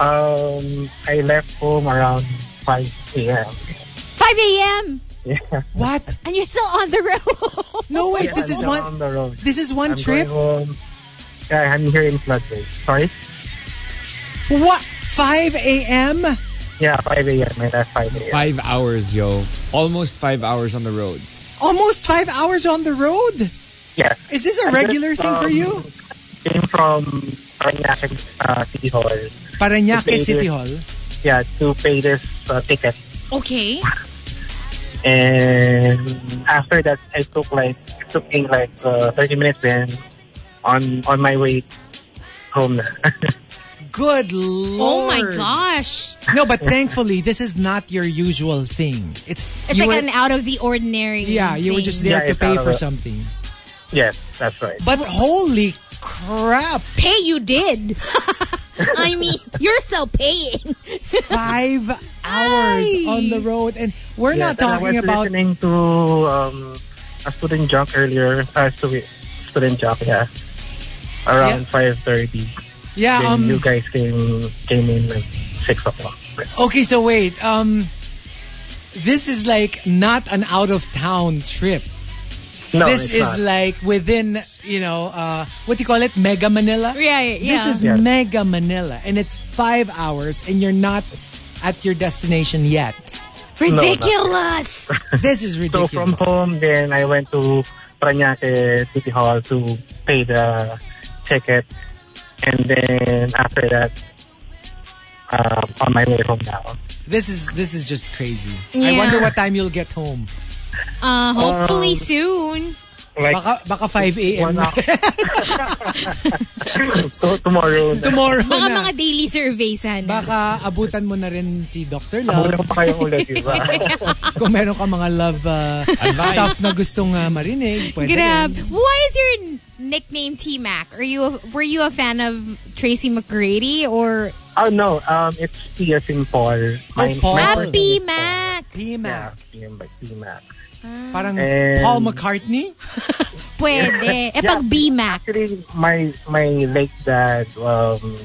J: Um, I left home around 5
A: [LAUGHS]
J: a.m.
B: 5 a.m.
J: Yeah.
A: What?
B: and you're still on the road. [LAUGHS]
A: No wait,
J: Yeah,
A: this
J: I'm
A: is
J: down
A: one
J: on the road.
A: this is one
J: I'm
A: trip.
J: Going home. Yeah, I'm here in Floodway. Sorry?
A: What? 5 a.m.
J: Yeah, 5 a.m. I left 5 a.m.
H: Five hours, yo. Almost five hours on the road.
A: Almost 5 hours on the road?
J: Yeah.
A: Is this a
J: I
A: regular
J: just,
A: thing for
J: um,
A: you?
J: Came from Paranaque uh, City Hall.
A: Parañaque
J: [LAUGHS] okay,
A: City
J: yeah.
A: Hall.
J: Yeah, to pay this uh, ticket.
B: Okay.
J: and after that I took like it took me like uh, 30 minutes then on on my way home [LAUGHS] na.
A: Good lord.
B: Oh my gosh.
A: No, but thankfully this is not your usual thing. It's
B: It's
A: you
B: like
A: were,
B: an out of the ordinary.
A: Yeah, you were
B: thing.
A: just there
J: Yeah,
A: to
J: it's out
A: pay
J: of
A: for
J: it.
A: something.
J: yes, that's right.
A: But holy crap.
B: Pay you [LAUGHS] did. I mean, you're still paying. [LAUGHS]
A: five hours
B: Ay.
A: on the road, and we're not
J: Yes, and
A: talking
J: I was
A: about
J: listening to um, a student junk earlier. Uh, stu- student junk, yeah. Around 5:30.
A: yeah.
J: Then you
A: Um,
J: guys came came in like six o'clock.
A: okay, so wait. Um, this is like not an out of town trip.
J: No,
A: this
J: it's
A: is
J: not.
A: like within, you know, uh, what do you call it? Mega Manila?
B: Yeah, yeah.
A: This is
J: Yes.
A: Mega Manila. And it's five hours and you're not at your destination yet.
B: ridiculous.
A: This is
J: [LAUGHS] So
A: ridiculous.
J: from home, then I went to Paranaque City Hall to pay the ticket, and then after that, uh, on my way home now.
A: This is this is just crazy. I
B: Yeah.
A: wonder what time you'll get home.
B: [LAUGHS] uh, hopefully soon.
J: Like
A: Baka, baka 5 a.m.
J: one
A: na.
J: hour. so tomorrow,
A: [LAUGHS] Tomorrow
B: Baka
A: na.
B: mga daily surveys, han.
A: Baka abutan mo na rin si Dr.
J: Wala
A: Love
J: pa kayo ulit, di
A: [LAUGHS]
J: ba?
A: kung meron ka mga love uh, stuff na gustong uh, marinig. Pwede
B: Grab.
A: rin.
B: Why is your n- nickname T Mac? Are you a, were you a fan of Tracy McGrady or
J: oh no, um, it's Tia Simple.
A: Oh, Paul.
B: Happy Mac?
A: P-Mac.
J: Yeah, P-Mac.
A: Parang
J: And-
A: Paul McCartney?
B: Pwede. [LAUGHS] E pag B Mac.
J: Actually, my my late dad, um,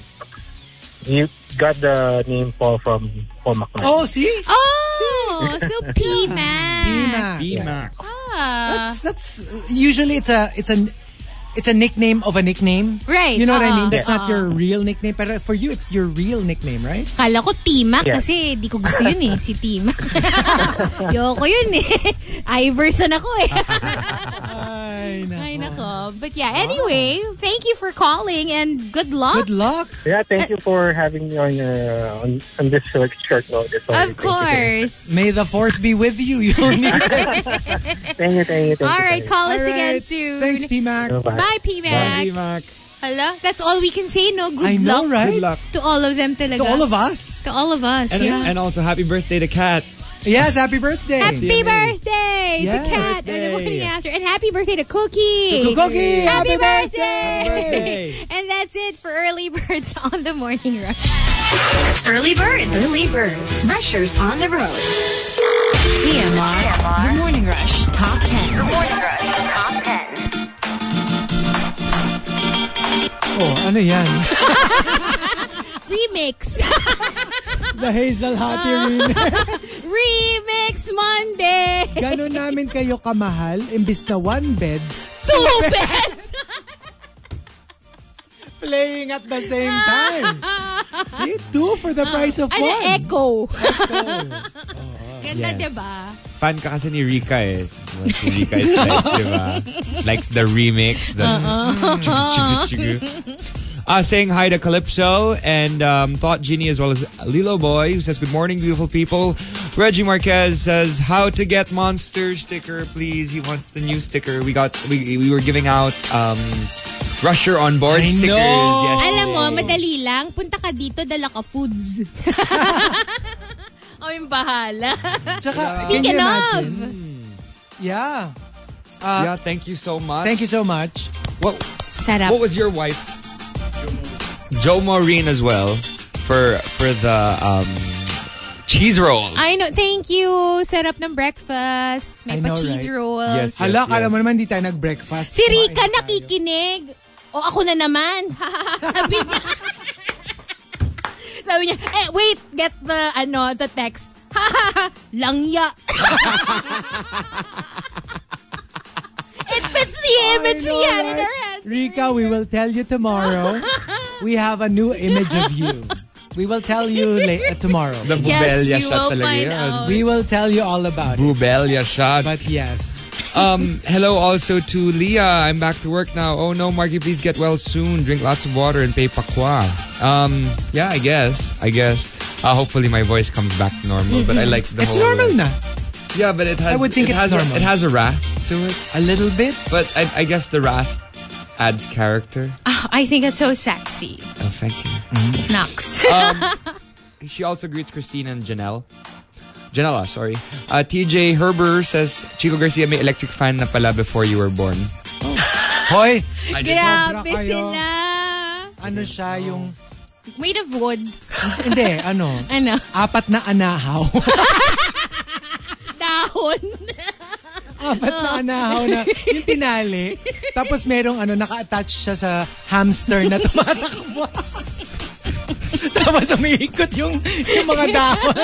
J: you got the name Paul from Paul McCartney.
A: Oh, see?
B: Ah. Oh, [LAUGHS] so P Mac.
A: P-Mac.
H: Mac.
B: Ah.
A: That's, that's usually it's a it's a it's a nickname of a nickname.
B: Right, uh-huh.
A: You know what I
B: oo.
A: mean? That's not your real nickname, but uh, for you it's your real nickname, right?
B: Kala ko T-Mac
J: Yeah.
B: kasi di ko gusto yun eh, si [LAUGHS] T-Mac. Yoko yun eh. Iverson ako
A: [LAUGHS]
B: eh.
A: Ay, nako.
B: Ay nako. But yeah, anyway, thank you for calling and good luck.
A: Good luck.
J: Yeah,
B: eh,
J: thank you for having me on your on, on this short, short notice.
B: Of
J: Thank you, thank
B: course.
A: May the force be with you. [LAUGHS] You'll need it.
J: you. Thank you, thank you, thank you.
B: All right,
J: thank you.
B: call us
A: All
B: again
A: right.
B: soon.
A: Thanks, P-Mac.
J: Bye-bye.
B: Bye, P-Mac.
H: Mac.
B: Hello? That's all we can say, no? Good
A: I know,
B: luck
A: right?
B: to all of them talaga.
A: To all of us.
B: To all of us,
H: And,
B: yeah.
H: and also, happy birthday to Kat.
A: Yes, happy birthday.
B: Happy birthday
A: Yes.
B: to Kat and the morning after. And happy birthday to Cookie.
A: To Cookie. Happy
B: Happy, birthday.
A: birthday.
B: and that's it for Early Birds [LAUGHS] on the Morning Rush.
I: Early birds. Early birds. Rushers on the road.
E: TMR. The Morning Rush Top 10.
A: Oh, ano yan?
B: [LAUGHS]
A: [LAUGHS]
B: Remix.
A: The Hazel Hottie
B: Ah.
A: Rin.
B: Remix Monday.
A: Ganon namin kayo kamahal. Imbis na one bed,
B: Two beds.
A: playing at the
B: [LAUGHS]
A: same time. See? Two for the price of
B: Ano,
A: one.
B: echo. [LAUGHS] Ganda, diba?
C: Fan ka kasi ni Rika eh. Well, si Rika is like, di ba? Likes the remix. The
A: Uh-huh.
C: Chugu, chugu, chugu. Uh, saying hi to Calypso and um, Thought Genie as well as Lilo Boy who says, Good morning, beautiful people. Reggie Marquez says, How to get monster sticker, please. He wants the new sticker. We got we, we were giving out um, Rusher on board
A: I
C: stickers.
A: know.
C: yesterday.
B: Alam mo, madali lang. Punta ka dito, dala ka
A: [LAUGHS]
B: foods. Kami bahala.
A: Tsaka, can you
B: Speaking of,
A: imagine? Yeah.
C: yeah, thank you so much.
A: Thank you so much.
C: What,
B: sarap.
C: What was your wife's? Joe Maureen as well for for the um, cheese roll.
B: I know. Thank you. Sarap ng breakfast.
A: I
B: May
A: know,
B: pa-cheese
A: right?
B: rolls.
C: Yes.
A: Hala, kala mo naman hindi tayo nag-breakfast.
B: Si Rika
A: Kumain tayo.
B: nakikinig. O ako na naman. [LAUGHS] Sabi niya. [LAUGHS] Sabi niya, eh, wait, get the, ano, the text. [LAUGHS] Langya. [LAUGHS] It fits the
A: I
B: image
A: know,
B: we had in
A: right?
B: our heads.
A: Rika, we will tell you
B: [LAUGHS]
A: tomorrow. we have a new image of you. We will tell you later tomorrow.
C: The
B: Yes,
C: bubelya
B: you
C: shot
B: will
C: talaga
B: find
C: yan.
B: out.
A: we will tell you all about it.
C: Bubelya shot.
A: But yes.
C: Um, hello also to Leah. I'm back to work now. Oh no, Marky, please get well soon. Drink lots of water and pay pakwa. Um, yeah, I guess. I guess. Uh, hopefully my voice comes back to normal. But I
B: Mm-hmm.
C: like the
A: It's
C: whole.
A: normal na.
C: Yeah, but it
A: I
C: has.
A: would think
C: it
A: it's
C: has
A: normal.
C: A, it has a rasp to it.
A: A little bit.
C: But I, I guess the rasp adds character.
B: Ah, I think it's so sexy.
C: Oh, thank you.
B: Knox.
C: Um, She also greets Christine and Janelle. Janela, sorry. Uh, TJ Herber says, Chico Garcia may electric fan na pala before you were born.
A: Hoy,
C: I
B: [LAUGHS]
C: didn't
B: Grabe
A: kayo.
B: sila.
A: ano siya yung...
B: Made of wood.
A: Hindi, ano?
B: Ano?
A: Apat na anahaw.
B: [LAUGHS] Dahon. [LAUGHS]
A: Apat na anahaw na yung tinali. Tapos merong ano, naka-attach siya sa hamster na tumatakbo. [LAUGHS] Tapos umiikot yung, yung mga [LAUGHS] dahon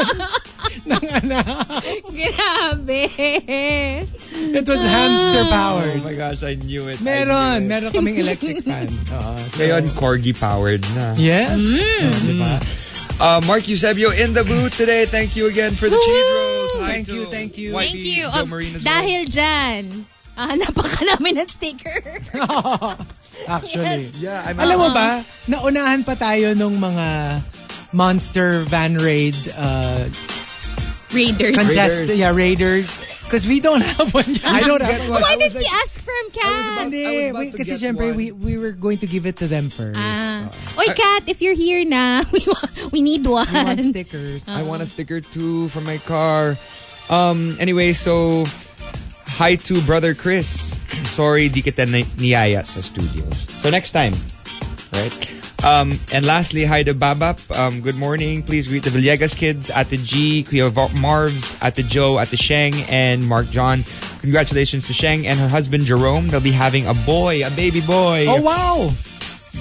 A: ng anahaw.
B: Grabe.
A: It was hamster
H: Oh
A: powered.
H: my gosh, I knew it. I knew
A: Meron,
H: it.
A: meron kaming electric [LAUGHS] fan. Oo.
C: Ngayon, corgi-powered na.
A: Yes.
C: Uh, Mark Eusebio in the booth today. Thank you again for the cheese rolls. Hi
A: Thank you,
C: to
A: thank you.
C: YP,
B: Thank you.
C: Joe
B: Um,
C: Marine as well.
B: dahil dyan, ah, napaka namin ng sticker. [LAUGHS]
A: Actually.
C: Yeah, I'm
A: Alam mo ba, naunahan pa tayo nung mga monster van raid uh,
B: Raiders.
A: contest, yeah, raiders. Because we don't [LAUGHS] have one yet. I don't have
B: Oh, Why did you ask from Kat?
A: Hindi,
C: about
A: we-
C: to
A: kasi
C: get
A: syempre,
C: one.
A: we, we were going to give it to them first.
B: Ah. Oy, Kat, if you're here na, [LAUGHS] we, wa- we need one.
A: We want stickers.
B: Ah.
C: I want a sticker too for my car. Um, anyway, so hi to brother Chris. [CLEARS THROAT] Sorry, di kita ni- niyaya sa studios. So next time, right? Um, and lastly, hi to Babap. Um, good morning. Please greet the Villegas kids, Ate G, Kuya Va- Marvs, Ate Joe, Ate Sheng, and Mark John. Congratulations to Sheng and her husband Jerome. They'll be having a boy, a baby boy.
A: Oh, wow!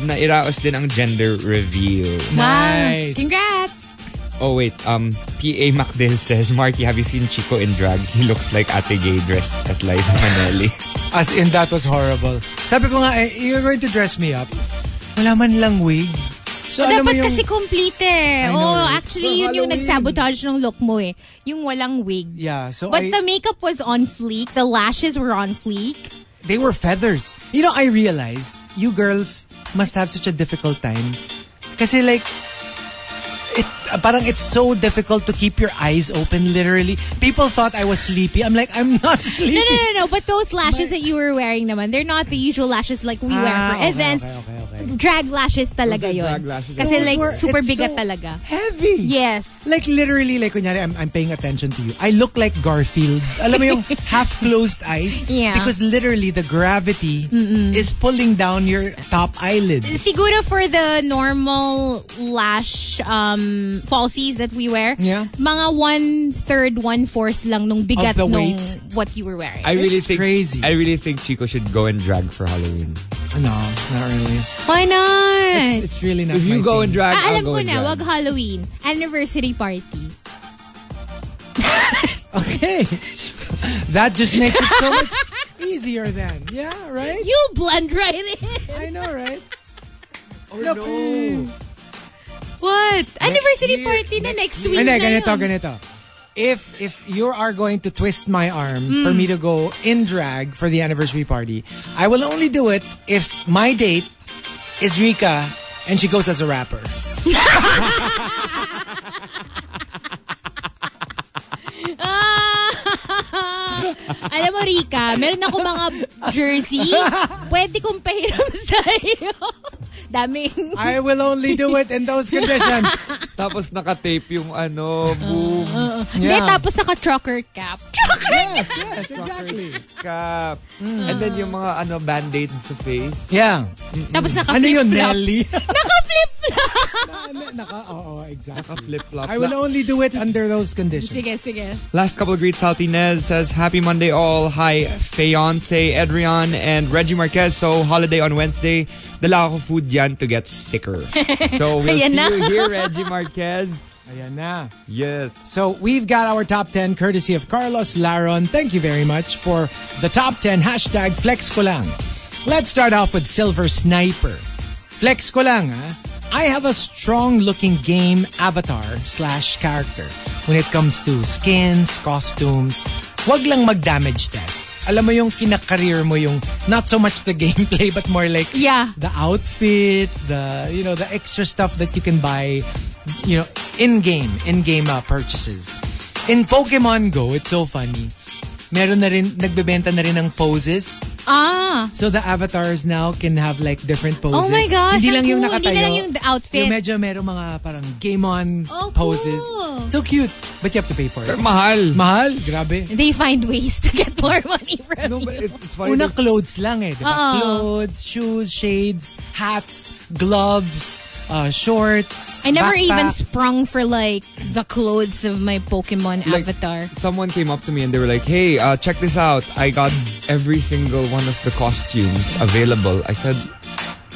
C: Nairaos din ang gender reveal.
A: Nice.
B: Congrats.
C: Oh wait, um, PA Macdel says, Marky, have you seen Chico in drag? He looks like Ate Gay dressed as Liza Manelli.
A: As in, that was horrible. Sabi ko nga, eh, you're going to dress me up. Wala man lang wig. So, alam mo
B: Dapat
A: yung...
B: kasi complete eh.
A: know,
B: Oh,
A: right?
B: actually, yun yung nagsabotage ng look mo eh. Yung walang wig.
A: yeah, so
B: But
A: I-
B: the makeup was on fleek. The lashes were on fleek.
A: they were feathers. You know, I realized you girls must have such a difficult time. Kasi like, it, parang it's so difficult to keep your eyes open, literally. People thought I was sleepy. I'm like, I'm not [LAUGHS]
B: No,
A: sleepy.
B: no, no, no. But those lashes that you were wearing naman, they're not the usual lashes like we wear
A: Ah,
B: for
A: okay,
B: events.
A: okay, okay, okay.
B: Drag lashes talaga
C: Those are
B: yun.
C: drag lashes.
B: Kasi
A: Those
B: like,
A: were-
B: super
A: it's
B: bigat
A: so
B: talaga.
A: Heavy.
B: Yes.
A: Like literally, like kunyari, I'm, I'm paying attention to you. I look like Garfield. Alam mo yung
B: [LAUGHS]
A: half-closed eyes?
B: Yeah.
A: Because literally, the gravity is pulling down your top eyelid.
B: Siguro for the normal lash um, falsies that we wear,
A: Yeah.
B: mga one-third, one-fourth lang nung bigat
A: the
B: nung
A: weight.
B: what you were wearing.
C: [LAUGHS] I really
A: It's
C: think
A: crazy.
C: I really think Chico should go in drag for Halloween.
A: Uh, No, not really.
B: Why not?
A: It's, it's really not
C: If you
A: my
C: go
A: thing.
C: in drag,
B: Ah,
C: I'll
B: alam
C: go
B: ko
C: in
B: na,
C: drag.
B: wag Halloween. Anniversary party.
A: Okay. [LAUGHS] that just makes it
B: [LAUGHS]
A: so much easier then. Yeah, right?
B: You [LAUGHS] blend right in.
A: I know, right? Oh, no.
B: What? Anniversary
A: year-
B: party na next week
A: Hindi,
B: na
A: ganito,
B: yun.
A: ganito. If, if you are going to twist my arm for
B: Mm.
A: me to go in drag for the anniversary party, I will only do it if my date is Rika and she goes as a rapper.
B: Ah! [LAUGHS] Alam mo, Rika, meron ako mga jersey. Pwede kong pahiram [LAUGHS] sa iyo. Daming.
A: I will only do it in
B: [LAUGHS]
A: those conditions.
C: Tapos nakatape yung
A: [LAUGHS]
C: ano, boom,
B: Hindi, tapos naka-trucker cap.
A: yes, yes, exactly.
C: cap. And then yung mga ano, band-aid sa face.
A: Yeah.
B: Tapos
A: Ano yun,
B: naka-flip-flop. [LAUGHS]
A: Nelly?
B: Naka-flip-flop.
A: Naka, oo, exactly.
C: Oh, Flip-flop.
A: I will only do it under those conditions.
B: Sige, sige.
C: Last couple of greets, Sal Tinez says, Happy Monday all. Hi, Fiance, Adrian, and Reggie Marquez. So, holiday on Wednesday. Dala ako food yan to get sticker. So, we'll see
B: Ayan na.
C: you here, Reggie Marquez.
A: Ayan na.
C: Yes.
A: So we've got our top 10 courtesy of Carlos Laron. Thank you very much for the top 10 hashtag flex ko lang. Let's start off with Silver Sniper. Flex ko lang, ah. I have a strong looking game avatar slash character when it comes to skins, costumes. Wag lang mag-damage test. Alam mo yung kinakareer mo yung not so much the [LAUGHS] gameplay but more like
B: Yeah.
A: the outfit, the you know the extra stuff that you can buy, you know, in game, in game uh, purchases. In Pokemon Go, it's so funny. Meron na rin nagbebenta na rin ng poses.
B: Ah,
A: So the avatars now can have like different poses.
B: Oh my gosh,
A: Hindi lang
B: ang
A: yung
B: cool.
A: nakatayo.
B: Hindi na lang yung outfit.
A: Yung medyo merong mga parang game on
B: Oh,
A: poses.
B: cool.
A: So cute. But you have to pay for it.
C: Mahal.
A: Mahal, grabe.
B: they find ways to get more money from
C: No,
B: you.
C: but it- it's funny.
A: Una clothes lang eh, di ba?
B: Oo.
A: Clothes, shoes, shades, hats, gloves, uh, shorts,
B: I never even
A: backpack.
B: sprung for like the clothes of my Pokemon
C: Like-
A: eh.
B: avatar.
C: Someone came up to me and they were like, Hey, uh, check this out. I got every single one of the costumes available. I said,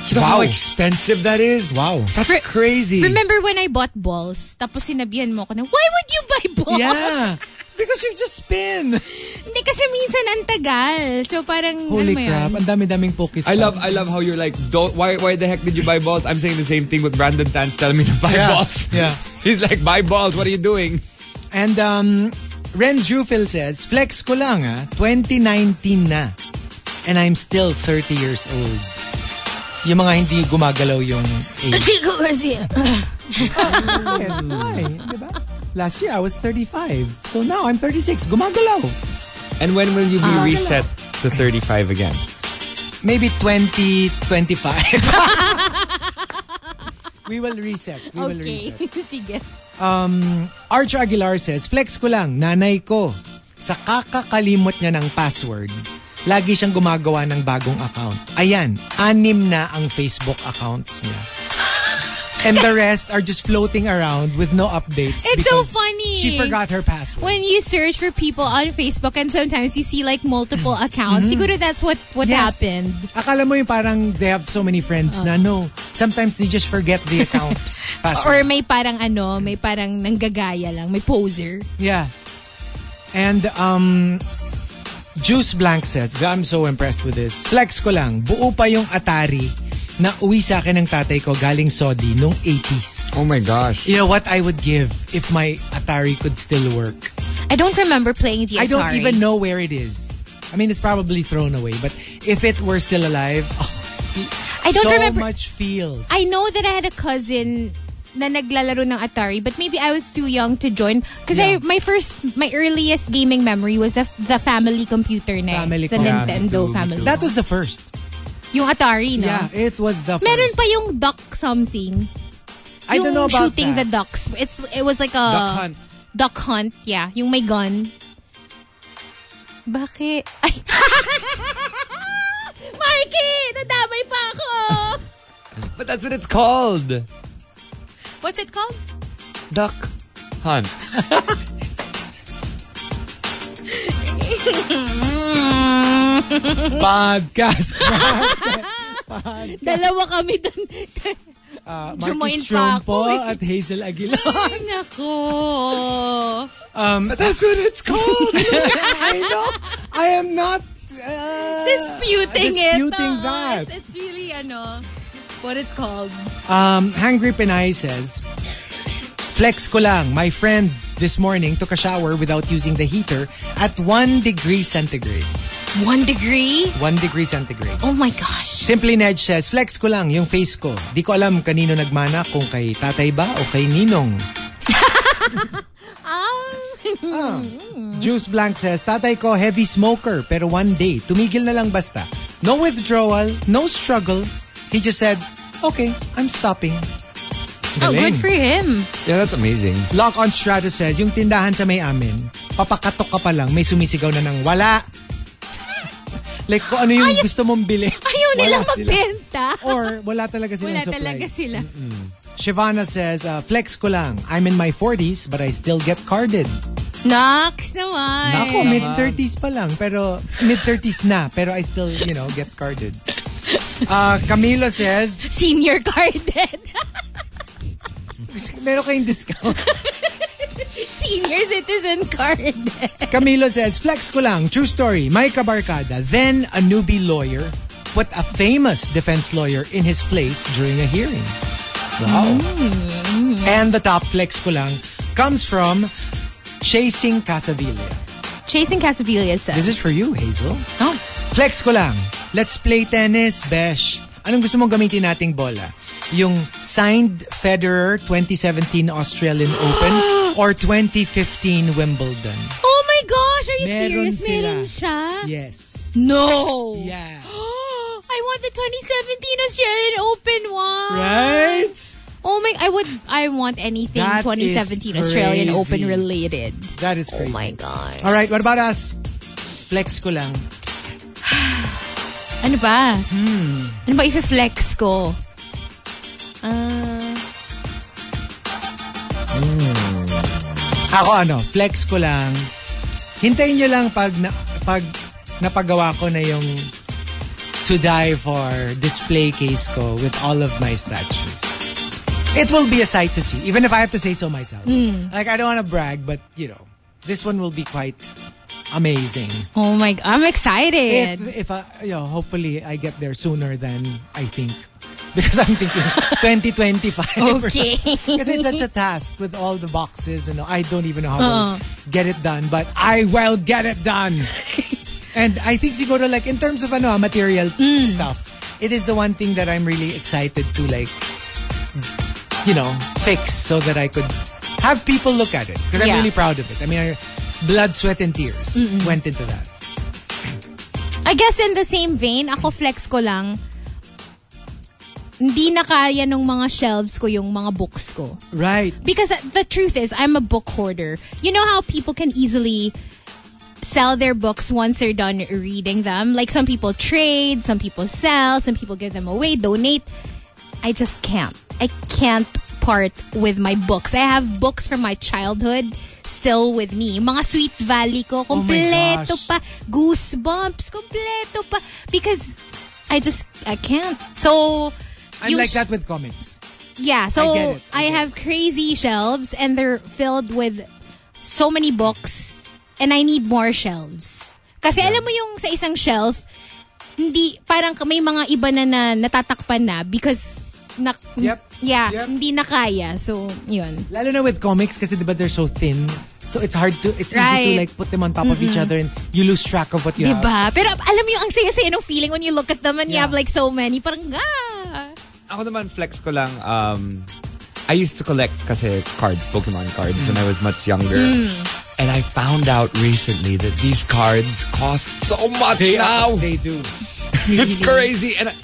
C: You know how
A: Wow.
C: expensive that is?
A: Wow.
C: That's
B: Re-
C: crazy.
B: Remember when I bought balls? Tapos sinabihan mo ko na, why would you buy balls?
A: Yeah. Because you just spin.
B: Hindi kasi minsan ang tagal. So parang,
A: Holy
B: ano mo
A: crap.
B: yun?
A: Ang dami-daming pokis.
C: I love I love how you're like, don't why why the heck did you buy balls? I'm saying the same thing with Brandon Tan telling me to buy
A: Yeah.
C: balls.
A: Yeah.
C: [LAUGHS] He's like, buy balls, what are you doing?
A: And um, Ren Jufil says, Flex ko lang ah, 2019 na. And I'm still 30 years old. Yung mga hindi gumagalaw yung age.
B: Chico Garcia.
A: Ay, di ba? Last year, I was 35. So now, I'm 36. Gumagalaw.
C: And when will you be reset to 35 again?
A: Maybe 2025. [LAUGHS] we will reset. We will
B: Okay. [LAUGHS]
A: reset.
B: Sige.
A: Arch Aguilar says, flex ko lang, nanay ko. Sa kakakalimot niya ng password, lagi siyang gumagawa ng bagong account. Ayan, anim na ang Facebook accounts niya. And the rest are just floating around with no updates.
B: It's so
A: because
B: funny.
A: She forgot her password.
B: When you search for people on Facebook and sometimes you see like
A: [CLEARS THROAT]
B: multiple accounts, siguro that's what what
A: Mm-hmm. Yes.
B: happened.
A: Akala mo yung parang they have so many friends
B: Oh.
A: na no. Sometimes they just forget the
B: [LAUGHS]
A: account
B: Or
A: password.
B: may parang ano, may parang nanggagaya lang, may poser.
A: Yeah. And um Juice Blank says, I'm so impressed with this. Flex ko lang, buo pa yung Atari na uwi sa akin ng tatay ko galing Saudi nung 80s.
C: Oh my gosh.
A: You know what I would give if my Atari could still work?
B: I don't remember playing the Atari.
A: I don't even know where it is. I mean, it's probably thrown away, but if it were still alive, [LAUGHS] oh,
B: I don't
A: so
B: remember-
A: much feels.
B: I know that I had a cousin na naglalaro ng Atari, but maybe I was too young to join. Because I my first, my earliest gaming memory was the, the family computer na. eh.
A: Family
B: the
A: com- Yeah,
B: Nintendo family.
A: that was the first.
B: Yung Atari, no?
A: Yeah, it was the first.
B: Meron pa yung duck something.
A: I don't
B: yung
A: know about
B: shooting
A: that.
B: the ducks. It's it was like a
C: Duck hunt.
B: Duck hunt, yeah. Yung may gun. Bakit? [LAUGHS] Ay. Marky, nadamay pa ako.
C: But that's what it's called.
B: What's it called?
C: Duck hunt.
A: podcast.
B: Dalawa kami dun. [LAUGHS]
A: Uh,
B: Jumain
A: Marcus
B: pa ako
A: Strompo
B: eh.
A: at Hazel Aguilar.
B: [LAUGHS] Ay, nako.
A: Um, that's what it's called. [LAUGHS] I know. I am not uh,
B: Disputing, it.
A: disputing
B: Oo,
A: that.
B: It's, it's really, ano, what it's called.
A: Um, Hangry Pinay says, Flex ko lang. My friend this morning took a shower without using the heater at 1 degree centigrade.
B: One degree?
A: 1 degree centigrade.
B: Oh my gosh.
A: Simply Ned says, flex ko lang yung face ko. Di ko alam kanino nagmana, kung kay tatay ba o kay ninong. Ah. Juice Blank says, tatay ko heavy smoker pero one day, tumigil na lang basta. No withdrawal, no struggle. He just said, okay, I'm stopping.
B: Oh, good for him.
C: Yeah, that's amazing.
A: Lock on Stratus says, yung tindahan sa may amin, papakatok ka pa lang, may sumisigaw na ng wala. [LAUGHS] like kung ano yung gusto mong bili.
B: Ayaw nila
A: Wala sila.
B: magbenta.
A: Or wala talaga silang
B: Wala
A: supply.
B: talaga sila.
A: Shivana says, uh, flex ko lang. I'm in my 40s but I still get carded.
B: Nox naman.
A: Ako, mid-30s pa lang. Pero, mid-30s na. Pero I still, you know, get carded. Uh, Camilo says,
B: Senior carded. [LAUGHS]
A: meron kayong discount.
B: Senior citizen carded.
A: Camilo says, flex ko lang. True story. Micah Barcada, then a newbie lawyer, put a famous defense lawyer in his place during a hearing. Wow. And the top flex ko lang comes from Chasing Casavilla.
B: Chasing Casavillas
A: This
B: says.
A: is for you, Hazel.
B: Oh.
A: Flex ko lang. Let's play tennis, Besh. Anong gusto mong gamitin nating bola? Yung signed Federer 2017 Australian Open or 2015 Wimbledon?
B: Oh my gosh, are you
A: Meron
B: serious?
A: sila.
B: Meron siya?
A: Yes.
B: No.
A: Yeah.
B: [GASPS] I want the 2017 Australian Open one.
A: Right?
B: Oh my, I would, I want anything
A: That is
B: 2017 Australian
A: crazy.
B: Open related.
A: That is crazy.
B: Oh my god.
A: All right, what about us? Flex ko lang.
B: Ano ba? Hmm. Ano ba i-flex ko? Ah.
A: Ako ano, flex ko lang. Hintayin nyo lang pag, na, pag napagawa ko na yung to die for display case ko with all of my statues. It will be a sight to see, even if I have to say so myself. Like, I don't want to brag, but you know, this one will be quite amazing.
B: Oh my god, I'm excited.
A: If, if I, you know, hopefully I get there sooner than I think. [LAUGHS] Because I'm thinking [LAUGHS] 2025.
B: Okay.
A: Because it's such a task with all the boxes and I don't even know how
B: Uh-uh.
A: to get it done. But I will get it
B: [LAUGHS]
A: done. and I think siguro like in terms of ano, ah, material
B: Mm.
A: stuff, it is the one thing that I'm really excited to like, you know, fix so that I could have people look at it. Because
B: Yeah.
A: I'm really proud of it. I mean, I, blood, sweat, and tears went into that.
B: I guess in the same vein, ako flex ko lang, hindi na kaya nung mga shelves ko yung mga books ko.
A: Right.
B: Because the truth is, I'm a book hoarder. You know how people can easily sell their books once they're done reading them? Like some people trade, some people sell, some people give them away, donate. I just can't. I can't part with my books. I have books from my childhood still with me. Yung Mga Sweet Valley ko,
A: Oh my
B: kompleto
A: gosh.
B: pa. Goosebumps, kompleto pa. Because I just, I can't. So,
A: I'm
B: yung
A: like
B: sh-
A: that with comics.
B: yeah, so
A: I
B: I,
A: get it. I get
B: have crazy shelves and they're filled with so many books and I need more shelves. Kasi alam mo yung sa isang shelf, hindi parang may mga iba na, na natatakpan na because na,
A: Yep.
B: yeah,
A: Yep.
B: hindi na kaya. So, yun.
A: Lalo na with comics kasi diba they're so thin. So it's hard to, it's easy
B: Right. Mm-hmm.
A: to like put them on top of each other and you lose track of what you have.
B: Diba? Pero alam mo yung ang saya-saya ng feeling when you look at them and you
A: Yeah.
B: have like so many. Parang, ah!
C: Ako naman, flex ko lang, um, I used to collect kasi cards, Pokemon cards, when I was much younger.
A: Hmm.
C: And I found out recently that these cards cost so much now.
A: They do.
C: [LAUGHS] it's crazy. And I,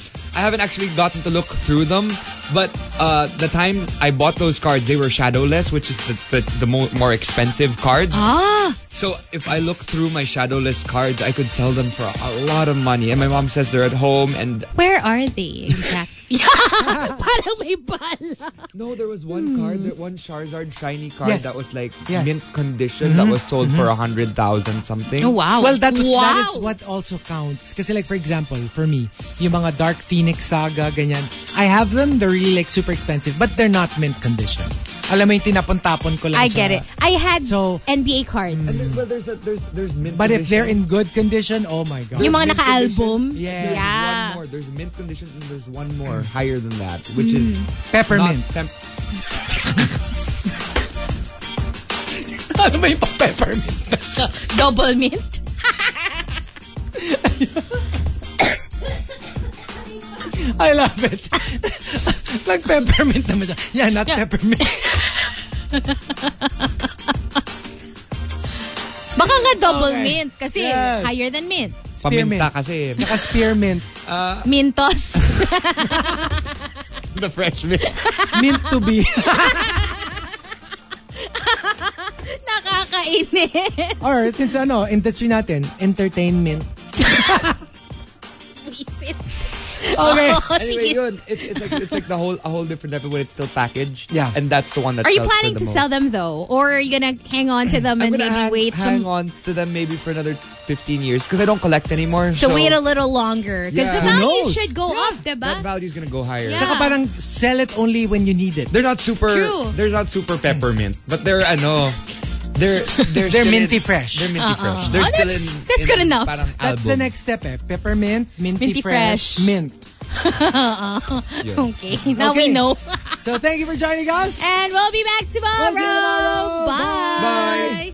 C: I haven't actually gotten to look through them. But uh, the time I bought those cards, they were shadowless, which is the, the, the mo- more expensive cards.
A: Uh-huh.
B: Ah!
C: So if I look through my shadowless cards, I could sell them for a lot of money. And my mom says they're at home. And
B: Where are they [LAUGHS] exactly? Parang may bala.
C: no, there was one card,
B: Hmm.
C: that one Charizard shiny card
A: Yes.
C: that was like
A: Yes.
C: mint condition that was sold for a hundred thousand something.
B: Mm-hmm. Oh, wow.
A: Well, that was, that is
B: Wow.
A: what also counts. Kasi like for example, for me, yung mga Dark Phoenix Saga, ganyan. I have them, they're really like super expensive but they're not mint condition. Alam mo yung tinapon-tapon ko lang
B: I get
A: siya.
B: it. I had
A: So-
B: NBA cards.
C: Well, there's a, there's there's mint.
A: But if they're
C: condition.
A: in good condition, oh my God.
B: Yung mga naka-album.
A: Yes.
B: Yeah. Mm.
C: One more. There's mint condition and there's one more higher than that, which is
A: Peppermint.
C: not temp-
A: Alam mo yung peppermint?
B: Double mint.
A: I love it. [LAUGHS] Nag-peppermint naman siya. Yeah, not peppermint.
B: [LAUGHS] Baka nga double
A: Okay.
B: mint kasi
A: Yes.
B: higher than mint.
A: Spearmint.
C: paminta
B: [LAUGHS]
C: kasi
A: Tsaka spearmint.
B: Mintos. [LAUGHS]
C: the fresh mint.
A: Mint to be.
B: Nakakainit.
A: [LAUGHS] Or since ano, industry natin, entertainment. Okay.
B: [LAUGHS] Oh,
C: [LAUGHS] Anyway,
B: sige.
C: yun. It's, it's like it's like the whole a whole different level when it's still packaged.
A: Yeah.
C: and that's the one that.
B: Are you
C: sells for
B: planning
C: the
B: to
C: most.
B: sell them though? Or are you gonna hang on to them
C: I'm
B: and
C: gonna
B: maybe
C: hang,
B: wait
C: hang
B: some...
C: on to them maybe for another 15 years because I don't collect anymore.
B: So, wait a little longer. Because
C: Yeah.
B: the
C: Who
B: value
A: knows?
B: should go up, diba?
C: That value's gonna go higher.
B: Yeah.
A: Tsaka parang sell it only when you need it.
C: They're not super.
B: True.
C: They're not super peppermint, but they're I know. They're they're
A: They're
C: still
A: minty
C: in-
A: fresh.
C: They're minty fresh. They're
B: Oh,
C: still
B: that's-
C: in.
B: that's
C: in
B: good enough.
C: parang
A: That's the
C: album.
A: next step eh. Peppermint, minty,
B: Minty
A: fresh,
B: fresh.
A: mint.
B: [LAUGHS] Okay, now
A: Okay.
B: we know.
A: So thank you for joining us.
B: And we'll be back tomorrow.
A: tomorrow.
B: Bye.